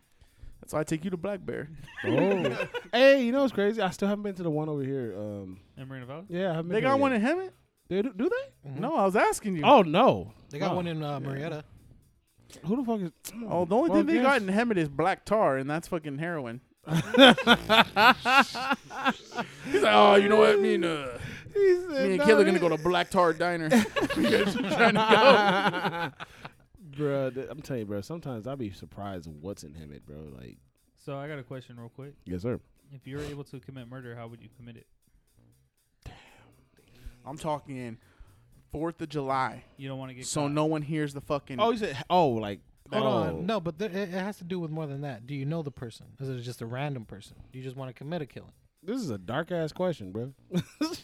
A: That's why I take you to Black Bear.
B: Oh. hey, you know what's crazy? I still haven't been to the one over here. Um,
E: And Marina Valley.
B: yeah, I haven't
A: They
B: been there
A: got one
B: yet.
A: in Hemet?
B: They do, do they?
A: No, I was asking you.
B: Oh no.
C: they got
B: Oh.
C: one in uh, Marietta.
B: Who the fuck is? mm.
A: Oh, the only
B: Well,
A: thing they got in
B: yes.
A: Hemet is black tar, and that's fucking
B: <laughs>
A: heroin. <laughs> He's like, oh, you know what? Me and, uh, me and Killer gonna go to Black Tar
B: <laughs>
A: Diner. We guys are trying to
B: Bruh, th- I'm telling you, bro. Sometimes I'll be surprised at what's in him, it, bro. Like,
E: So I got a question real quick.
B: yes, sir.
E: If you were able to commit murder, how would you commit it?
A: go. I'm talking Fourth of July,
E: You don't want to get
A: so
E: caught.
A: no one hears the fucking.
B: Oh, you said, oh, like,
C: Hold
B: oh.
C: on, no, but there, it, it has to do with more than that. Do you know the person? Is it just a random person? Do you just want to commit a killing?
B: This is a dark ass question, bro. <laughs>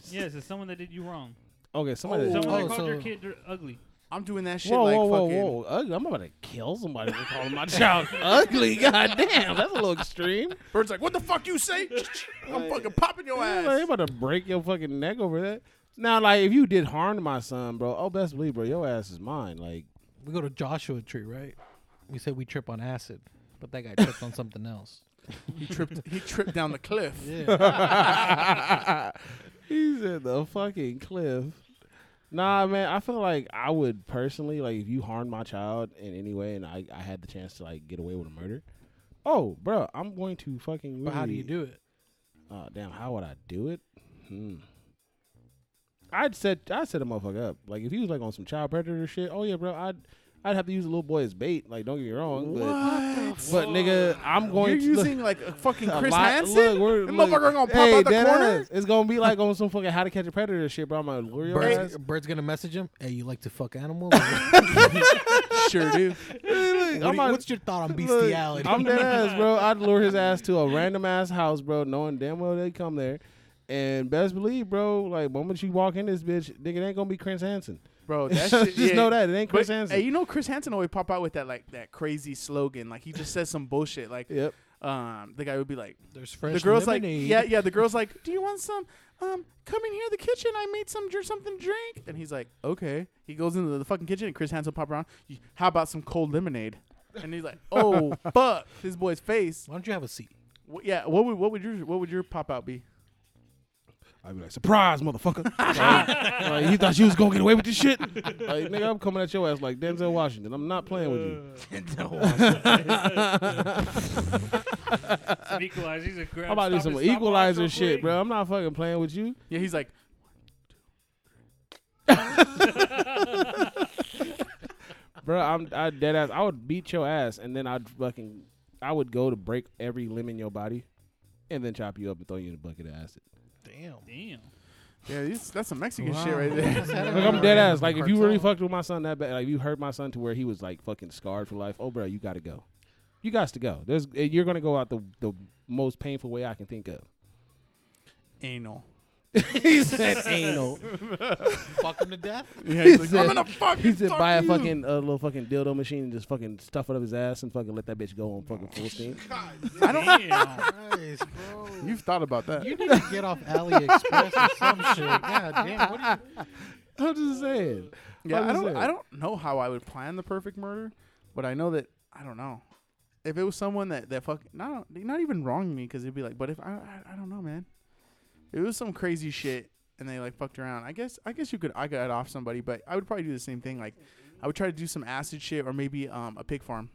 E: Yes, it's someone that did you wrong.
B: Okay, somebody.
E: Someone
C: Oh,
E: that called your
C: so-
E: kid dir- ugly.
A: I'm doing that shit
B: Whoa,
A: like
B: whoa, whoa,
A: fucking.
B: whoa! Ugly. I'm about to kill somebody for calling my child <laughs> ugly. Goddamn, that's a little extreme.
A: Bird's like, what the fuck you
B: <laughs>
A: say? I'm fucking popping your
B: Yeah, like,
A: ass.
B: they about to break your fucking neck over that. Now, like, if you did harm to my son, bro, oh, best believe, bro, your ass is mine. Like,
C: We go to Joshua Tree, right? We said we trip on acid, but that guy tripped on something else.
A: He tripped. He tripped down the cliff.
B: he's at the fucking cliff. Nah, man, I feel like I would personally, like, if you harmed my child in any way and I, I had the chance to, like, get away with a murder, oh, bro, I'm going to fucking.
C: But how do you
B: really-
C: do it?
B: Oh damn, how would I do it? Hmm. I'd set I'd set a motherfucker up. Like if he was like on some child predator shit, oh yeah, bro, I'd I'd have to use a little boy as bait. Like don't get me wrong, but
A: What?
B: but nigga, I'm
A: You're
B: going to look,
A: using like a fucking
B: <laughs> a
A: Chris
B: lot-
A: Hansen.
B: Look, we're,
A: That
B: look,
A: motherfucker gonna pop
B: hey,
A: out the
B: dead
A: corner?
B: ass. It's gonna be like on some fucking how to catch a predator shit, bro. I'm gonna lure your
C: Bird's,
B: ass.
C: Bird's gonna message him. Hey, you like to
B: <laughs>
C: fuck animals?
A: <laughs> sure do.
B: Look, I'm
C: What do you-
B: gonna-
C: what's your thought on
B: Look,
C: bestiality?
B: I'm
C: <laughs>
B: dead ass, bro. I'd lure his ass to a random ass house, bro, knowing damn well they come there. And best believe, bro, like moment you walk in this bitch, nigga, it ain't gonna be Chris Hansen. <laughs>
A: Bro, that shit,
B: Just know that it ain't Chris Hansen.
A: Hey, you know Chris Hansen always pop out with that like that crazy slogan. Like he just says some bullshit.
B: <laughs>
A: Like
B: Yep.
A: um, the guy would be like,
C: There's
A: the
C: fresh
A: girl's
C: lemonade.
A: like, yeah, yeah. The girl's like, do you want some? Um, come in here, the kitchen. I made some dr- something drink. And he's like, okay. He goes into the fucking kitchen and Chris Hansen pop around. "Y- How about some cold lemonade? And he's like,
B: <laughs>
A: oh fuck, this boy's face.
C: Why don't you have a seat?
A: Wh- yeah. What would what would your what would your pop out be?
B: I'd be like, surprise,
C: <laughs>
B: motherfucker. like, like, you thought you was gonna get away with this shit? Like, nigga, I'm coming at your ass like Denzel Washington. I'm not playing with you.
E: Some equalizer. He's a grab.
B: I'm about to do
E: stop
B: some
E: and stop
B: equalizer
E: watch real
B: shit,
E: quick.
B: bro. I'm not fucking playing with you.
A: Yeah. He's like,
B: Bro, I'm I dead ass. I would beat your ass and then I'd fucking I would go to break every limb in your body and then chop you up and throw you in a bucket of acid.
C: Damn.
E: Damn.
A: yeah, these- that's some Mexican shit right <laughs> there.
B: Like I'm dead ass. Like if you really fucked with my son that bad, like if you hurt my son to where he was like fucking scarred for life. Oh, bro, you gotta go. You got to go. There's eh, you're gonna go out the the most painful way I can think of.
A: Anal.
B: he
C: <laughs>
B: said <laughs> anal.
C: fuck him to death.
A: Yeah.
B: He
A: He's like,
B: said-
A: I'm gonna fuck.
B: He said buy a fucking a little fucking dildo machine and just fucking stuff it up his ass and fucking let that bitch go on fucking full steam.
A: I don't.
E: Damn.
C: Christ, bro.
A: You've thought about that.
C: You need to get off AliExpress or some shit. God damn. What are
B: I'm just saying.
A: Yeah,
B: Like
A: I
B: you
A: don't.
B: said.
A: I don't know how I would plan the perfect murder, but I know that I don't know. If it was someone that that fuck not not even wronged me because it'd be like, but if I, I I don't know, man. If it was some crazy shit and they like fucked around, I guess I guess you could I got off somebody, but I would probably do the same thing. Like, I would try to do some acid shit or maybe um a pig farm.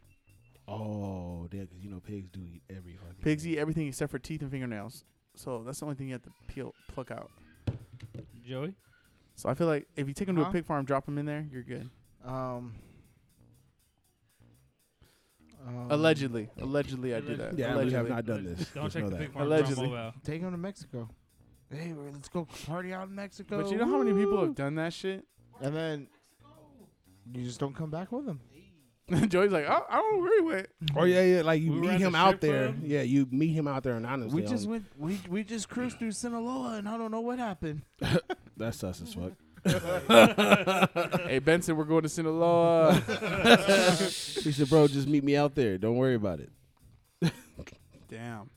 B: Oh, yeah, because you know pigs do eat every fucking.
A: Pigs eat everything except for teeth and fingernails, so that's the only thing you have to peel pluck out.
E: Joey.
A: So I feel like if you take them to
D: Huh?
A: a pig farm, drop them in there, you're good.
D: Um, um,
A: Allegedly, allegedly, I do that.
E: Allegedly.
B: Yeah, we have
A: allegedly.
B: not done this.
E: Don't
B: Just
E: check
B: know
E: the
B: that.
E: big farm on
A: Allegedly.
E: mobile.
D: Take him to Mexico. Hey, we're- let's go party out in Mexico.
A: But you know how many people
D: Woo!
A: have done that shit?
D: And then you just don't come back with them.
A: <laughs> Joey's like, I, I don't agree with. <laughs> it."
B: Or Oh, yeah, yeah, like you
E: We were
B: meet
E: at
B: him
E: the
B: out
E: strip
B: there.
E: club.
B: Yeah, you meet him out there anonymously.
D: We just
B: on-
D: went. We we just cruised through Sinaloa, and I don't know what happened.
B: that's us as fuck.
A: Hey Benson, we're going to Sinaloa.
B: <laughs> He said, "Bro, just meet me out there. Don't worry about it."
A: <laughs> Damn.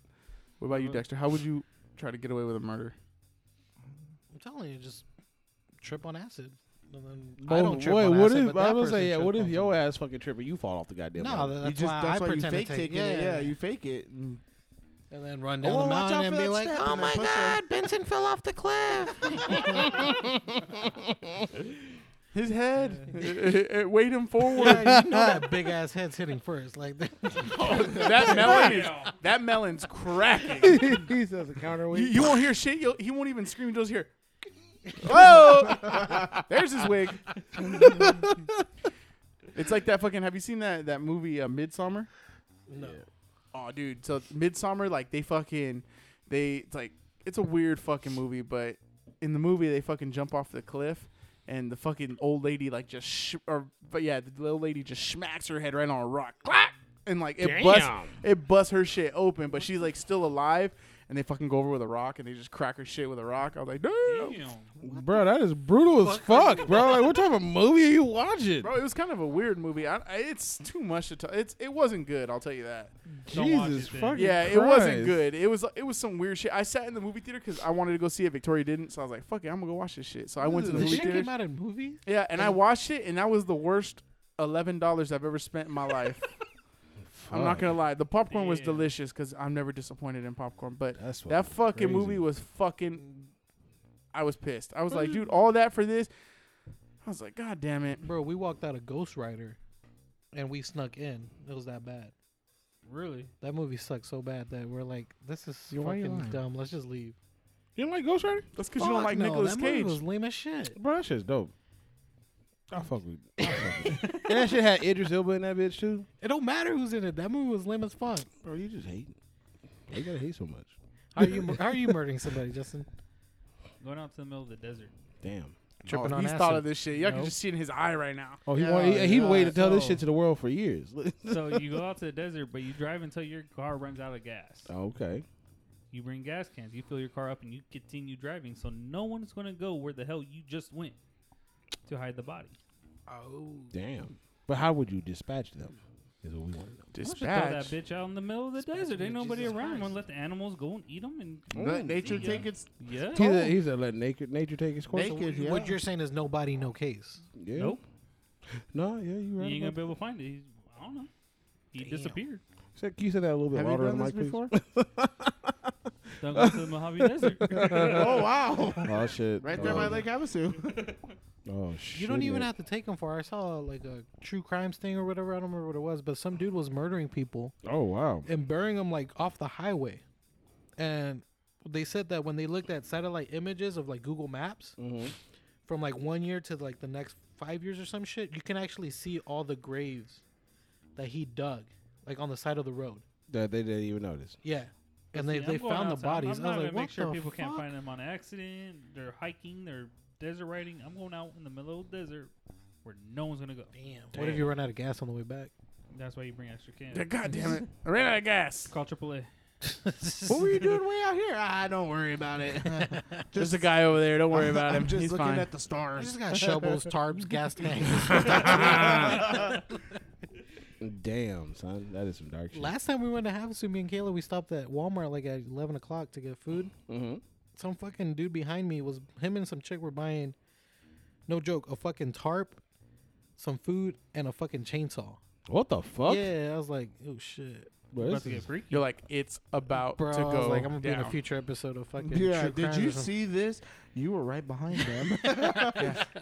A: What about you, Dexter? How would you try to get away with a murder?
C: I'm telling you, just trip on acid. And then
B: Oh,
C: I don't trip
B: boy,
C: on
B: what
C: acid,
B: if
C: but that
B: I was
C: person
B: say, yeah, what
C: tripped
B: if
C: on
B: your ass fucking trip and you fall off the goddamn?
C: it. No,
B: mountain?
C: that's
D: you just
C: why I
D: that's why you
C: pretend
D: fake
C: to take.
D: taking
C: Yeah,
D: it. Yeah, you fake <laughs> it. And
C: and then run down the
D: watch out
C: mountain and
D: for
C: be
D: that
C: like,
D: step
C: "Oh
D: and
C: my
D: then push her."
C: god, Benson fell off the cliff."
A: His head. <laughs> it, it- it weighed him <laughs> forward.
C: yeah, you know that <laughs> big ass head's hitting first. Like, <laughs>
A: that melon is that melon's <laughs> cracking.
B: he says a
A: You,
B: counterweight.
D: <laughs>
A: you won't hear shit. You'll, he won't even scream. You'll just hear, "Whoa!" <laughs> There's his wig. it's like that fucking. Have you seen that that movie, uh, Midsummer?
C: no.
A: Oh, dude. So Midsummer, like they fucking, they it's like it's a weird fucking movie, but in the movie they fucking jump off the cliff. And the fucking old lady like just sh- or but yeah, the little lady just smacks her head right on a rock, clack, and like it busts it busts her shit open, but she's like still alive. And they fucking go over with a rock and they just crack her shit with a rock. I was like, damn.
E: Damn.
B: bro, that is brutal as fuck, bro. Like, what type of movie are you watching?
A: Bro, it was kind of a weird movie. I, I- it's too much to tell. It's it wasn't good. I'll tell you that.
E: Don't watch
B: Jesus
E: it, then.
B: fucking
A: Yeah, it wasn't
B: Christ.
A: good. It was it was some weird shit. I sat in the movie theater because I wanted to go see it. Victoria didn't, so I was like, fuck it, I'm gonna go watch this shit. So I went to the
C: This
A: movie
C: shit
A: theater.
C: came out in movies.
A: Yeah, and I watched it, and that was the worst eleven dollars I've ever spent
C: <laughs>
A: in my life. I'm not gonna lie. The popcorn was
E: Damn.
A: delicious because I'm never disappointed in popcorn, but
B: That's
A: That fucking
B: crazy.
A: movie was fucking. I was pissed. I was
C: Mm.
A: like, dude, all that for this. I was like, god damn it.
C: Bro, we walked out of Ghost Rider, and we snuck in. It was that bad.
E: Really?
C: That movie sucked so bad that we're like, this is
B: Yeah, why you
C: fucking
B: lying?
C: dumb. Let's just leave.
B: You don't like Ghost Rider?
A: That's because you don't
C: Fuck
A: like
C: no,
A: Nicolas
C: that movie
A: Cage.
C: was lame as shit.
B: Bro, that shit's dope. I fuck with. I fuck with. and that shit had Idris Elba in that bitch too.
C: It don't matter who's in it. That movie was lame as fuck.
B: Bro, you just hating. Why You gotta hate so much.
C: How are you? mur- how are you murdering somebody, Justin?
E: Going out to the middle of the desert.
B: Damn.
C: Tripping
A: oh,
C: on
A: he's
C: acid.
A: thought of this shit. Y'all can
C: No.
A: just see it in his eye right now.
B: Oh, he
C: Yeah,
B: wanted, he, he
C: yeah,
B: waited to tell this
E: so-
B: shit to the world for years. <laughs>
E: so you go out to the desert, but you drive until your car runs out of gas.
B: Oh. okay.
E: You bring gas cans. You fill your car up, and you continue driving. So no one's going to go where the hell you just went to hide the body.
B: Damn. But how would you dispatch them? Is what we want to know.
E: Why don't you throw that
A: Dispatch.
E: bitch out in the middle of the desert. Ain't nobody around. Wanna let the animals go and eat them? And
D: Let nature
C: uh,
E: yeah.
D: take its
E: yeah,
B: He said, he said let nature, nature take its course.
D: naked. Yeah.
C: What you're saying is nobody, no case.
B: Yeah.
E: nope.
B: No, yeah, you
E: You
B: right.
E: ain't
B: You,
E: gonna be able to find it. He's, I don't know. He disappeared. <laughs>
B: said, can you say that a little bit
D: Have you
B: louder on
D: done
B: the mic,
D: this
B: please?
D: before?
E: Don't go to the Mojave <laughs> Desert.
D: oh wow!
B: <laughs> Oh, shit.
D: Right there
B: oh,
D: by Lake <laughs> Havasu.
B: Oh, shit.
C: You don't even have to take them for. I saw like a true crimes thing or whatever. I don't remember what it was, but some dude was murdering people
B: Oh, wow.
C: and burying them like off the highway. And they said that when they looked at satellite images of like Google Maps
B: Mm-hmm.
C: from like one year to like the next five years or some shit, you can actually see all the graves that he dug like on the side of the road.
B: That they didn't even notice.
C: Yeah. And they,
E: Yeah,
C: they
E: I'm going
C: found the
E: outside. I'm-
C: bodies. I
E: I'm
C: was
E: not
C: like,
E: gonna
C: what
E: make sure
C: the
E: people can't
C: fuck?
E: find them on accident. They're hiking. They're desert riding. I'm going out in the middle of the desert where no one's gonna go.
C: Damn. What if you run out of gas on the way back?
E: That's why you bring extra cans.
A: Yeah, God damn it. I ran out of gas.
E: Call AAA.
D: what <laughs> were you doing way out here? Ah, don't worry about it.
A: There's a guy over there. Don't
C: <laughs>
A: worry about
D: I'm
A: him.
D: just
A: He's
D: looking
A: fine.
D: at the
C: I
D: stars.
C: just got <laughs> shovels, tarps, gas tanks.
B: <laughs> Damn, son. That is some dark shit.
C: <laughs> Last time we went to Havasu, me and Kayla, we stopped at Walmart like at 11 o'clock to get food.
B: Mm-hmm.
C: Some fucking dude behind me was, him and some chick were buying, no joke, a fucking tarp, some food, and a fucking chainsaw.
B: What the fuck?
C: Yeah, I was like, oh shit.
B: Bro,
E: About
B: this
E: to get
B: is-
E: freaky.
A: <laughs> You're like, it's about
C: Bro,
A: to
C: I
A: go.
C: was like, I'm gonna be in a
A: down.
C: future episode of fucking.
D: Yeah,
C: True
D: did
C: Crime
D: you
C: or something.
D: see this? You were right behind <laughs> them.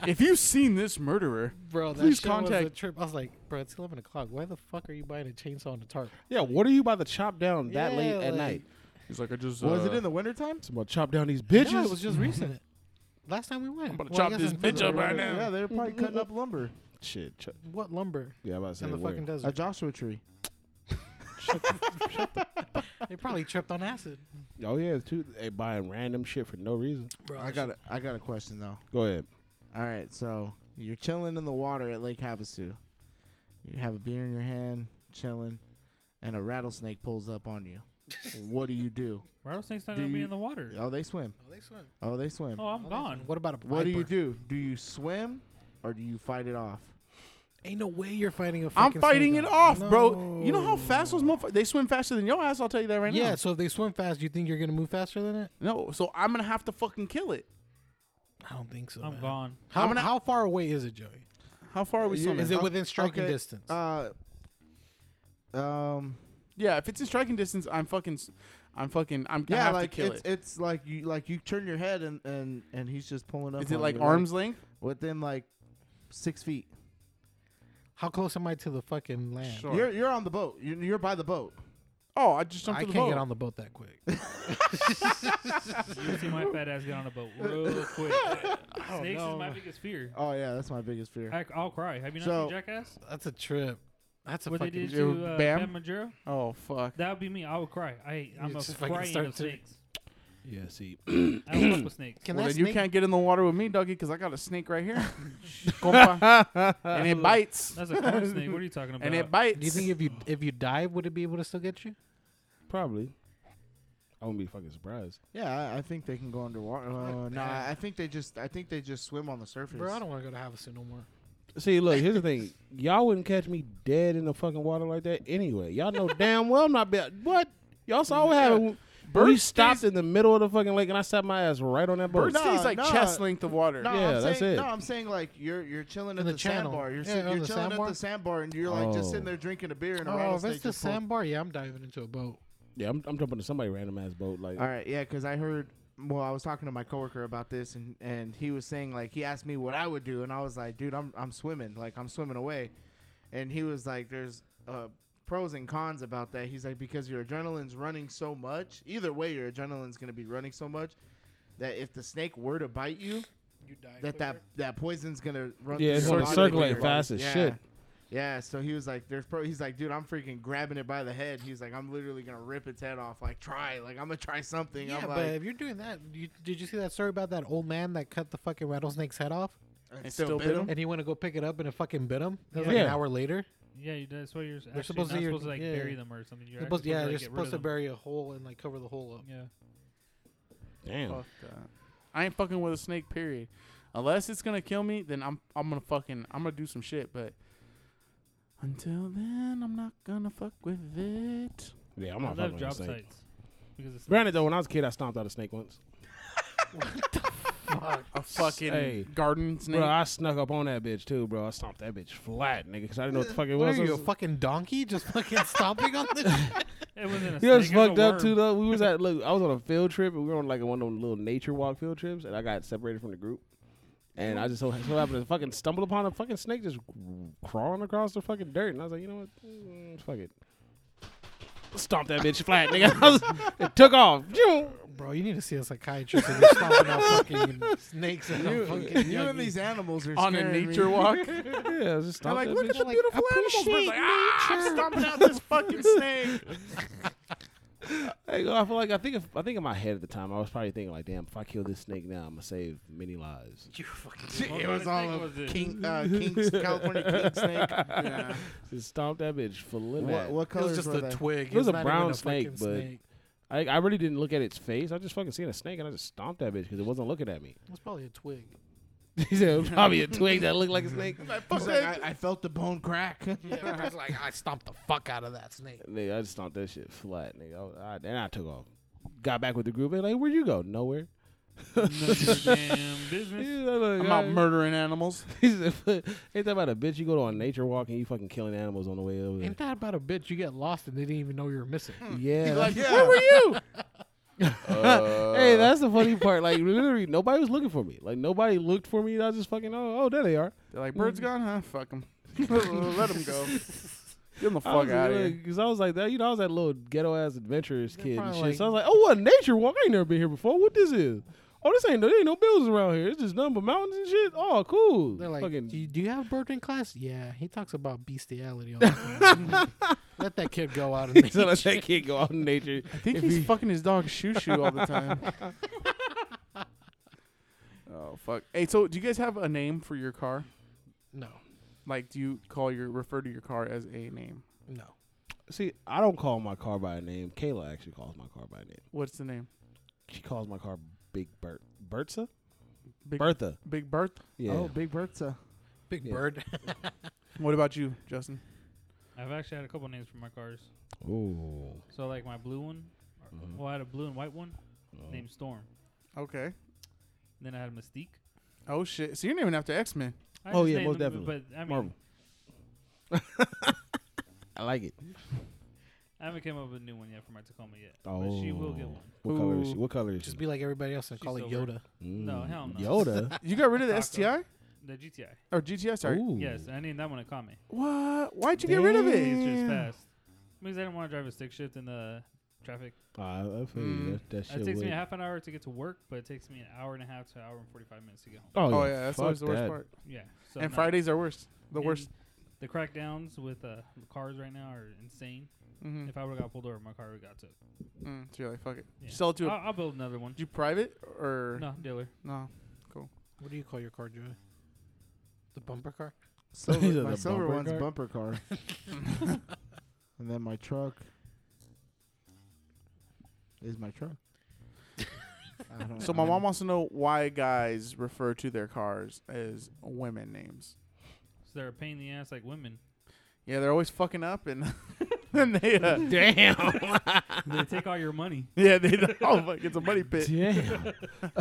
A: If you've seen this murderer,
C: Bro, that
A: Please
C: shit was a
A: contact-
C: trip. I was like, bro, it's 11 o'clock. Why the fuck are you buying a chainsaw and a tarp?
B: yeah, what are you about to chop down that
C: Yeah,
B: late at
C: like-
B: night?
A: he's like, I just.
D: was
A: uh,
D: it in the wintertime?
B: It's about to chop down these
C: Bitches.
B: bitches.
C: it was just recent. <laughs> Last time we went.
A: I'm about to
C: Well, I
A: chop
C: guess
A: this
C: in
A: bitch up
C: February.
A: right now.
D: Yeah, they were probably cutting up lumber.
B: shit. Ch-
C: What lumber?
B: yeah, I'm about to say
C: in the
B: where.
C: fucking
D: A
C: desert.
D: Joshua tree.
C: they probably tripped on acid.
B: Oh yeah, too. They buying random shit for no reason.
C: Bro,
D: I got a, I got a question though.
B: Go ahead.
D: All right, so you're chilling in the water at Lake Havasu. You have a beer in your hand, chilling, and a rattlesnake pulls up on you. what do you do?
E: Rattlesnake's not
D: Do
E: gonna be
D: you-
E: in the water.
D: Oh, they swim.
C: Oh, they swim.
D: Oh, they swim.
E: Oh, I'm gone.
C: What about a
D: what do you
C: viper?
D: do? Do you swim or do you fight it off?
C: Ain't no way you're fighting a.
A: I'm
C: fucking
A: fighting
C: snake
A: it
C: now.
A: off, bro. You know how
C: No.
A: fast those motherfuckers? They swim faster than your ass. I'll tell you that right
C: yeah, so if they swim fast, you think you're gonna move faster than it?
A: now. No, so I'm gonna have to fucking kill it.
C: I don't think so.
E: I'm
C: man.
E: gone.
C: How
A: I'm gonna-
C: how far away is it, Joey?
A: How far are we
D: You-
A: swimming?
C: Is it
D: Uh,
C: within striking
D: okay,
C: distance?
D: Uh, um,
A: yeah, if it's in striking distance, I'm fucking, s- I'm fucking, I'm gonna
D: yeah,
A: have
D: like
A: to kill
D: it's
A: it.
D: it's like you like you turn your head and and and he's just pulling up.
A: Is it
D: on
A: like
D: you, like,
A: arms length?
D: within like six feet?
C: how close am I to the fucking land?
A: Sure.
D: You're you're on the boat. You're, you're by the boat.
A: Oh, I just jumped
C: I
A: to
C: can't
A: the boat.
C: get on the boat that quick. <laughs>
E: You see my fat ass get on a boat real quick. Snakes is my biggest fear.
D: Oh yeah, that's my biggest fear.
E: I, I'll cry. Have you not
D: So-
E: seen Jackass?
C: That's a trip. That's a
E: what they
C: fucking.
E: did
A: you
E: to uh,
A: Bam?
E: Bam Majero?
A: oh fuck!
E: That would be me. I would cry. I I'm
C: just
E: a
C: fucking
E: crying
C: start
E: of
C: to-
E: snakes.
B: Yeah, see,
E: I don't fuck with snakes.
C: Can
A: Well,
C: that
A: then you
C: snake-
A: can't get in the water with me, doggy, because I got a snake right here, compa,
C: <laughs>
A: and it bites,
E: That's a corn snake. What are you talking about?
A: and it bites.
C: <laughs> Do you think if you if you dive, would it be able to still get you?
B: <coughs> probably. I wouldn't be fucking surprised.
D: Yeah, I, I think they can go underwater. Uh, no, I, I think they just I think they just swim on the surface.
C: Bro, I don't want to go to Havasu no more.
B: See, look, here's the thing. Y'all wouldn't catch me dead in the fucking water like that anyway. Y'all know damn well I'm not bad. What? Y'all saw what happened. We
A: Bird
B: stopped
A: stays-
B: in the middle of the fucking lake and I sat my ass right on that boat.
A: Bird stays
D: Nah,
A: like
D: nah.
A: chest length of water.
D: No,
B: Yeah,
D: I'm
B: that's
D: saying,
B: it.
D: No, I'm saying like you're you're chilling at
C: the
D: the,
C: channel.
D: sandbar. You're,
C: Yeah,
D: sit-
C: on
D: you're
C: the
D: chilling
C: sandbar?
D: at the sandbar, and you're like just sitting
B: Oh.
D: there drinking a beer and a
C: Oh, if
D: rattlesnake.
C: it's the
D: just pulled-
C: sandbar, yeah, I'm diving into a boat.
B: Yeah, I'm, I'm jumping to somebody random ass boat. Like,
D: All right, yeah, because I heard. Well, I was talking to my coworker about this, and and he was saying like he asked me what I would do, and I was like, dude, I'm I'm swimming, like I'm swimming away, and he was like, there's uh, pros and cons about that. He's like because your adrenaline's running so much. Either way, your adrenaline's gonna be running so much that if the snake were to bite you,
C: You dive.
D: that that that poison's gonna run.
B: Yeah,
D: through
B: it's
D: your
B: gonna
D: body
B: circulate
D: quicker.
B: fast as
D: yeah.
B: shit.
D: Yeah, so he was like, "There's pro." He's like, "Dude, I'm freaking grabbing it by the head." He's like, "I'm literally gonna rip its head off. Like, try. Like, I'm gonna try something."
C: Yeah,
D: I'm
C: but
D: like,
C: if you're doing that, you, did you see that story about that old man that cut the fucking rattlesnake's head off,
A: And still bit him?
D: <laughs>
C: and he went to go pick it up, and it fucking bit him? It was
E: Yeah.
C: like an
B: Yeah.
C: hour later.
E: Yeah, you, that's why you're actually not
C: supposed
E: supposed
C: to-
E: to,
C: you're-
E: like
C: yeah.
E: bury them or something. You're
C: You're supposed, yeah,
E: actually
C: you're
E: supposed
C: supposed to
E: to, like,
C: bury a hole and like cover the hole up.
E: get rid of
B: damn.
E: them.
A: Fuck that. I ain't fucking with a snake. Period. Unless it's gonna kill me, then I'm I'm gonna fucking I'm gonna do some shit. But until then, I'm not gonna fuck with it.
B: Yeah, I'm not
E: Yeah, I love
B: fucking with a
E: job
B: snake.
E: sites
B: <laughs>
E: because it's
B: Granted, though, when I was a kid, I stomped out a snake once.
A: A fucking
B: Hey.
A: garden snake. <laughs>
B: Bro, I snuck up on that bitch too, bro. I stomped that bitch flat, nigga, because I didn't know what the fuck it was.
C: What are you,
B: I
C: a
B: was-
C: fucking donkey?
D: <laughs>
C: Just fucking stomping on the
E: it wasn't
B: You know
E: a
B: what's
E: snake, it was a
B: fucked up
E: worm.
B: too though? We was at look, I was on a field trip and we were on like one of those little nature walk field trips and I got separated from the group. And I just so, so happened to fucking stumble upon a fucking snake just crawling across the fucking dirt. And I was like, you know what? Mm, fuck it. Stomp that bitch flat, nigga. <laughs> I was- it took off. Phew.
C: Bro, you need to see a psychiatrist if you're stomping out fucking
D: <laughs>
C: snakes and
D: you,
C: a <laughs> fucking
D: you
C: yogi.
D: and these animals <laughs> are
A: on a
D: scaring
A: nature <laughs>
B: <laughs>
A: walk.
B: Yeah, I was just
A: I'm
B: stomped
A: like,
B: that
A: look
B: bitch.
A: at the beautiful animals. We're like, ah, I'm stomping out this fucking
D: <laughs>
A: snake.
B: Hey, I feel like I think if, I think in my head at the time I was probably thinking like, damn, if I kill this snake now, I'm gonna save many lives.
D: me.
E: What
D: it was
E: kind
D: all
E: of
D: of
E: thing was it?
D: king, uh, king's California king snake.
B: Just stomped that bitch flat.
D: What, what
C: It
D: colors
C: was just
D: were
C: a
D: they?
C: twig.
B: It was a
C: not
B: brown
C: even
B: snake,
C: fucking
B: but-
C: snake.
B: I, I really didn't look at its face. I just fucking seen a snake and I just stomped that bitch because it wasn't looking at me. <laughs>
C: it was probably a twig.
B: he said, it was probably a twig that looked like a snake.
D: He's like, I, I felt the bone crack.
C: Yeah, it's like <laughs> I stomped the fuck out of that snake.
B: nigga, I just stomped that shit flat, nigga. I, was- I, and I took off. Got back with the group. They like, where'd you go? Nowhere.
E: None of your damn
B: <laughs>
E: business.
B: Yeah, I'm like,
A: I'm out
B: "Alright."
A: murdering animals.
B: He said, "Ain't that about a bitch? You go to a nature walk and you fucking killing animals on the way over. there."
C: Ain't that about a bitch? You get lost and they didn't even know you were missing.
B: Yeah. that's- Uh,
A: Where were you?
B: <laughs> hey, that's the funny part. Like, literally, nobody was looking for me. Like, nobody looked for me. I was just fucking, oh, oh there they are.
A: They're like, bird's gone, huh? Fuck him. <laughs> Let him <laughs> go. Get him the fuck out of here.
B: Because I was like that, you know, I was that little ghetto ass adventurous kid and
C: probably
B: shit.
C: like-
B: so I was like, oh, what a nature walk? I ain't never been here before. What this is? Oh, this ain't no, there ain't no buildings around here. It's just nothing but mountains and shit. Oh, cool.
C: They're like,
B: Fucking- <laughs>
C: do, you, do you have bird in class? Yeah, he talks about bestiality. All the time. <laughs> Let that kid go out
D: <laughs>
C: in
B: so
C: nature.
B: let that kid go out in nature.
A: I think he's fucking his dog Shoo Shoo all the time. <laughs> oh fuck. Hey, so do you guys have a name for your car?
C: No,
A: Like, do you call your refer to your car as a name?
C: No.
B: See, I don't call my car by a name. Kayla actually calls my car by a name.
A: What's the name?
B: She calls my car Big Bert. Bertha?
A: Big
B: Bertha.
A: Big Bertha.
B: Yeah.
D: Oh, Big Bertha.
C: Big
B: Yeah.
C: Bird. <laughs>
A: What about you, Justin?
E: I've actually had a couple names for my cars.
B: Ooh.
E: So like my blue one,
B: Mhm.
E: well I had a blue and white one
B: Oh.
E: named Storm.
A: Okay.
E: Then I had Mystique.
A: Oh shit. So you're naming after X Men.
E: I
B: Oh,
E: just
B: yeah, most
E: named them, But I mean,
B: Uh, Marvel. <laughs> I like it.
E: I haven't came up with a new one yet for my Tacoma yet.
B: Oh.
E: But she will get one.
B: What color is
A: Ooh.
B: she? What color is she? Mm.
C: Just be like everybody else and
E: She's
C: call it
E: silver.
C: Yoda.
E: No, hell no. <laughs>
B: Yoda.
A: You got rid of the
E: Taco.
A: STI
E: The GTI.
A: or GTI? Sorry.
B: Ooh.
E: Yes, uh, I named that one a Kame.
A: What? Why'd you get rid of
E: It's
A: it?
E: just fast. Because I didn't want to drive a stick shift in the traffic.
B: Ah, I feel
A: Mm.
B: you. That, that shit
E: It takes me
B: would-
E: a half an hour to get to work, but it takes me an hour and a half to an hour and 45 minutes to get home.
B: Oh,
A: Oh
B: yeah.
A: yeah, that's
B: fuck
A: always the worst
B: that.
A: part.
E: Yeah. So
A: and
E: no.
A: Fridays are worse. The
E: And
A: worst.
E: The crackdowns with uh, cars right now are insane.
A: hmm
E: If I would have got pulled over, my car would have got took.
A: Mm, so you're like, fuck it.
E: Yeah.
A: Sell it to. A,
E: I'll, I'll build another one.
A: you private or
E: No, dealer.
A: No.
C: What do you call your car, Joey? The bumper
D: <laughs>
C: car?
B: <laughs> These are
D: Silver, my
B: the
D: silver
B: bumper
D: one's
B: car? <laughs>
D: bumper car. <laughs> and then my truck is my truck. I don't-
A: So
D: I
A: my
D: don't-
A: mom wants to know why guys refer to their cars as women names.
E: So they're a pain in the ass like women.
A: Yeah, they're always fucking up and <laughs> and they uh,
B: <laughs> Damn.
E: they take all your money.
A: yeah they <laughs> oh fuck it's a money pit.
B: <laughs> Damn.
A: <laughs>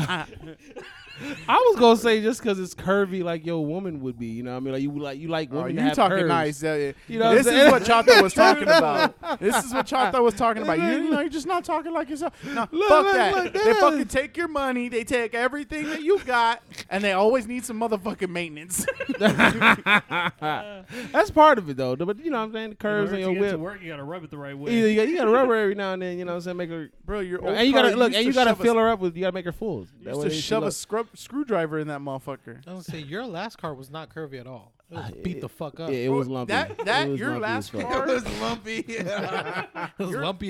B: I was gonna say just because it's curvy, like your woman would be. You know, what I mean, like you like you like
A: Oh,
B: women. to
A: you
B: have
A: talking
B: curves.
A: nice? Yeah, yeah.
B: You know what I'm
A: this is
B: saying?
A: what Chata was talking about. This is what Chata was talking about. You, you know, you're just not talking like yourself. No,
B: Look,
A: fuck
B: look,
A: that.
B: look,
A: they
B: yeah.
A: fucking take your money. They take everything that you got, and they always need some motherfucking maintenance. <laughs>
B: That's part of it though. But you know, what I'm saying the curves
E: in
B: on your
E: order to get to
B: whip.
E: work, you gotta rub it the right way.
B: Either you got, you got to rub her every now and then. You know, what I'm saying make her.
A: Bro, your old
B: And you gotta
A: car
B: look,
A: used
B: and
A: to
B: you gotta
A: shove a-
B: fill her up with. You gotta make her full.
A: you Used to shove a scrub, screwdriver in that motherfucker.
C: I don't say your last car was not curvy at all. It was
B: Ah,
D: Uh,
C: beat the fuck up.
B: Yeah, it
A: Bro,
B: was lumpy.
A: That
B: <laughs> It
A: that
B: was
A: your
B: lumpy as
A: last
B: fuck.
D: <laughs>
A: car,
C: <laughs> it was
A: you're-
C: lumpy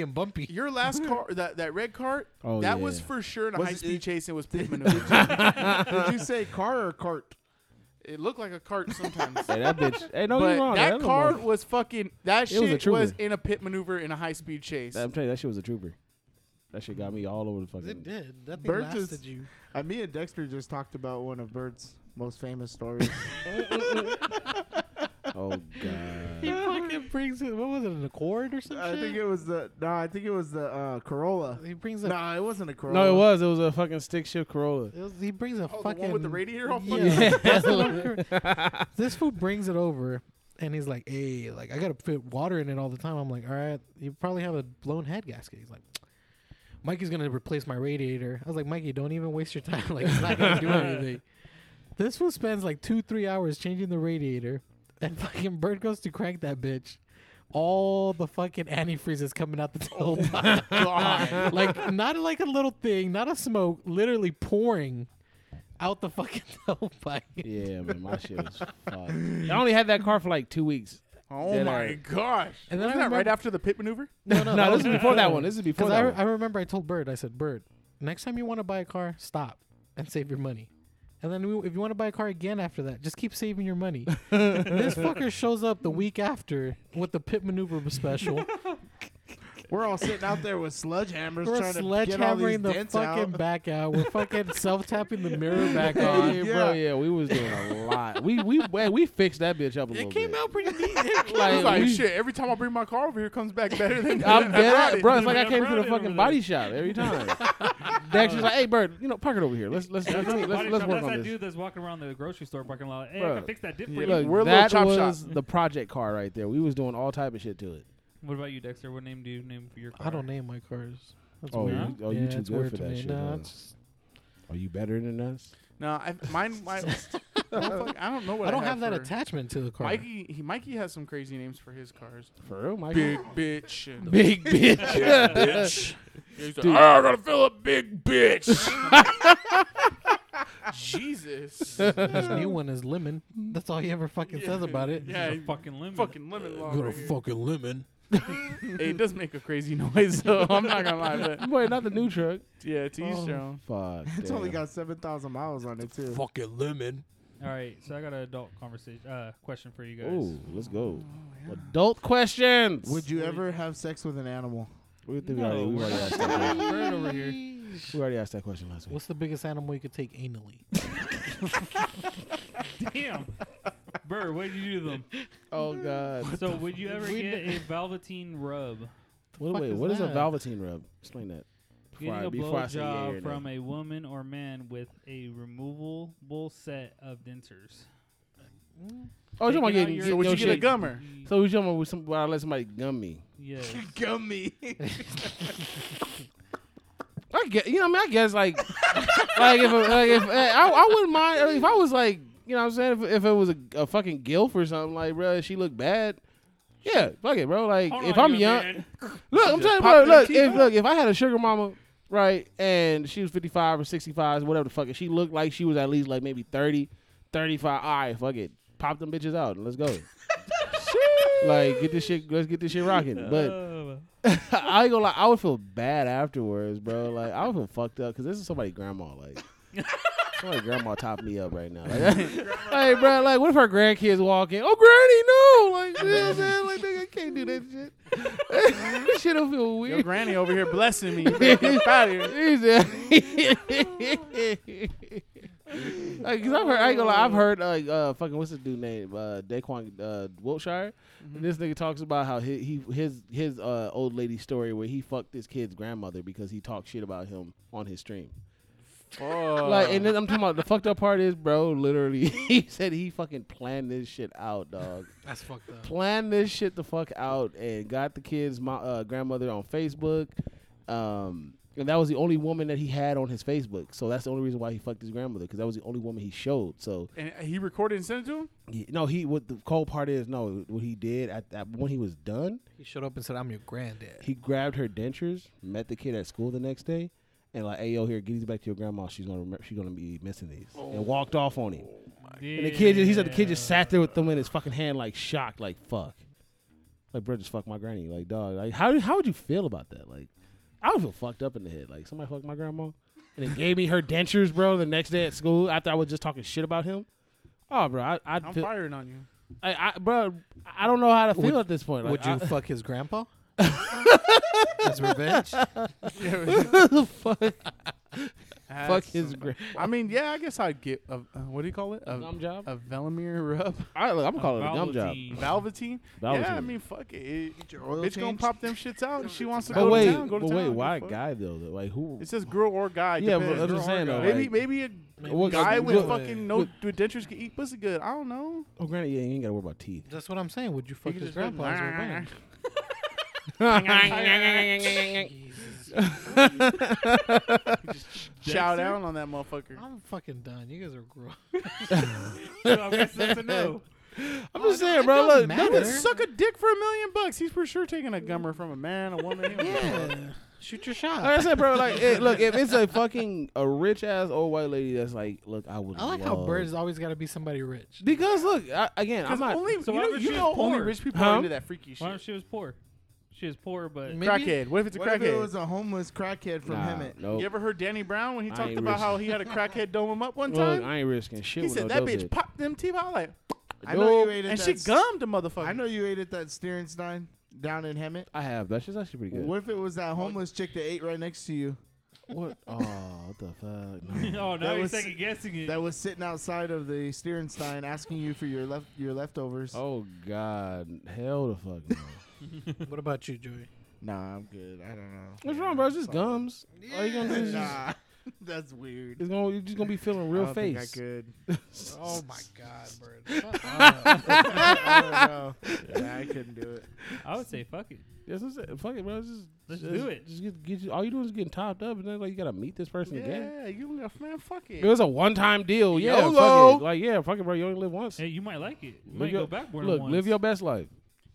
C: and <laughs> bumpy.
A: your
D: <laughs>
A: last car, that that red car,
B: Oh,
A: that was
B: yeah.
A: for sure in a
D: Was
A: high
D: it-
A: speed chase. It was pit maneuver.
D: <laughs> Did you say car or cart?
A: it looked like a cart sometimes.
B: Hey, that bitch. Hey, don't get
A: but
B: me wrong.
A: that
B: little
A: car
B: motherfucker-
A: was fucking. That
B: It was a
A: shit
B: trooper.
A: was, in a pit maneuver in a high speed chase.
B: I'm telling you, that shit was a trooper. That shit got me all over the
C: It
B: fucking.
C: did. That thing
D: Birds is-
C: lasted you.
D: <laughs> Uh, me and Dexter just talked about one of Bert's most
A: <laughs>
D: famous stories.
B: <laughs> Oh god.
C: He fucking brings it. What was it? An Accord or something?
D: I think it was the no, I think it was the uh, Corolla.
C: he brings a.
D: No, it wasn't a Corolla.
B: No, it was. It was a fucking stick shift Corolla.
C: It was, he brings a
A: oh,
C: fucking.
A: the one with the radiator all fucking. <laughs>
C: Yeah. <laughs> That's the one cur- this fool brings it over, and he's like, "Hey, like I gotta put water in it all the time." I'm like, "All right, you probably have a blown head gasket." He's like, "Mikey's gonna replace my radiator." I was like, "Mikey, don't even waste your time. <laughs> Like it's not gonna do anything." This fool spends like two, three hours changing the radiator, and fucking Bird goes to crank that bitch. All the fucking antifreeze is coming out the tailpipe. <laughs> like not like a little thing, not a smoke, literally pouring out the fucking <laughs> tailpipe.
B: Yeah, man, my shit was fucked. I only had that car for like two weeks.
A: Oh
B: Yeah,
A: my
B: that-
A: gosh! And
C: And
A: then
C: then I
A: that right
C: remember-
A: after the pit maneuver.
C: No,
B: No,
C: that
B: this
C: was
B: is before that one. This is before
C: Because
B: that
C: I,
B: one.
C: I remember I told Bird, I said, Bird, next time you want to buy a car, stop and save your money. And then we, if you want to buy a car again after that, just keep saving your <laughs> money. this fucker shows up the week after with the pit maneuver special.
D: We're all sitting out there with sledgehammers
C: We're
D: trying to get all these
C: sledgehammering the
D: dents
C: fucking
D: out.
C: back out. We're fucking self tapping the mirror
B: <laughs>
C: back
B: yeah,
C: on.
B: bro, yeah, we was doing a lot. We we man, we fixed that bitch up a little
C: It came
B: bit.
C: out pretty neat.
A: I was like
B: we-
A: shit. Every time I bring my car over here, it comes back better
B: <laughs>
A: than.
B: I'm
A: than I
B: dead
A: brought
B: ass,
A: it.
B: bro. It's like I
E: I
B: came
E: brought
B: to the
E: it
B: fucking
E: over
B: body shop <laughs> every time. Dax was like, "Hey, Bird, you know, park it over here. Let's let's let's
E: That's
B: let's, let's,
E: not a body shop,
B: work
E: that's
B: on
E: that
B: this."
E: dude that's walking around the grocery store parking lot. Hey, I
B: Bro.
E: can fix that dip
A: Yeah,
E: for
A: look.
E: you.
A: We're a little
B: that
A: chop shop.
B: was the project car right there. We was doing all type of shit to it.
E: What about you, Dexter? What name do you name for your car?
C: I don't name my cars. That's
B: oh,
C: weird.
E: weird.
B: you, oh, you
C: Yeah,
B: too
C: it's
B: good
C: weird
B: for
C: to
B: that
C: me.
B: shit.
C: Nah,
B: huh?
C: it's-
B: Are Oh, you better than us?
A: No, I, mine.
B: <laughs>
A: My, <laughs> fuck, I don't know what.
C: I don't
A: had
C: have that
A: for-
C: attachment to the car. <laughs>
A: Mikey, he, Mikey has some crazy names for his cars.
B: For real, Mike? <laughs>
A: Big bitch. And
B: big <laughs> bitch.
A: He's like, "Ah,
B: Dude.
A: I gotta fill a big bitch.
B: <laughs>
A: Jesus.
C: His new one is lemon. That's all he ever fucking says about it.
A: Yeah,
E: Yeah,
A: you-
E: fucking limit.
A: Fucking lemon law. Right here.
C: fucking lemon.
A: Hey, it does make a crazy <laughs> noise, so I'm not gonna lie. But
B: Boy, not the new truck.
A: yeah, to each their own.
B: Fuck.
D: It's only
B: damn.
D: got seven thousand miles on it too.
C: Fucking lemon.
E: All right, so I got an adult conversation uh, question for you guys.
B: Ooh, let's go. Adult questions.
D: Would you ever have sex with an animal?
B: we, think we
E: No,
B: already, we
E: we're
B: already
E: not
B: asked that question.
E: Bird over here.
B: we already asked that question last week.
C: What's the biggest animal you could take anally?
E: Damn. Bird, what did you do to them?
B: Oh God.
E: so, would you ever get a velveteen rub?
B: What,
C: fuck
B: wait,
C: is
B: what is a
C: that?
B: velveteen rub? Explain that. Before
E: Getting
B: I-
E: a
B: before I
E: blowjob
B: say yeah or nay.
E: from a woman or man with a removable set of dentures.
B: Oh, you
E: Taking
B: want to
E: out
B: get
E: your-
A: So would
B: your
A: you get a
B: shit-
A: gummer?
B: So you talking about with some? Well, I let somebody gum me. <laughs>
E: Yes.
D: Gummy.
B: I guess, you know, I mean, I guess like, <laughs> like if, like if, eh, I, I wouldn't mind I mean, if I was like, you know, what I'm saying if, if it was a, a fucking gilf or something like, bro, she looked bad. Yeah, fuck it, bro. Like
E: Hold
B: if
E: on,
B: I'm
E: young
B: young,
E: man.
B: look, I'm
A: Just
B: telling
A: pop
B: you, bro,
A: them
B: look,
A: teeth
B: if
A: out.
B: look, if I had a sugar mama, right, and she was 55 or 65, whatever the fuck, and she looked like she was at least like maybe 30, 35. All right, fuck it, pop them bitches out and let's
E: <laughs>
B: go. like get this shit, let's get this shit rocking. But
E: Uh,
B: <laughs> I ain't gonna lie, I would feel bad afterwards, bro. Like I would feel fucked up because this is somebody grandma. Like somebody grandma topped me up right now. Like, <laughs> hey, bro, like what if her grandkids walk in? Oh, granny, no! Like, <laughs> yeah, man, like nigga, I can't do that shit. <laughs> this shit don't feel
A: Your
B: weird.
A: granny over
B: <laughs>
A: here blessing me. You better get out of here.
B: Like, cause I've heard, I ain't gonna lie, I've heard like uh, fucking what's this dude name, uh, Daquan uh, Wiltshire. And this nigga talks about how he, he his his uh, old lady story where he fucked this kid's grandmother because he talked shit about him on his stream.
A: Oh.
B: Like, and then I'm talking about the fucked up part is, bro. Literally, <laughs> he said he fucking planned this shit out, dog
C: That's fucked up.
B: planned this shit the fuck out and got the kid's mo- uh, grandmother on Facebook. Um, and that was the only woman that he had on his Facebook. So that's the only reason why he fucked his grandmother because that was the only woman he showed. So
A: and uh, he recorded and sent it to him.
B: he, no, he what the cold part is no what he did at, at when he was done,
C: He showed up and said, "I'm your granddad."
B: he grabbed her dentures, met the kid at school the next day, and like, hey yo, here, get these back to your grandma. She's gonna remember, she's gonna be missing these, and walked off on him. And the kid, just, he said the kid just sat there with them in his fucking hand, like shocked, like fuck, like bro, just fuck my granny, like dog, like how how would you feel about that? Like, I would feel fucked up in the head, like somebody fucked my grandma, and it gave me her dentures, bro. The next day at school, after I was just talking shit about him, oh bro, I I'd
A: I'm
B: feel,
A: firing on
B: <laughs>
A: you.
B: I, I bro, I don't know how to feel
C: Would-
B: at this point. Like,
C: Would you
B: I- <laughs>
C: fuck his grandpa? As revenge?
A: <laughs>
B: fuck <laughs> his grandma?
A: I mean, yeah, I guess I'd get a uh, what do you call it? A,
B: Gum job?
A: a Velimir
B: <laughs>
A: rub,
B: Um, uh,
A: <laughs>
B: I, look, I'm gonna call it a gum job. <laughs>
E: Velveteen.
A: Valvatine. Yeah, I
B: Velveteen.
A: mean, fuck it.
D: Your oil
A: Bitch gonna
D: changed?
A: pop them shits out. If she wants to
B: But
A: go
B: wait,
A: to town. Go to
B: but
A: town.
B: wait,
A: Give a
B: why
A: fuck.
B: guy though? though? Like who?
A: It says girl or guy.
B: Yeah, but
A: depends.
B: that's what I'm saying though.
A: maybe
B: like-
A: maybe a
B: What-
A: guy with
B: what-
A: fucking no with dentures can eat pussy good. I don't know.
B: oh, granted, yeah, you ain't gotta worry about teeth.
C: That's what I'm saying. Would you fuck
A: could
C: his
A: just be like,
C: grandpa as
A: "Nah." <laughs>
C: revenge?
B: <laughs>
A: Chow down on that motherfucker.
C: I'm fucking done. You guys are gross.
E: So I guess that's
B: <laughs>
E: a no.
B: I'm just saying, bro. Look,
A: That would
C: matter.
A: suck a dick for a million bucks. He's for sure taking a gummer from a man, a woman. <laughs> yeah.
C: <laughs> Shoot your shot.
B: Like I said, bro, like it, look, if it's a fucking a rich ass old white lady that's like, look, I would.
C: I like how
B: love-
C: birds always got to be somebody rich.
B: Because look, I, again, I'm not.
A: only
E: so
A: you
E: why
A: know,
E: would
A: you
E: she
A: know
E: have
A: only
E: porn?
A: rich people are
B: Huh?
A: into that freaky
E: Why don't
A: shit.
E: she was poor? She was poor, but
C: Maybe-
A: Crackhead. What if it's a
D: What if it was
A: crackhead?
D: a homeless crackhead from
B: nah,
D: Hemet?
B: nope.
A: You ever heard Danny Brown when he
B: I
A: talked
B: ain't
A: about
B: rich.
A: how he
B: <laughs>
A: had a crackhead dome him up one
B: look,
A: time?
B: I ain't risking shit.
A: He
B: with
A: said
B: no
A: that
B: dope
A: bitch
B: head.
A: popped them teeth out like,
D: I know
B: Nope.
D: you ate at
A: and
D: that.
A: she
D: s-
A: gummed the motherfucker.
D: I know you ate at that Sterenstein down in Hemet.
B: I have. That shit's actually pretty good.
D: What if it was that homeless chick that ate right next to you
B: What? Oh, what the
E: <laughs>
B: fuck? No.
E: oh, now
D: That
E: you're
D: was-
E: second guessing it.
D: that was sitting outside of the Sterenstein asking you for your left your leftovers?
B: Oh God, hell the fuck. No.
C: what about you, Joey?
D: Nah, I'm good. I don't know.
B: What's wrong, bro? It's just gums. All you gonna do <laughs> is just,
D: nah, <laughs> that's weird.
B: it's gonna, you're just gonna be feeling real
D: I don't
B: face.
D: Think I could.
C: Oh my God, bird.
D: I don't know. Yeah, I couldn't do it.
E: I would say fuck it.
B: That's what I'm saying. Fuck it, bro. It's Just,
E: Let's
B: just-
E: do it.
B: Just get, get you, all you doing is getting topped up, and then like you gotta meet this person again.
A: yeah, you left, man. Fuck it.
B: It was a one-time deal. Yeah,
A: YOLO.
B: fuck it. Like yeah, fuck it, bro. You only live once.
E: Hey, you might like it. You
B: Live
E: might
B: your-
E: go back more
B: Look,
E: than once.
B: live your best life.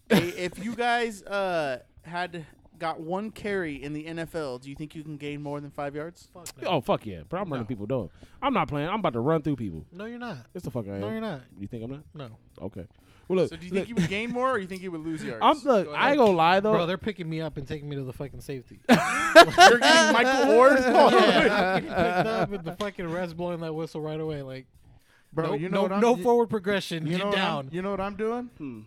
A: hey, if you guys uh, had got one carry in the NFL, do you think you can gain more than five yards?
B: Oh fuck yeah, bro! I'm running people down. I'm not playing. I'm about to run through people.
C: <laughs> no, you're not.
B: It's the fuck I am.
C: No, you're not.
B: You think I'm not?
C: No,
B: Okay. Well, look.
A: So do you
B: look,
A: think you would gain more, or you think you would lose
B: <laughs>
A: yards?
B: I'm look. I ain't gonna lie though.
C: bro, they're picking me up and taking me to the fucking safety.
A: You're getting Michael Orr.
C: yeah, I'm getting picked up with the fucking refs blowing that whistle right away. Like,
D: Bro,
C: Nope,
D: you know
C: no,
D: what I'm
C: no
D: you-
C: forward progression.
D: you know
C: Get
D: what I'm-
C: down.
D: You know what I'm doing?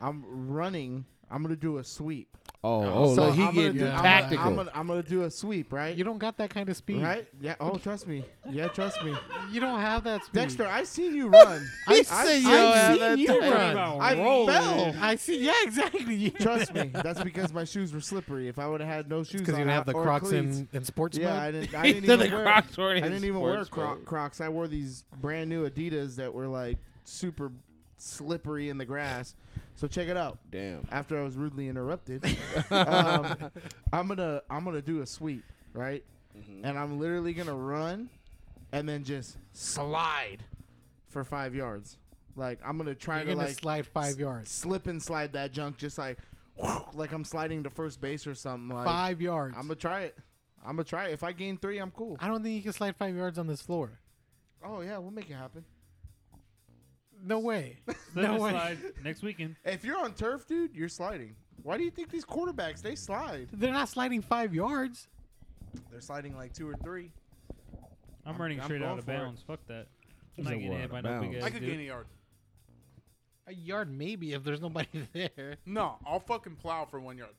D: I'm running. I'm gonna do a sweep.
B: Oh, oh, look, he
D: I'm gonna
B: getting
D: do- I'm gonna-
B: tactical.
D: I'm gonna, I'm gonna do a sweep, right?
C: You don't got that kind of speed.
D: right? Yeah. Oh, trust me. Yeah, trust
C: <laughs>
D: me.
C: You don't have that speed.
D: Dexter, I seen you run.
C: I
D: I
C: see
D: I-
C: you
D: I
C: have
D: seen
C: that
D: you
C: type of
D: run.
E: power.
D: I
B: <laughs>
C: <laughs>
E: Roll.
D: fell.
C: I see. Yeah, exactly.
D: <laughs>
C: You
D: Trust me, that's because my shoes were slippery. If I would have had no shoes,
C: because you
D: on,
C: don't have the
D: or
C: Crocs
D: cleats-
C: in, in sports
D: Yeah, I
C: mode. <laughs>
D: didn't. I didn't
B: Then
D: even
B: the
D: wear.
B: Crocs were
D: I
B: in
D: didn't even wear
B: sports
D: Cro-
B: mode.
D: Crocs. I wore these brand new Adidas that were like super slippery in the grass. So check it out.
B: Damn.
D: After I was rudely <laughs> interrupted, um, I'm gonna I'm gonna do a sweep, right? And I'm literally gonna run, and then just slide for five yards. Like I'm gonna try
C: You're
D: to
C: gonna
D: like
C: slide
D: s-
C: five yards.
D: slip and slide that junk, just like <laughs> like I'm sliding to first base or something. Like
C: Five yards.
D: I'm gonna try it. I'm gonna try it. If I gain three, I'm cool.
C: I don't think you can slide five yards on this floor.
D: Oh yeah, we'll make it happen.
C: No <laughs> way.
E: Slip and
C: way.
E: slide next weekend.
D: If you're on turf, dude, you're sliding. Why do you think these quarterbacks they slide?
C: They're not sliding five yards.
D: They're sliding like two or three.
E: I'm,
D: I'm-
E: running
D: I'm
E: straight
D: going
E: out of
D: for it.
E: bounds. Fuck that.
B: said
E: I'm not getting
B: we're
E: hit
B: out
E: by
B: of
E: no big
B: bounds.
E: ass
A: I could
E: dude.
A: gain a yard.
C: A yard maybe if there's nobody there.
A: No, I'll fucking plow for one yard.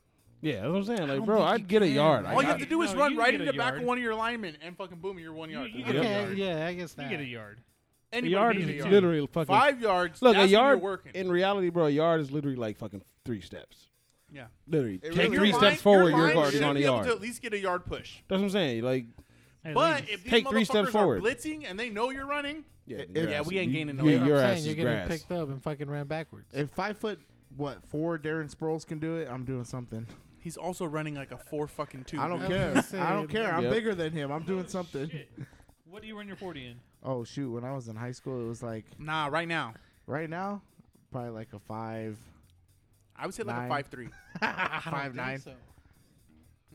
B: Yeah, that's what I'm saying. Like,
C: don't
B: bro,
C: think
B: I'd
C: you
B: get a
C: can.
B: yard. I
A: All you
B: got-
A: have to do is
E: No,
A: run
E: you
A: right
E: get
A: in
E: a
A: the back of
E: yard.
A: one of your linemen and fucking boom, you're one yard.
E: you
A: Anybody
E: a
C: okay.
E: yard.
C: Yeah, I guess
E: You
C: that.
E: get a yard.
B: a
A: needs
B: yard is literally fucking.
A: five yards.
B: Look,
A: that's
B: a yard
A: When you're working.
B: in reality, bro, a yard is literally like fucking three steps.
A: yeah.
B: Literally,
D: It
B: take
D: really
B: three
D: is.
B: steps
A: Your
B: forward,
A: line
B: you're guarding
A: should
B: on a
A: be able
B: yard.
A: To at least get a yard push.
B: That's what I'm saying. Like,
E: At
A: But
E: least.
A: if these
B: Take three steps
A: motherfuckers
B: forward.
A: are blitzing and they know you're running,
B: yeah,
D: If-
B: your
D: yeah,
B: ass
A: we
B: is-
A: ain't
B: you-
A: gaining no
B: you-
A: yards.
B: Your
C: I'm
B: ass
C: saying
B: is
C: you're
B: grass.
C: getting picked up and fucking ran backwards.
D: If five foot what four Darren Sproles can do it, I'm doing something.
A: he's also running like a four fucking two.
D: I don't
C: was
D: care.
C: gonna say,
D: I don't care. I'm
B: Yep.
D: bigger than him. I'm doing
E: <laughs>
D: something.
E: Shit. What do you run your 40 in?
D: Oh shoot! When I was in high school, it was like
A: Nah, right now
D: right now, probably like a five,
A: I would say like a
D: Nine.
A: five three.
C: I
D: five
C: don't
D: nine.
C: think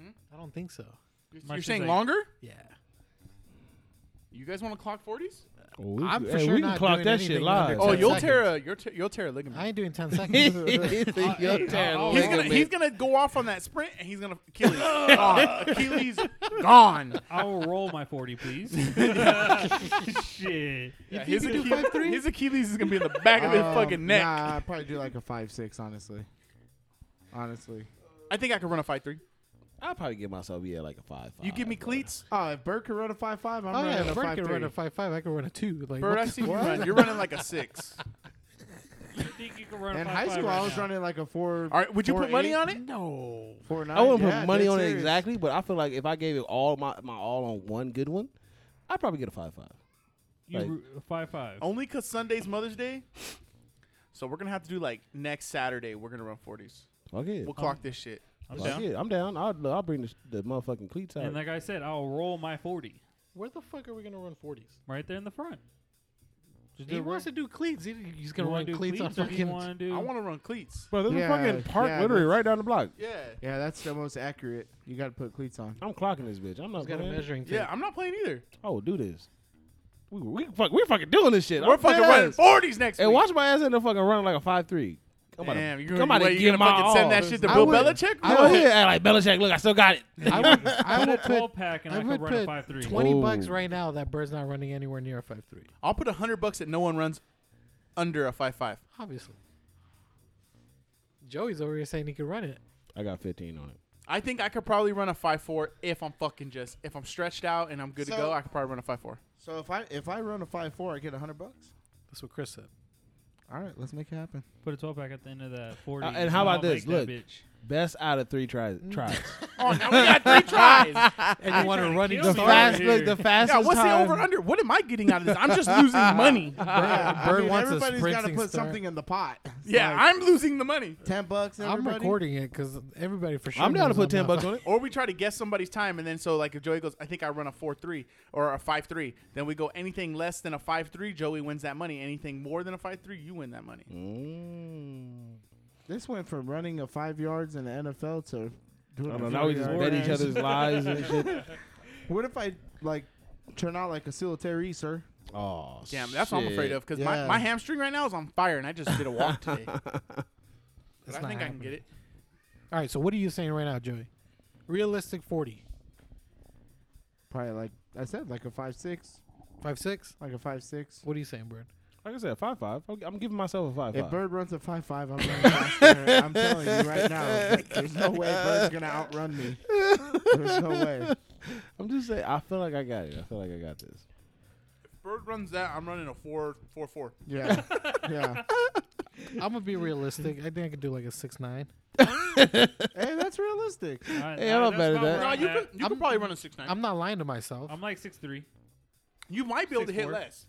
C: so. I don't think so.
A: You're
E: Marcia's
A: saying
E: like-
A: longer?
C: Yeah.
A: You guys want to clock forties?
B: Oh, we-
C: I'm for
B: hey,
C: sure
B: we can
C: not
B: clock
C: doing
B: that shit
C: anything
B: live.
C: under
A: Oh,
C: Ten
B: <laughs>
A: you'll
C: seconds.
A: tear a you'll tear, you'll tear a ligament.
C: I ain't doing <laughs> ten seconds.
B: You'll tear a
A: He's gonna
B: ligament.
A: he's gonna go off on that sprint and he's gonna Achilles gone. Achilles gone.
E: I'll roll my 40, please. Shit.
A: <laughs> Yeah, his, Achilles, his Achilles is gonna be in the back of his
D: Um,
A: fucking neck.
D: Nah, I probably do like a five six. Honestly, honestly.
A: I think I could run a five three.
B: I'll probably give myself yeah like a five.
A: You give me
B: bro.
A: cleats,
D: Oh, if Burke can run a five five, I'm
C: oh
D: running
C: yeah,
D: a
C: if I
D: five
C: could run
D: three.
C: a five five, I could run a two. Like
A: Bird.
C: what
A: I
C: the
A: see you
D: fuck?
A: run. You're running like a <laughs> six.
E: You think you can run a
D: In
E: five
D: high
E: five
D: school,
E: right
D: I was
E: now?
D: running like a four.
A: All right, would you
D: four
A: put money
D: eight,
A: on it?
C: No.
D: Four nine.
B: I wouldn't
D: Yeah,
B: put money
D: dead
B: on it
D: serious.
B: exactly, but I feel like if I gave it all my, my all on one good one, I'd probably get a five five.
E: You
B: Like-
E: ru- uh, five five.
D: Oh,
A: Only because Sunday's Mother's Day. So we're gonna have to do like next Saturday. We're gonna run forties.
B: Fuck it.
A: We'll clock this shit.
E: I'm
B: Fuck
E: down.
B: it. I'm down. I'll, I'll bring the, the motherfucking cleats out.
E: And like I said, I'll roll my 40
C: Where the fuck are we gonna run forties?
E: right there in the front. Just
C: He
E: do it
C: wants to
E: right-
C: do cleats. He- He's
E: you
C: gonna
E: wanna
C: run
E: do
C: cleats on
E: or do you
C: fucking.
E: want to do?
A: I want to run cleats.
B: Bro, there's a
D: Yeah,
B: fucking park
D: yeah,
B: literally
D: that's-
B: right down the block.
A: Yeah,
D: Yeah, that's the most accurate. You got to put cleats on.
B: I'm clocking this bitch. I'm not
C: He's got a
B: playing.
C: measuring tape.
A: yeah. I'm not playing either.
B: Oh, do this. We we fuck, we're fucking doing this shit.
A: We're
B: I'm
A: fucking
B: dead
A: running
B: ass.
A: forties next
B: Hey,
A: week.
B: watch my ass in the fucking running like a five three. I'm about
A: Damn,
B: to,
A: you're
B: I'm
A: gonna,
B: about
A: wait,
B: to
A: you're
B: give
A: gonna
B: my
A: fucking
B: all.
A: send that shit to
D: I
A: Bill
D: would-
A: Belichick?
B: <laughs> I
A: Bro,
B: would, yeah, like Belichick. Look, I still got it.
C: <laughs> I would, I
E: Put a
C: would put
E: 12 pack and
C: I
E: I,
C: would
E: could run a
C: put
E: five three.
C: twenty
B: Whoa.
C: bucks right now. That bird's not running anywhere near a five three.
A: I'll put a hundred bucks that no one runs under a five five.
C: Obviously. Joey's over here saying he could run it.
B: I got 15 on it.
A: I think I could probably run a five four if I'm fucking just if I'm stretched out and I'm good to
D: So-
A: go. I could probably run a five four.
D: So if I if I run a five four, I get a hundred bucks.
C: That's what Chris said.
D: All right, let's make it happen.
E: Put a 12 pack at the end of that 40.
B: Uh, and how about
E: I'll
B: this?
E: make that
B: Look.
E: bitch.
B: Best out of three tries. tries.
A: Oh, now we got three tries.
C: And you want to run
E: kill
C: into
B: the
E: me over
B: fast,
E: here.
B: look, the fastest
A: Yeah, what's the
B: time-
A: over under? What am I getting out of this? I'm
B: <laughs>
A: just losing money.
D: <laughs> Yeah,
C: Bird
D: I mean,
C: wants a
D: everybody's gotta
C: sprinting
D: put
C: start.
D: something in the pot. It's
A: Yeah,
D: like
A: I'm losing the money.
D: <laughs> ten bucks.
C: I'm
D: Everybody.
C: recording it because everybody for sure.
B: I'm down to
C: knows
B: put 10
C: not-
B: bucks on it.
A: Or we try to guess somebody's time, and then so like if Joey goes, I think I run a four three or a five three, then we go anything less than a five three, Joey wins that money. Anything more than a five three, you win that money.
B: <laughs> Mm.
D: This went from running a five yards in the NFL to doing.
B: I don't know.
D: a four
B: Now we just
D: yard
B: bet each
D: dash.
A: <laughs>
B: other's lives and shit.
D: <laughs> What if I like turn out like a solitary, sir?
B: Oh,
A: Damn, that's what I'm afraid
B: shit.
A: of because
D: Yeah.
A: my, my hamstring right now is on fire, and I just did a walk today. but
C: It's
A: I
C: not
A: think I can
C: happening.
A: get it.
C: All right. So what are you saying right now, Joey? Realistic forty.
D: Probably like I said, like a five six.
C: Five six.
D: like a five six.
C: What are you saying, Bird?
B: Like I said, five five. I'll- I'm giving myself a five
D: If
B: five.
D: Bird runs a five five,
B: <laughs>
D: I'm running faster. I'm telling you right now, there's no way Bird's gonna outrun me. There's no way.
B: I'm just saying. I feel like I got it. I feel like I got this.
A: Bird runs that. I'm running a four four four.
B: <laughs>
D: Yeah, yeah.
C: I'm gonna be realistic. I think I could do like a six nine.
D: Hey, that's realistic.
E: Uh,
B: Hey,
E: nah,
B: I'm not
E: that's
B: better than
E: about where
A: No,
E: I'm
A: you
E: at.
A: could you could
C: I'm-
A: probably run a six nine.
C: I'm not lying to myself.
E: I'm like six three.
A: you might be able to hit
E: 6'4".
A: less.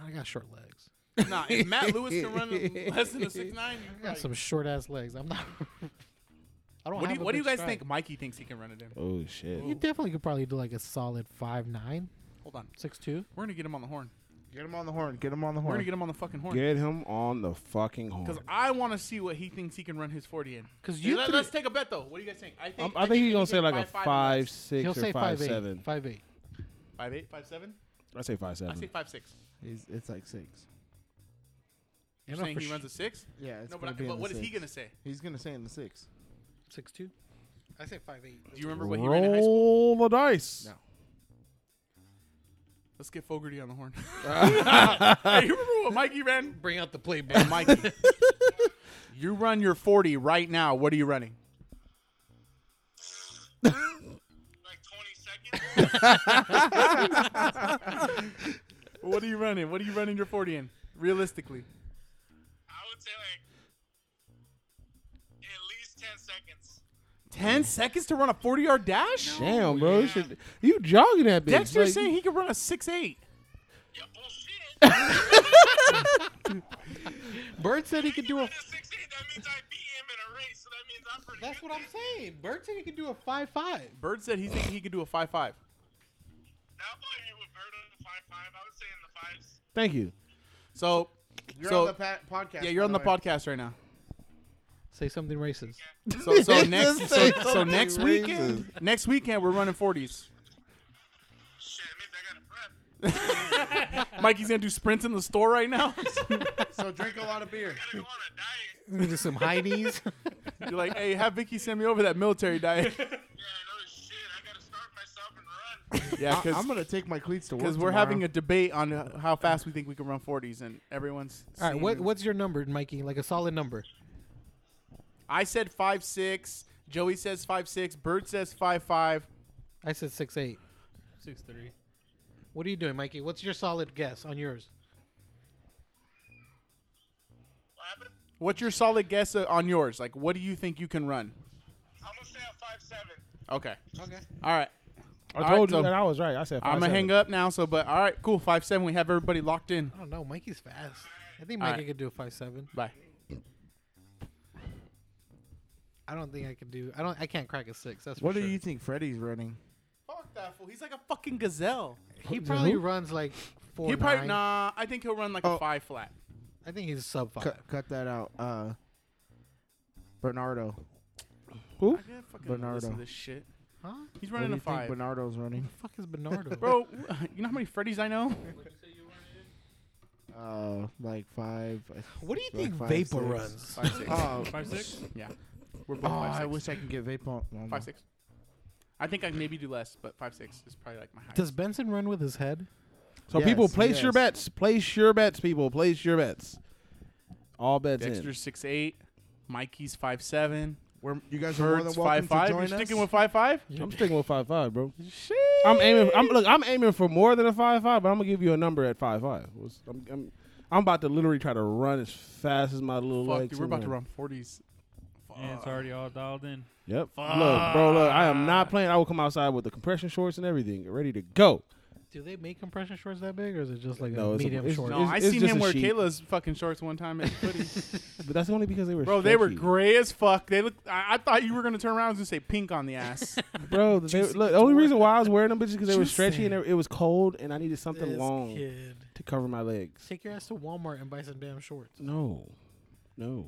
C: I got short legs.
A: Nah, if Matt Lewis can run a- less than a six nine,
C: I got some short ass legs. I'm not. <laughs> I don't.
A: What do
C: have
A: you,
C: a
A: what do you
C: big
A: guys
C: stride.
A: think? Mikey thinks he can run it in.
B: Oh shit.
C: You definitely could probably do like a solid five nine,
A: Hold on,
C: six two.
A: we're gonna get him on the horn.
D: Get him on the horn. Get him on the
A: We're gonna
D: horn.
A: get him on the fucking horn.
B: Get him on the fucking horn. Um,
A: Because I want to see what he thinks he can run his 40 in.
C: Because
A: You
C: you,
A: Let,
C: three-
A: us take a bet, though. What do you guys think? I
B: I'm- Um, I think he's gonna say like a five six
C: he'll
B: or
C: say
B: five
C: five eight,
B: seven.
C: five eight.
A: Five eight, five seven?
B: I say five
A: I say
B: seven.
A: five six.
D: He's, it's like six.
A: You're
C: know,
A: saying
C: for
A: he
C: sh-
A: runs a six?
D: Yeah, it's
A: no, but,
D: gonna
A: I,
D: be in
A: but
D: the
A: what is
D: six.
A: he going to say?
D: He's gonna say in the six.
C: Six two. I say five eight.
A: Do you remember what he ran in high school?
B: Roll the dice.
D: No.
A: Let's get Fogarty on the horn. hey, you remember what Mikey ran?
C: Bring out the playbook. <laughs>
A: Hey, Mikey. <laughs> you run your 40 right now. What are you running?
H: Like 20 seconds?
A: <laughs> What are you running? What are you running your 40 in? Realistically.
H: I would say like at least 10
A: 10
H: seconds.
A: seconds to run a 40 yard dash?
B: Damn, bro. You, should, you jogging that bitch.
A: Dexter's
B: like-
A: saying he can run a six eight.
H: Yeah, bullshit.
C: <laughs> Bird said he
H: If
C: could
H: you
C: do a.
H: run 16, that means I beat him in a race, so that means I'm pretty
C: That's
H: good
C: what I'm
H: then.
C: saying. Bird said he could do a five five.
A: Bird said he thinks he could do a five five.
H: Now, boy, you would burn on the 5-5. I would say in the 5s.
B: Thank you.
A: So,
D: You're
A: so
D: on the pa- podcast.
A: yeah, you're on
D: by
A: the
D: way.
A: podcast right now.
C: Say something racist. <laughs>
A: So, so next, so, so next weekend, next weekend we're running forties.
H: Shit, maybe I got a prep.
A: Mikey's gonna do sprints in the store right now.
D: So drink a lot of beer.
H: I go on a diet.
C: do some high <laughs> knees.
A: You're like, hey, have Vicky send me over that military diet.
H: Yeah, no shit. I gotta start myself and run.
A: Yeah,
D: I, am
A: because
D: gonna take my cleats to work.
A: we're
D: tomorrow.
A: having a debate on uh, how fast we think we can run forties, and everyone's.
C: All right, what
A: seeing-
C: what's your number, Mikey? Like a solid number.
A: I said five six. Joey says five six. Bird says five five.
C: I said six eight.
E: Six three.
C: What are you doing, Mikey? What's your solid guess on yours?
H: What happened?
A: What's your solid guess uh, on yours? Like, what do you think you can run?
H: I'm gonna say a 5-7.
A: Okay. Okay. All right.
B: I
A: All right,
B: told
A: so-
B: you that I was right. I said five
A: I'm gonna hang up now. So, but all right, cool. Five seven. We have everybody locked in.
C: I don't know. Mikey's fast. I think
A: All
C: Mikey
A: right.
C: could do a five seven.
A: Bye.
C: I don't think I could do. I don't. I can't crack a six. That's for
D: What do
C: sure.
D: you think Freddy's running?
A: Fuck that fool. He's like a fucking gazelle.
C: He probably runs like four.
A: he probably
C: nine.
A: nah. I think he'll run like a
D: Oh.
A: five flat.
C: I think he's sub five.
D: Cut, cut that out. Uh, Bernardo.
A: I can't fucking
D: Bernardo.
A: listen to this shit.
C: Huh?
A: He's
D: What do
A: running
D: you
A: a
D: think
A: five.
D: Bernardo's running?
C: The fuck is <laughs> Bernardo?
A: Bro, <laughs> you know how many Freddy's I know?
D: Uh, like five. I
C: what do you
D: like
C: think
D: five,
C: Vapor
D: six.
A: <laughs>
C: runs?
A: Five six.
D: Oh,
E: Five six?
A: We're both
D: oh,
A: five six.
D: I wish I could get vape on. no, no.
A: five six. I think I can maybe do less, but five six is probably like my highest.
C: Does Benson run with his head?
B: So people,
D: Yes,
B: place your
D: yes.
B: bets. Place your bets, people. Place your bets. All bets in.
A: Dexter's six eight. Mikey's five seven. We're
D: You guys are more
A: Bird's
D: than welcome
A: five
D: to
A: five.
D: join
A: You're
D: us.
A: sticking with five five.
B: I'm sticking with five five, bro.
A: Shit.
B: I'm aiming. I'm look. I'm aiming for more than a five five, but I'm gonna give you a number at five five. I'm, I'm, I'm about to literally try to run as fast as my little
A: Fuck,
B: legs.
A: dude. We're
B: can
A: about to run forties.
E: And it's already all dialed in.
B: Yep. Look, bro. Look, I am not playing. I will come outside with the compression shorts and everything, ready to go.
C: Do they make compression shorts that big, or is it just like
B: No,
C: a
B: it's a-
C: medium
B: it's-
C: short?
A: No, I
B: it's
A: seen
B: just
A: him
B: a
A: wear
B: sheet.
A: Kayla's fucking shorts one time at
D: <laughs>
A: hoodie.
B: But that's only because they were.
A: Bro, they were
B: stretchy.
A: gray as fuck. They look. I, I thought you were gonna turn around and say pink on the ass.
B: <laughs> Bro, they, look, the only reason why I was wearing them bitches because they were
C: Juicy.
B: stretchy and it was cold, and I needed something
C: This
B: long
C: kid.
B: to cover my legs.
C: Take your ass to Walmart and buy some
B: <laughs>
C: damn shorts.
B: No, no,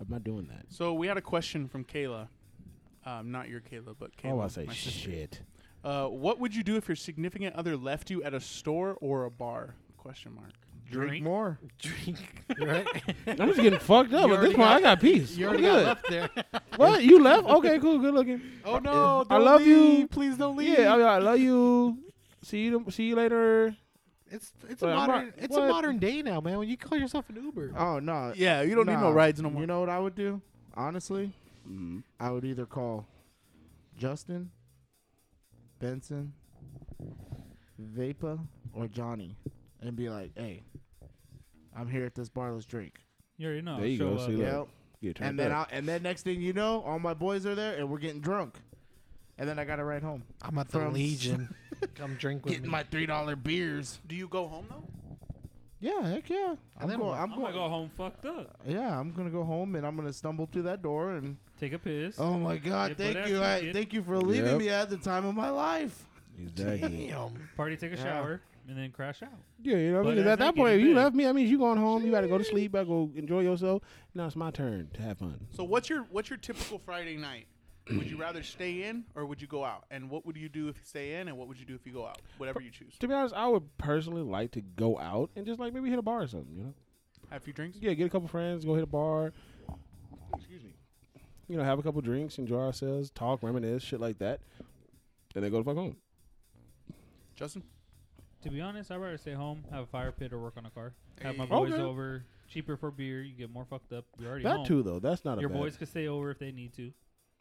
B: I'm not doing that.
A: so we had a question from Kayla. Um, not your Kayla, but Kayla.
B: Oh, I say
A: my sister.
B: shit.
A: Uh, what would you do if your significant other left you at a store or a bar? Question mark.
D: Drink, more.
C: Drink, right?
B: I'm just getting fucked up. At this
C: already
B: point, I got peace.
C: you
B: I'm
C: already got
B: good.
C: left there.
I: <laughs>
B: What? You left? Okay, cool. Good looking.
C: Oh no!
B: I love you.
C: Please don't leave.
B: Yeah, I, mean, I love you.
I: See you. See you later.
C: <laughs> It's it's
I: Wait,
C: a
I: I'm
C: modern
I: not-
C: it's
I: what?
C: a modern day now, man. When you call yourself an Uber,
D: Oh no.
A: Yeah, you don't need no
D: Nah.
A: rides no more.
D: You know what I would do? Honestly,
I: Mm-hmm.
D: I would either call Justin, Benson, Vapa, or Johnny, and be like, "Hey, I'm here at this bar. Let's drink."
E: You already know.
I: There you
E: Show
I: go,
E: up.
I: see, look.
D: Yep.
I: Get turned
D: And then
I: up.
D: I and then next thing you know, all my boys are there, and we're getting drunk. And then I got to ride home,
C: I'm at
D: the
C: the
D: From-
C: Legion. Come drink with
D: getting my three dollar beers.
A: Do you go home though?
D: Yeah, heck yeah. I'm
C: then
D: going.
C: what?
D: I'm,
E: I'm
D: going.
E: gonna go home fucked up.
D: Yeah, I'm gonna go home, and I'm gonna stumble through that door, and
E: Take a piss.
D: oh my
E: Yeah,
D: god,
E: put
D: thank
E: out
D: you,
E: your
D: I,
E: kid.
D: thank you for leaving
I: Yep.
D: me at the time of my life.
I: Exactly.
E: Party, take a
D: Yeah.
E: shower, and then crash out.
I: Yeah, you know what I
E: But
I: mean? 'Cause
E: that's
I: At that
E: not
I: point, if
E: getting
I: you
E: paid.
I: left me, I mean, you going home, you got to go to sleep, I go enjoy yourself. Now it's my turn to have fun.
A: So what's your what's your typical Friday night? Would you rather stay in or would you go out? And what would you do if you stay in and what would you do if you go out? Whatever you choose.
I: To be honest, I would personally like to go out and just like maybe hit a bar or something, you know?
A: Have a few drinks?
I: Yeah, get a couple friends, go hit a bar. Excuse me. You know, have a couple drinks, enjoy ourselves, talk, reminisce, shit like that. And then go the fuck home.
A: Justin?
E: To be honest, I'd rather stay home, have a fire pit, or work on a car. Have my boys
I: Okay.
E: over. Cheaper for beer. You get more fucked up. You're already
I: That
E: home.
I: too, though. That's not
E: Your
I: a bad.
E: boys could stay over if they need to.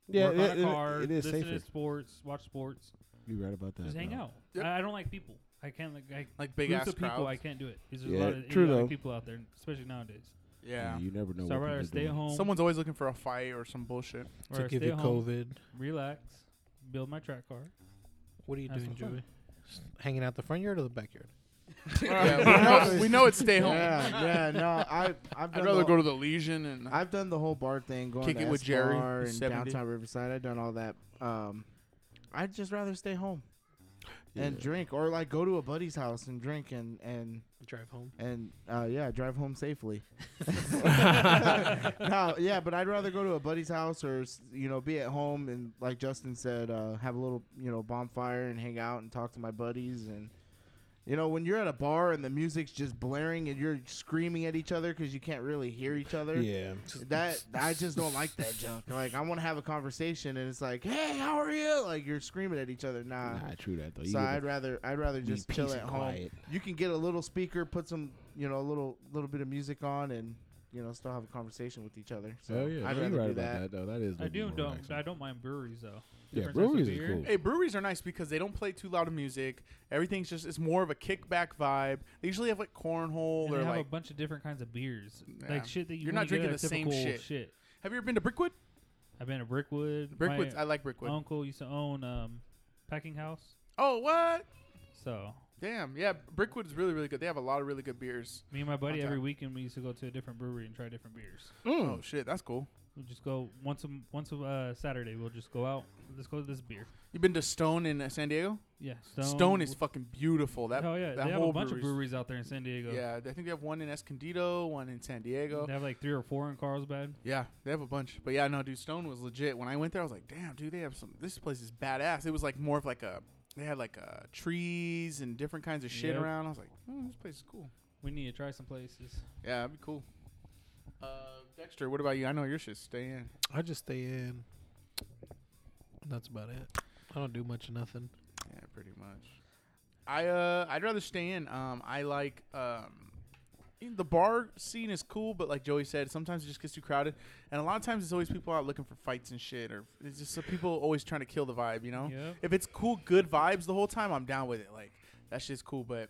I: yeah,
E: work
I: it-
E: on a
I: it-
E: car.
I: it is
E: listen
I: safer.
E: to sports. Watch sports.
I: You're right about that.
E: Just hang
I: bro.
E: out.
A: Yep.
E: I, I don't like people. I can't like I,
A: Like big
E: groups
A: ass
E: of people.
A: crowds.
E: I can't do it. 'Cause There's
I: Yeah,
E: a lot of
I: true,
E: idiotic
I: though.
E: people out there, especially nowadays.
A: Yeah.
I: You never know.
E: so I'd
I: what
E: rather
I: people
E: stay
I: doing.
E: home.
A: Someone's always looking for a fight or some bullshit.
E: rather
C: to give
E: stay
C: you
E: home,
C: COVID.
E: Relax. Build my track car.
C: What are you
E: Have
C: doing,
E: some fun.
C: Joey? Just Hanging out the front yard or the backyard?
A: <laughs> Yeah, we, know, we know it's stay home.
D: Yeah,
A: <laughs>
D: yeah, no, I I've done
A: I'd rather
D: the,
A: go to the Legion and
D: I've done the whole bar thing, going
A: Kick
D: to
A: it with Jerry,
D: SBAR
A: who's
D: and
A: 70.
D: downtown Riverside. I've done all that. Um, I'd just rather stay home and drink, or like go to a buddy's house and drink, and and
C: Drive <laughs> home.
D: and uh, yeah, drive home safely.
C: <laughs>
D: no, yeah, but I'd rather go to a buddy's house or s- you know be at home and like Justin said, uh, have a little you know bonfire and hang out and talk to my buddies and you know when you're at a bar and the music's just blaring and you're screaming at each other because you can't really hear each other.
I: Yeah.
D: That I just don't like that junk. Like I want to have a conversation and it's like, hey, how are you? Like you're screaming at each other. Nah.
I: Nah, true that, though. You
D: So
I: get
D: I'd
I: to
D: rather I'd rather
I: be
D: just
I: peace
D: chill
I: and
D: at home.
I: quiet.
D: You can get a little speaker, put some you know a little little bit of music on, and you know still have a conversation with each other. So
I: Oh, yeah.
D: I'd
I: no,
D: rather
I: you're right
D: do
I: about
D: that.
I: that, though. That is. a
E: I
I: little
E: do
I: more
E: don't.
I: relaxing.
E: I don't mind breweries though.
I: Yeah,
E: Different types of
I: breweries is
E: beer.
I: cool.
A: Hey, breweries are nice because they don't play too loud of music. Everything's just it's more of a kickback vibe. They usually have like cornhole
E: And they
A: or
E: have a
A: like
E: bunch of different kinds of beers,
A: Yeah.
E: like shit that you
A: You're
E: wouldn't
A: not
E: get
A: drinking
E: at
A: the same
E: typical
A: shit. Have you ever been to Brickwood?
E: I've been to Brickwood.
A: Brickwood,
E: My
A: I like Brickwood.
E: uncle used to own um, packing house,
A: oh, what?
E: so
A: Damn. Yeah, Brickwood is really really good. They have a lot of really good beers.
E: me and my buddy
A: Okay.
E: every weekend we used to go to a different brewery and try different beers.
A: Oh shit, that's cool.
E: We'll just go once a m- once a uh, Saturday. We'll just go out. Let's go to this beer.
A: You been to Stone in uh, San Diego?
E: Yeah, Stone,
A: Stone, is fucking beautiful. That
E: oh yeah,
A: that
E: they have
A: whole
E: a bunch
A: brewery's-
E: of breweries out there in San Diego.
A: Yeah, I think they have one in Escondido, one in San Diego.
E: they have like three or four in Carlsbad.
A: Yeah, they have a bunch. But yeah, no, dude, Stone was legit. When I went there, I was like, damn, dude, they have some. This place is badass. It was like more of like a. They had like uh, trees and different kinds of shit
E: Yep.
A: around. I was like, oh, this place is cool.
E: We need to try some places.
A: Yeah, that'd be cool. Uh, Dexter, what about you? I know your shit's stay in.
C: I just stay in. That's about it. I don't do much of nothing.
A: Yeah, pretty much. I uh, I'd rather stay in. Um, I like um, in- the bar scene is cool, but like Joey said, sometimes it just gets too crowded, and a lot of times it's always people out looking for fights and shit, or it's just some people always trying to kill the vibe, you know.
E: Yep.
A: If it's cool, good vibes the whole time, I'm down with it. Like that shit's cool, but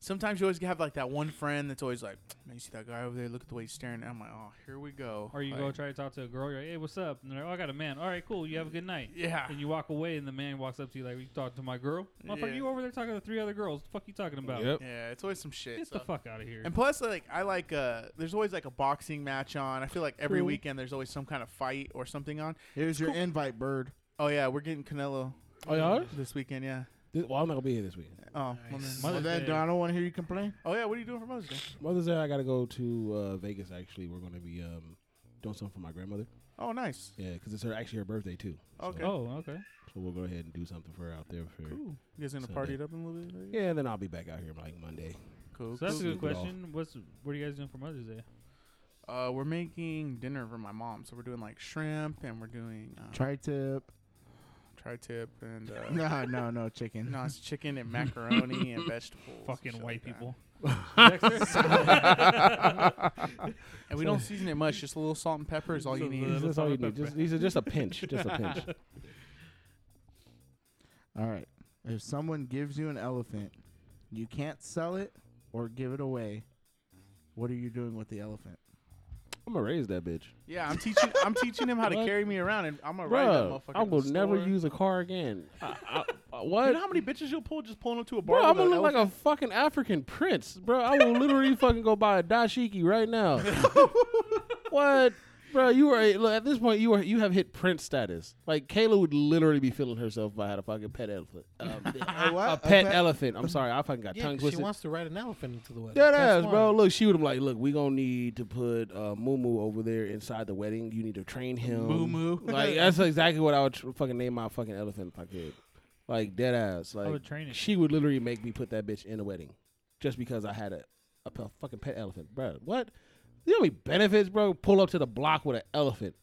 A: sometimes you always have like that one friend that's always like, "Man, you see that guy over there? Look at the way he's staring." And I'm like, "Oh, here we go."
E: Or you
A: like,
E: go try to talk to a girl. You're like, hey, what's up? And they're like, oh, I got a man. All right, cool. You have a good night.
A: Yeah.
E: And you walk away, and the man walks up to you like, "You talking to my girl? Motherfucker,
A: Yeah.
E: you over there talking to three other girls? The fuck you talking about?
I: Yep.
A: Yeah, it's always some shit.
E: Get
A: so.
E: the fuck out of here."
A: And plus, like I like, uh, there's always like a boxing match on. I feel like every weekend there's always some kind of fight or something on.
D: Here's your invite, bird.
A: Oh yeah, we're getting Canelo
I: Oh, y'all?
A: this weekend. Yeah.
I: This, well, I'm not gonna be here this weekend.
A: Oh. well then-
E: Mother-
D: Well, then
E: Day.
D: I don't want to hear you complain.
A: Oh yeah. What are you doing for Mother's Day?
I: Mother's Day, I gotta go to uh, Vegas. Actually, we're gonna be um, doing something for my grandmother.
A: Oh nice.
I: Yeah, because it's her actually her birthday too. So-
A: Okay.
E: oh, okay.
I: So we'll go ahead and do something for her out there for. her.
A: Cool. You guys gonna
I: Sunday.
A: party it up in a little bit?
I: Yeah, and then I'll be back out here like Monday.
A: Cool.
E: So that's a
A: cool.
E: good
I: Look it
E: question. What's what are you guys doing for Mother's Day?
A: Uh, we're making dinner for my mom, so we're doing like shrimp and we're doing uh,
D: Tri tip.
A: um, tri-tip, and
B: <laughs>
A: uh, no.
D: <laughs> No, no, no, chicken.
A: it's chicken and macaroni and vegetables.
E: Fucking
A: and shit
E: white
A: like that.
E: people.
A: <laughs> And we don't season it much; just a little salt and pepper is all you
E: So
A: need.
E: the-
B: That's all you need. Just, these are just a pinch. Just a pinch.
A: <laughs>
D: All right. If someone gives you an elephant, you can't sell it or give it away. What are you doing with the elephant?
B: I'm gonna raise that bitch.
A: Yeah, I'm teaching. I'm teaching him how to
B: What?
A: carry me around, and I'm gonna ride that
B: Bro,
A: motherfucker.
B: I
A: to the
B: will never
A: store.
B: use a car
A: <laughs>
B: again. I, I,
A: You
B: what?
A: know how many bitches you'll pull just pulling up to a bar?
B: Bro, I'm
A: with
B: gonna
A: an
B: look like a fucking African prince, bro. I
A: <laughs>
B: will literally fucking go buy a dashiki right now. what, bro? You are look, at this point. You are you have hit prince status. Like Kayla would literally be feeling herself if I had a fucking pet elephant. <laughs> Um,
D: A what?
B: a pet elephant. I'm sorry, I fucking got
C: Yeah,
B: tongue
C: 'cause she
B: twisted.
C: wants to ride an elephant into the wedding.
B: Dead
C: That's
B: ass, bro.
C: why.
B: Look, she would have like, look, we gonna need to put uh, Mumu over there inside the wedding. You need to train him.
D: <laughs>
A: Mumu.
E: <laughs>
B: Like that's exactly what I would tr- fucking name my fucking elephant if I could. Like dead ass. Like
E: would train it.
B: she would literally make me put that bitch in a wedding, just because I had a, a pe- fucking pet elephant, bro. What? You know how many benefits, bro? Pull up to the block with an elephant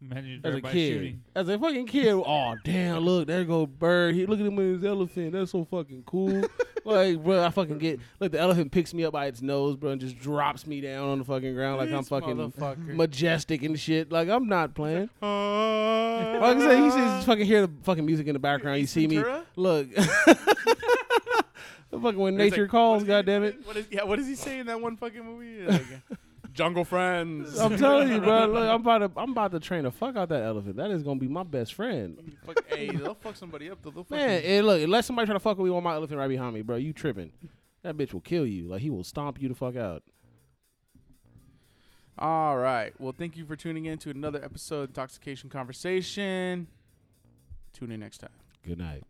E: Imagine you
B: as a
E: drive by
B: kid.
E: shooting.
B: As a fucking kid, oh damn, look, there go bird. He look at him with his elephant. That's so fucking
A: <laughs>
B: cool. like, bro, I fucking get like the elephant picks me up by its nose, bro, and just drops me down on the fucking ground like I'm
A: This
B: fucking <laughs>
A: motherfucker.
B: majestic and shit. Like I'm
A: <laughs>
B: not playing.
A: Uh,
B: Like I said,
A: <laughs>
B: you just fucking hear the fucking music in the background. You see me.
A: Ventura?
B: Look. <laughs> Fucking when
A: It's
B: nature
A: like,
B: calls,
A: what is he-
B: goddamn it!
A: What is, yeah, what does he say in that one fucking movie? Like,
B: <laughs>
A: Jungle friends.
B: I'm telling
A: <laughs>
B: you, bro. Look, I'm about to, I'm about to train the fuck out that elephant. That is gonna be my best friend.
A: Fuck- hey, they'll fuck somebody up. though. They'll fucking
B: Man, eh, look, unless somebody try to fuck with me on my elephant right behind me, bro, you tripping. That bitch will kill you. Like, he will stomp you the fuck out.
A: All right. Well, thank you for tuning in to another episode of Intoxication Conversation. Tune in next time.
B: Good night.